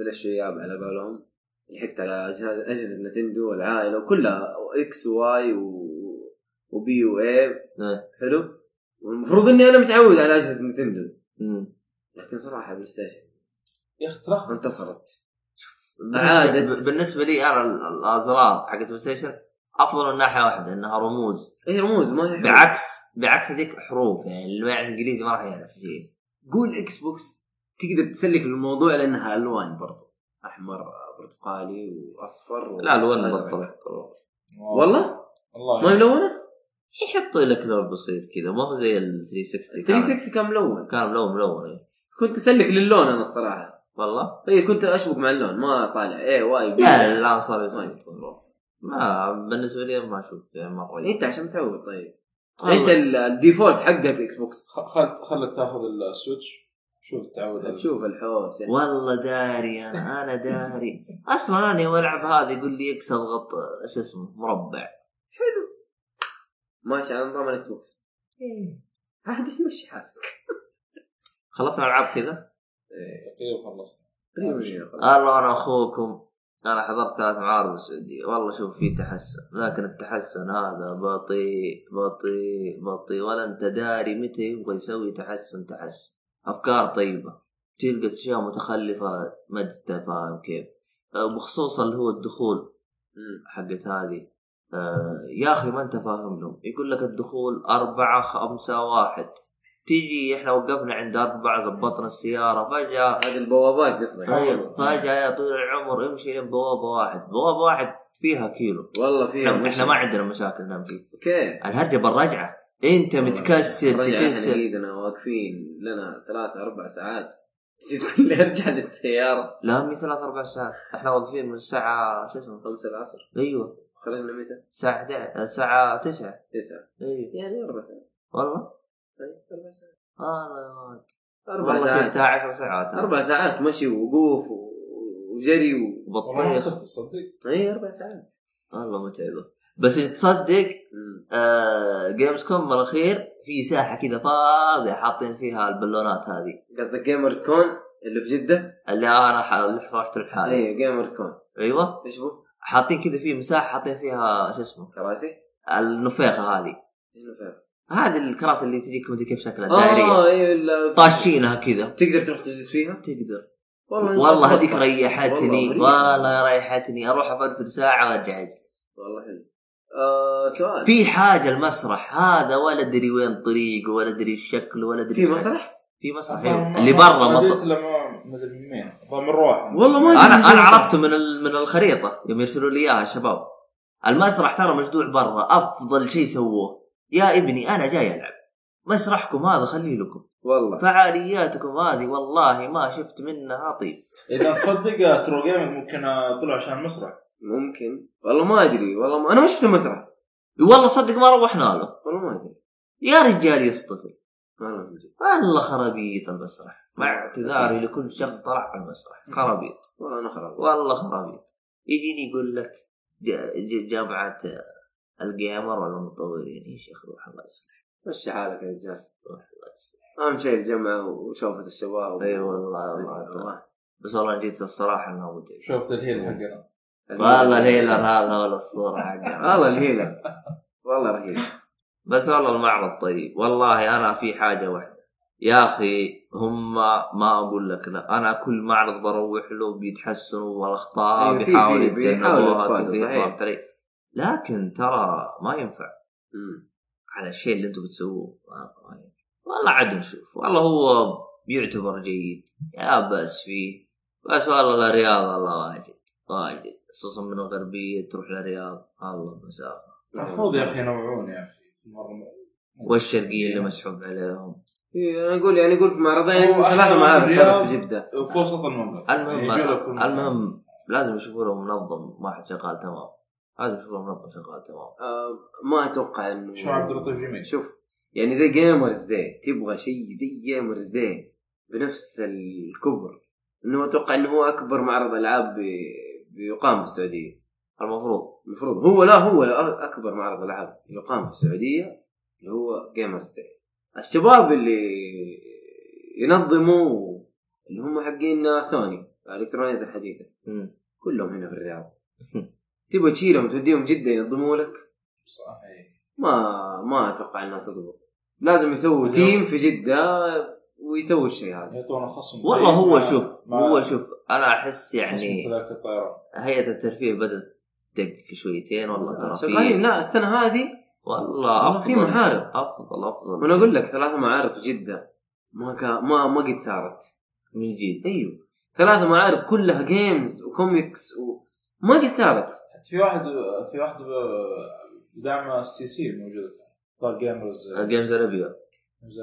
Speaker 2: من الشياب على قولهم لحقت على جهاز اجهزه نتندو والعائله وكلها اكس وواي و- وبي واي
Speaker 1: إيه.
Speaker 2: حلو والمفروض اني انا متعود على اجهزه نتندو
Speaker 1: مم.
Speaker 2: لكن صراحه بلاي ستيشن
Speaker 4: يا اخي تلخبط
Speaker 2: انتصرت عادت.
Speaker 1: بالنسبة, بالنسبه لي انا ال- الازرار حقت بلاي ستيشن افضل من ناحيه واحده انها رموز
Speaker 2: هي إيه، رموز ما هي حروف.
Speaker 1: بعكس بعكس هذيك حروف يعني اللي ما يعرف انجليزي ما راح يعرف شيء
Speaker 2: قول اكس بوكس تقدر تسلك الموضوع لانها الوان برضو احمر برتقالي واصفر و-
Speaker 1: لا الوان
Speaker 2: وأزرق.
Speaker 1: مبطله
Speaker 2: والله
Speaker 4: والله
Speaker 2: ما ملونه
Speaker 1: يحط لك لون بسيط كذا ما هو زي ال 360 كان-
Speaker 2: 360 كان ملون
Speaker 1: كان ملون ملون إيه.
Speaker 2: كنت اسلك للون انا الصراحه
Speaker 1: والله
Speaker 2: اي إيه، كنت اشبك مع اللون ما طالع إيه، اي واي بي
Speaker 1: لا الان صار
Speaker 2: طيب.
Speaker 1: يصير ما بالنسبه لي ما اشوف يعني مره
Speaker 2: انت عشان متعود طيب
Speaker 1: والله.
Speaker 2: انت ال- الديفولت حقها في اكس بوكس
Speaker 4: خ- خل خلك تاخذ السويتش شوف التعود
Speaker 1: أه.
Speaker 4: هذا.
Speaker 2: تشوف الحوسه
Speaker 1: والله داري انا انا داري اصلا انا يوم العب هذا يقول لي اكس اضغط آه، شو اسمه مربع
Speaker 2: ماشي على نظام الاكس بوكس
Speaker 1: إيه.
Speaker 2: عادي مشي حالك
Speaker 1: خلصنا العاب كذا
Speaker 2: إيه،
Speaker 4: تقريبا خلصنا
Speaker 1: أه. الله انا اخوكم انا حضرت ثلاث معارض بالسعوديه والله شوف في تحسن لكن التحسن هذا بطيء بطيء بطيء ولا انت داري متى يبغى يسوي تحسن تحسن افكار طيبه تلقى اشياء متخلفه ما انت فاهم كيف أه، بخصوص اللي هو الدخول
Speaker 2: مم.
Speaker 1: حقت هذه أه، يا اخي ما انت فاهم لهم يقول لك الدخول أربعة خمسة واحد تيجي احنا وقفنا عند أربعة ضبطنا السيارة فجأة
Speaker 2: هذه البوابات قصدك
Speaker 4: أيوة.
Speaker 1: ايوه فجاه يا طويل العمر امشي بوابه واحد بوابه واحد فيها كيلو
Speaker 2: والله
Speaker 4: إيه،
Speaker 2: فيها
Speaker 1: احنا
Speaker 2: مشي.
Speaker 1: احنا ما عندنا مشاكل نعم فيه
Speaker 2: اوكي
Speaker 1: الهرجه بالرجعه انت متكسر
Speaker 2: رجع احنا
Speaker 1: تكسر
Speaker 2: ايدنا واقفين لنا ثلاثة اربع ساعات تجي تقول لي ارجع للسيارة
Speaker 1: لا من ثلاث اربع ساعات احنا واقفين من الساعه شو اسمه
Speaker 2: خمسة العصر
Speaker 1: ايوه
Speaker 2: خرجنا متى؟
Speaker 1: الساعه 11 الساعه 9
Speaker 2: تسعة
Speaker 1: ايوه
Speaker 2: يعني اربع ساعات
Speaker 1: والله
Speaker 2: طيب، اربع ساعات
Speaker 1: آه
Speaker 2: اربع
Speaker 1: والله
Speaker 2: ساعات
Speaker 1: فيها 10 ساعات
Speaker 2: اربع ساعات مشي ووقوف و- وجري و...
Speaker 4: والله ما
Speaker 1: بطيخ
Speaker 4: صرت تصدق
Speaker 2: اي اربع ساعات
Speaker 1: والله متعبه بس تصدق آه جيمز كوم الاخير في ساحه كذا فاضيه حاطين فيها البالونات هذه
Speaker 2: قصدك جيمرز كون اللي في إيه، جده؟
Speaker 1: اللي آه، انا ح- اللي رحت لحالي
Speaker 2: اي جيمرز كون
Speaker 1: ايوه
Speaker 2: ايش هو؟
Speaker 1: حاطين كذا في مساحه حاطين فيها شو اسمه
Speaker 2: كراسي؟
Speaker 1: النفيخه هذه
Speaker 2: إيش فيها؟
Speaker 1: هذه الكراسي اللي تجيك مدري كيف شكلها
Speaker 2: اه
Speaker 1: دائريه
Speaker 2: اي لا-
Speaker 1: طاشينها كذا
Speaker 2: تقدر تروح تجلس فيها؟
Speaker 1: تقدر
Speaker 2: إنت
Speaker 1: والله هذيك
Speaker 2: أتوقع.
Speaker 1: ريحتني
Speaker 2: والله مريحة.
Speaker 1: والله ريحتني اروح افرفر ساعه وارجع اجلس
Speaker 2: والله حلو آه سؤال
Speaker 1: في حاجه المسرح هذا ولا ادري وين طريقه ولا ادري شكله ولا ادري
Speaker 2: في
Speaker 1: شكله.
Speaker 2: مسرح؟
Speaker 1: في مسرح
Speaker 4: أصلاً
Speaker 1: أيوة.
Speaker 4: ما-
Speaker 1: اللي
Speaker 4: ما
Speaker 1: برا
Speaker 4: دريت
Speaker 1: مط...
Speaker 4: إلا ما- ما ادري من مين والله من روح
Speaker 2: والله ما
Speaker 1: انا
Speaker 2: أدري إذا في
Speaker 1: انا
Speaker 2: مسرح.
Speaker 1: عرفته من ال... من الخريطه يوم يرسلوا لي اياها الشباب المسرح ترى مجدوع برا افضل شيء سووه يا ابني انا جاي العب مسرحكم هذا خليه لكم
Speaker 2: والله
Speaker 1: فعالياتكم هذه والله ما شفت منها طيب
Speaker 4: اذا صدق ترو جيمنج ممكن آه، طلعوا عشان المسرح
Speaker 2: ممكن والله ما ادري والله ما... انا ما شفت المسرح
Speaker 1: والله صدق ما روحنا له
Speaker 2: والله ما ادري
Speaker 1: يا رجال يصطفي
Speaker 2: والله ما ادري
Speaker 1: والله خرابيط المسرح مع اعتذاري لكل شخص طلع على المسرح خرابيط
Speaker 2: والله انا خراب
Speaker 1: والله خرابيط يجيني يقول لك ج- ج- جامعة الجيمر والمطورين يا شيخ روح الله يصلح
Speaker 2: مشي حالك يا رجال
Speaker 1: روح الله يصلح
Speaker 2: اهم شيء الجمعه وشوفه الشباب
Speaker 1: اي إيه، والله والله بس والله جيت الصراحة انه متعب
Speaker 4: شوف الهيل حقنا
Speaker 1: والله إيه. الهيلر هذا ولا الصورة حقه
Speaker 2: والله الهيلة والله رهيب
Speaker 1: بس والله المعرض طيب والله انا في حاجه واحده يا اخي هم ما اقول لك لا انا كل معرض بروح له بيتحسنوا والاخطاء
Speaker 2: أيوة، في-
Speaker 1: بيحاولوا
Speaker 2: في- بيحاولوا
Speaker 1: يتجنبوها
Speaker 2: يتفادوا،
Speaker 1: كيف
Speaker 2: صحيح.
Speaker 1: يطلع فريق. لكن ترى ما ينفع على الشيء اللي انتم بتسووه ما- ما ينفع. والله عاد نشوف والله هو بيعتبر جيد يا بس فيه بس والله الرياض الله واجد واجد خصوصا من الغربيه تروح للرياض الله مسافه
Speaker 4: المفروض يا اخي ينوعون يا اخي مره
Speaker 1: والشرقيه اللي مسحوب عليهم
Speaker 2: إيه، انا اقول يعني اقول في معرضين
Speaker 4: هو
Speaker 2: ثلاثة
Speaker 4: أهل
Speaker 2: معارض
Speaker 4: الرياض.
Speaker 2: صارت في جدة
Speaker 4: في وسط المملكه
Speaker 1: المهم
Speaker 4: يعني يجوا لكم-
Speaker 1: المهم لازم يشوفوا له منظم واحد شغال تمام لازم يشوفوا له منظم شغال تمام
Speaker 2: آه، ما اتوقع انه
Speaker 4: شو عبد اللطيف جميل
Speaker 2: شوف يعني زي جيمرز داي تبغى شيء زي جيمرز داي بنفس الكبر انه اتوقع انه هو اكبر معرض العاب بي- بيقام في السعوديه
Speaker 1: المفروض
Speaker 2: المفروض هو لا هو لا اكبر معرض العاب يقام في السعوديه اللي هو جيمرز داي الشباب اللي ينظموا اللي هم حقين سوني الالكترونيات الحديثه
Speaker 1: مم.
Speaker 2: كلهم هنا في الرياض تبغى تشيلهم توديهم جده ينظموا لك
Speaker 4: صحيح
Speaker 2: ما ما اتوقع انها تضبط لازم يسووا
Speaker 4: اليوم.
Speaker 2: تيم في جده ويسووا الشيء هذا
Speaker 4: يعطونا خصم
Speaker 1: والله هو
Speaker 4: طيب، ما-
Speaker 1: شوف
Speaker 4: ما-
Speaker 1: هو شوف انا احس
Speaker 4: خصم
Speaker 1: يعني
Speaker 4: تذاكر الطيران
Speaker 1: هيئه الترفيه بدات تدقق شويتين والله ترى
Speaker 2: شغالين
Speaker 1: في
Speaker 2: لا السنه هذه
Speaker 1: والله
Speaker 2: والله في
Speaker 1: افضل
Speaker 2: محارب.
Speaker 1: افضل افضل
Speaker 2: وانا اقول لك ثلاثه معارض في جده ما كا ما ما قد صارت
Speaker 1: من جد
Speaker 2: ايوه ثلاثه معارض كلها جيمز وكوميكس و... ما قد صارت
Speaker 4: حتى في واحد في واحد دعم السي سي موجود طار جيمرز
Speaker 1: جيمز اربيا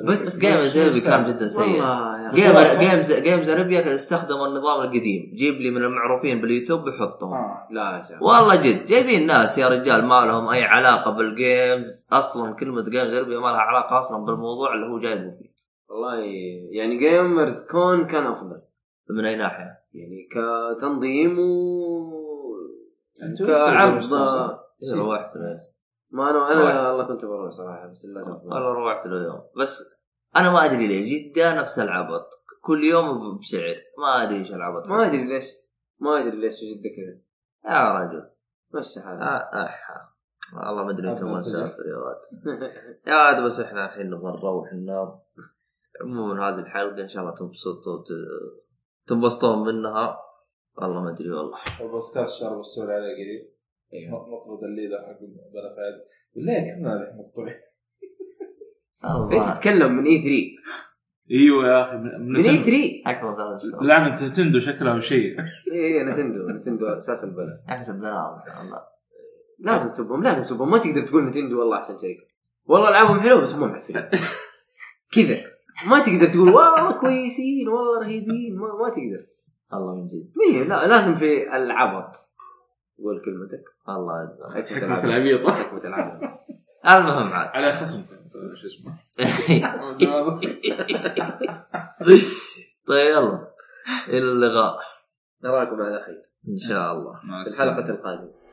Speaker 2: بس
Speaker 1: بس جيمز اربيا كان
Speaker 4: جدا
Speaker 1: جدا سيء
Speaker 2: والله يا اخي
Speaker 1: جيمز
Speaker 4: خلاص.
Speaker 1: جيمز جيمز اربيا استخدموا النظام القديم جيب لي من المعروفين باليوتيوب وحطهم
Speaker 4: آه.
Speaker 2: لا يا شيخ
Speaker 1: والله جد جايبين ناس يا رجال ما لهم اي علاقه بالجيمز اصلا كلمه جيمز غربي ما لها علاقه اصلا بالموضوع اللي هو جايبه فيه
Speaker 2: والله يعني جيمرز كون كان افضل
Speaker 1: من اي ناحيه؟
Speaker 2: يعني كتنظيم و
Speaker 4: أنتوا-
Speaker 2: كعرض
Speaker 4: أنتوا- أنتوا-
Speaker 1: إيه، روحت له
Speaker 2: ما انا
Speaker 1: واحد.
Speaker 2: انا والله كنت بروح صراحه بس للاسف
Speaker 1: والله روحت له يوم بس انا ما ادري ليه جده نفس العبط كل يوم بسعر ما ادري ايش العبط
Speaker 2: ما ادري ليش ما ادري ليش في جده كذا
Speaker 1: يا رجل
Speaker 2: مشي حالك
Speaker 1: آه آه. والله ما ادري انت وين
Speaker 4: أبداً.
Speaker 1: سافر يا ولد يا ولد بس احنا الحين نبغى نروح ننام عموما هذه الحلقه ان شاء الله تنبسطوا وت- تنبسطون منها والله ما ادري والله
Speaker 4: البودكاست شارب السؤال عليه قريب إيه. نطرد الليدر حق بلا فائده بالله كم هذا مقطوع
Speaker 2: انت
Speaker 1: الله
Speaker 2: تتكلم من اي 3
Speaker 4: ايوه يا اخي من
Speaker 2: من E اي 3
Speaker 1: اكبر ثلاث شهور
Speaker 4: لعنه نتندو شكلها وشيء
Speaker 2: اي إيه، نتندو نتندو اساس البلد
Speaker 1: احسب بلعب ان شاء الله
Speaker 2: لازم تسبهم لازم تسبهم ما تقدر تقول نتندو والله احسن شركه والله العابهم حلوه بس مو معفنين كذا ما تقدر تقول والله كويسين والله رهيبين ما, ما تقدر
Speaker 1: الله من جد
Speaker 2: مين لا لازم في العبط قول كلمتك
Speaker 1: الله يجزاك.
Speaker 2: حكمة العبط
Speaker 4: العبيطه
Speaker 2: حكمة العبط
Speaker 1: المهم عاد
Speaker 4: على خصم ترى، شو اسمه
Speaker 1: طيب يلا الى اللقاء
Speaker 2: نراكم على خير
Speaker 1: ان شاء الله
Speaker 4: مع
Speaker 2: في
Speaker 4: السلامة.
Speaker 2: الحلقه القادمه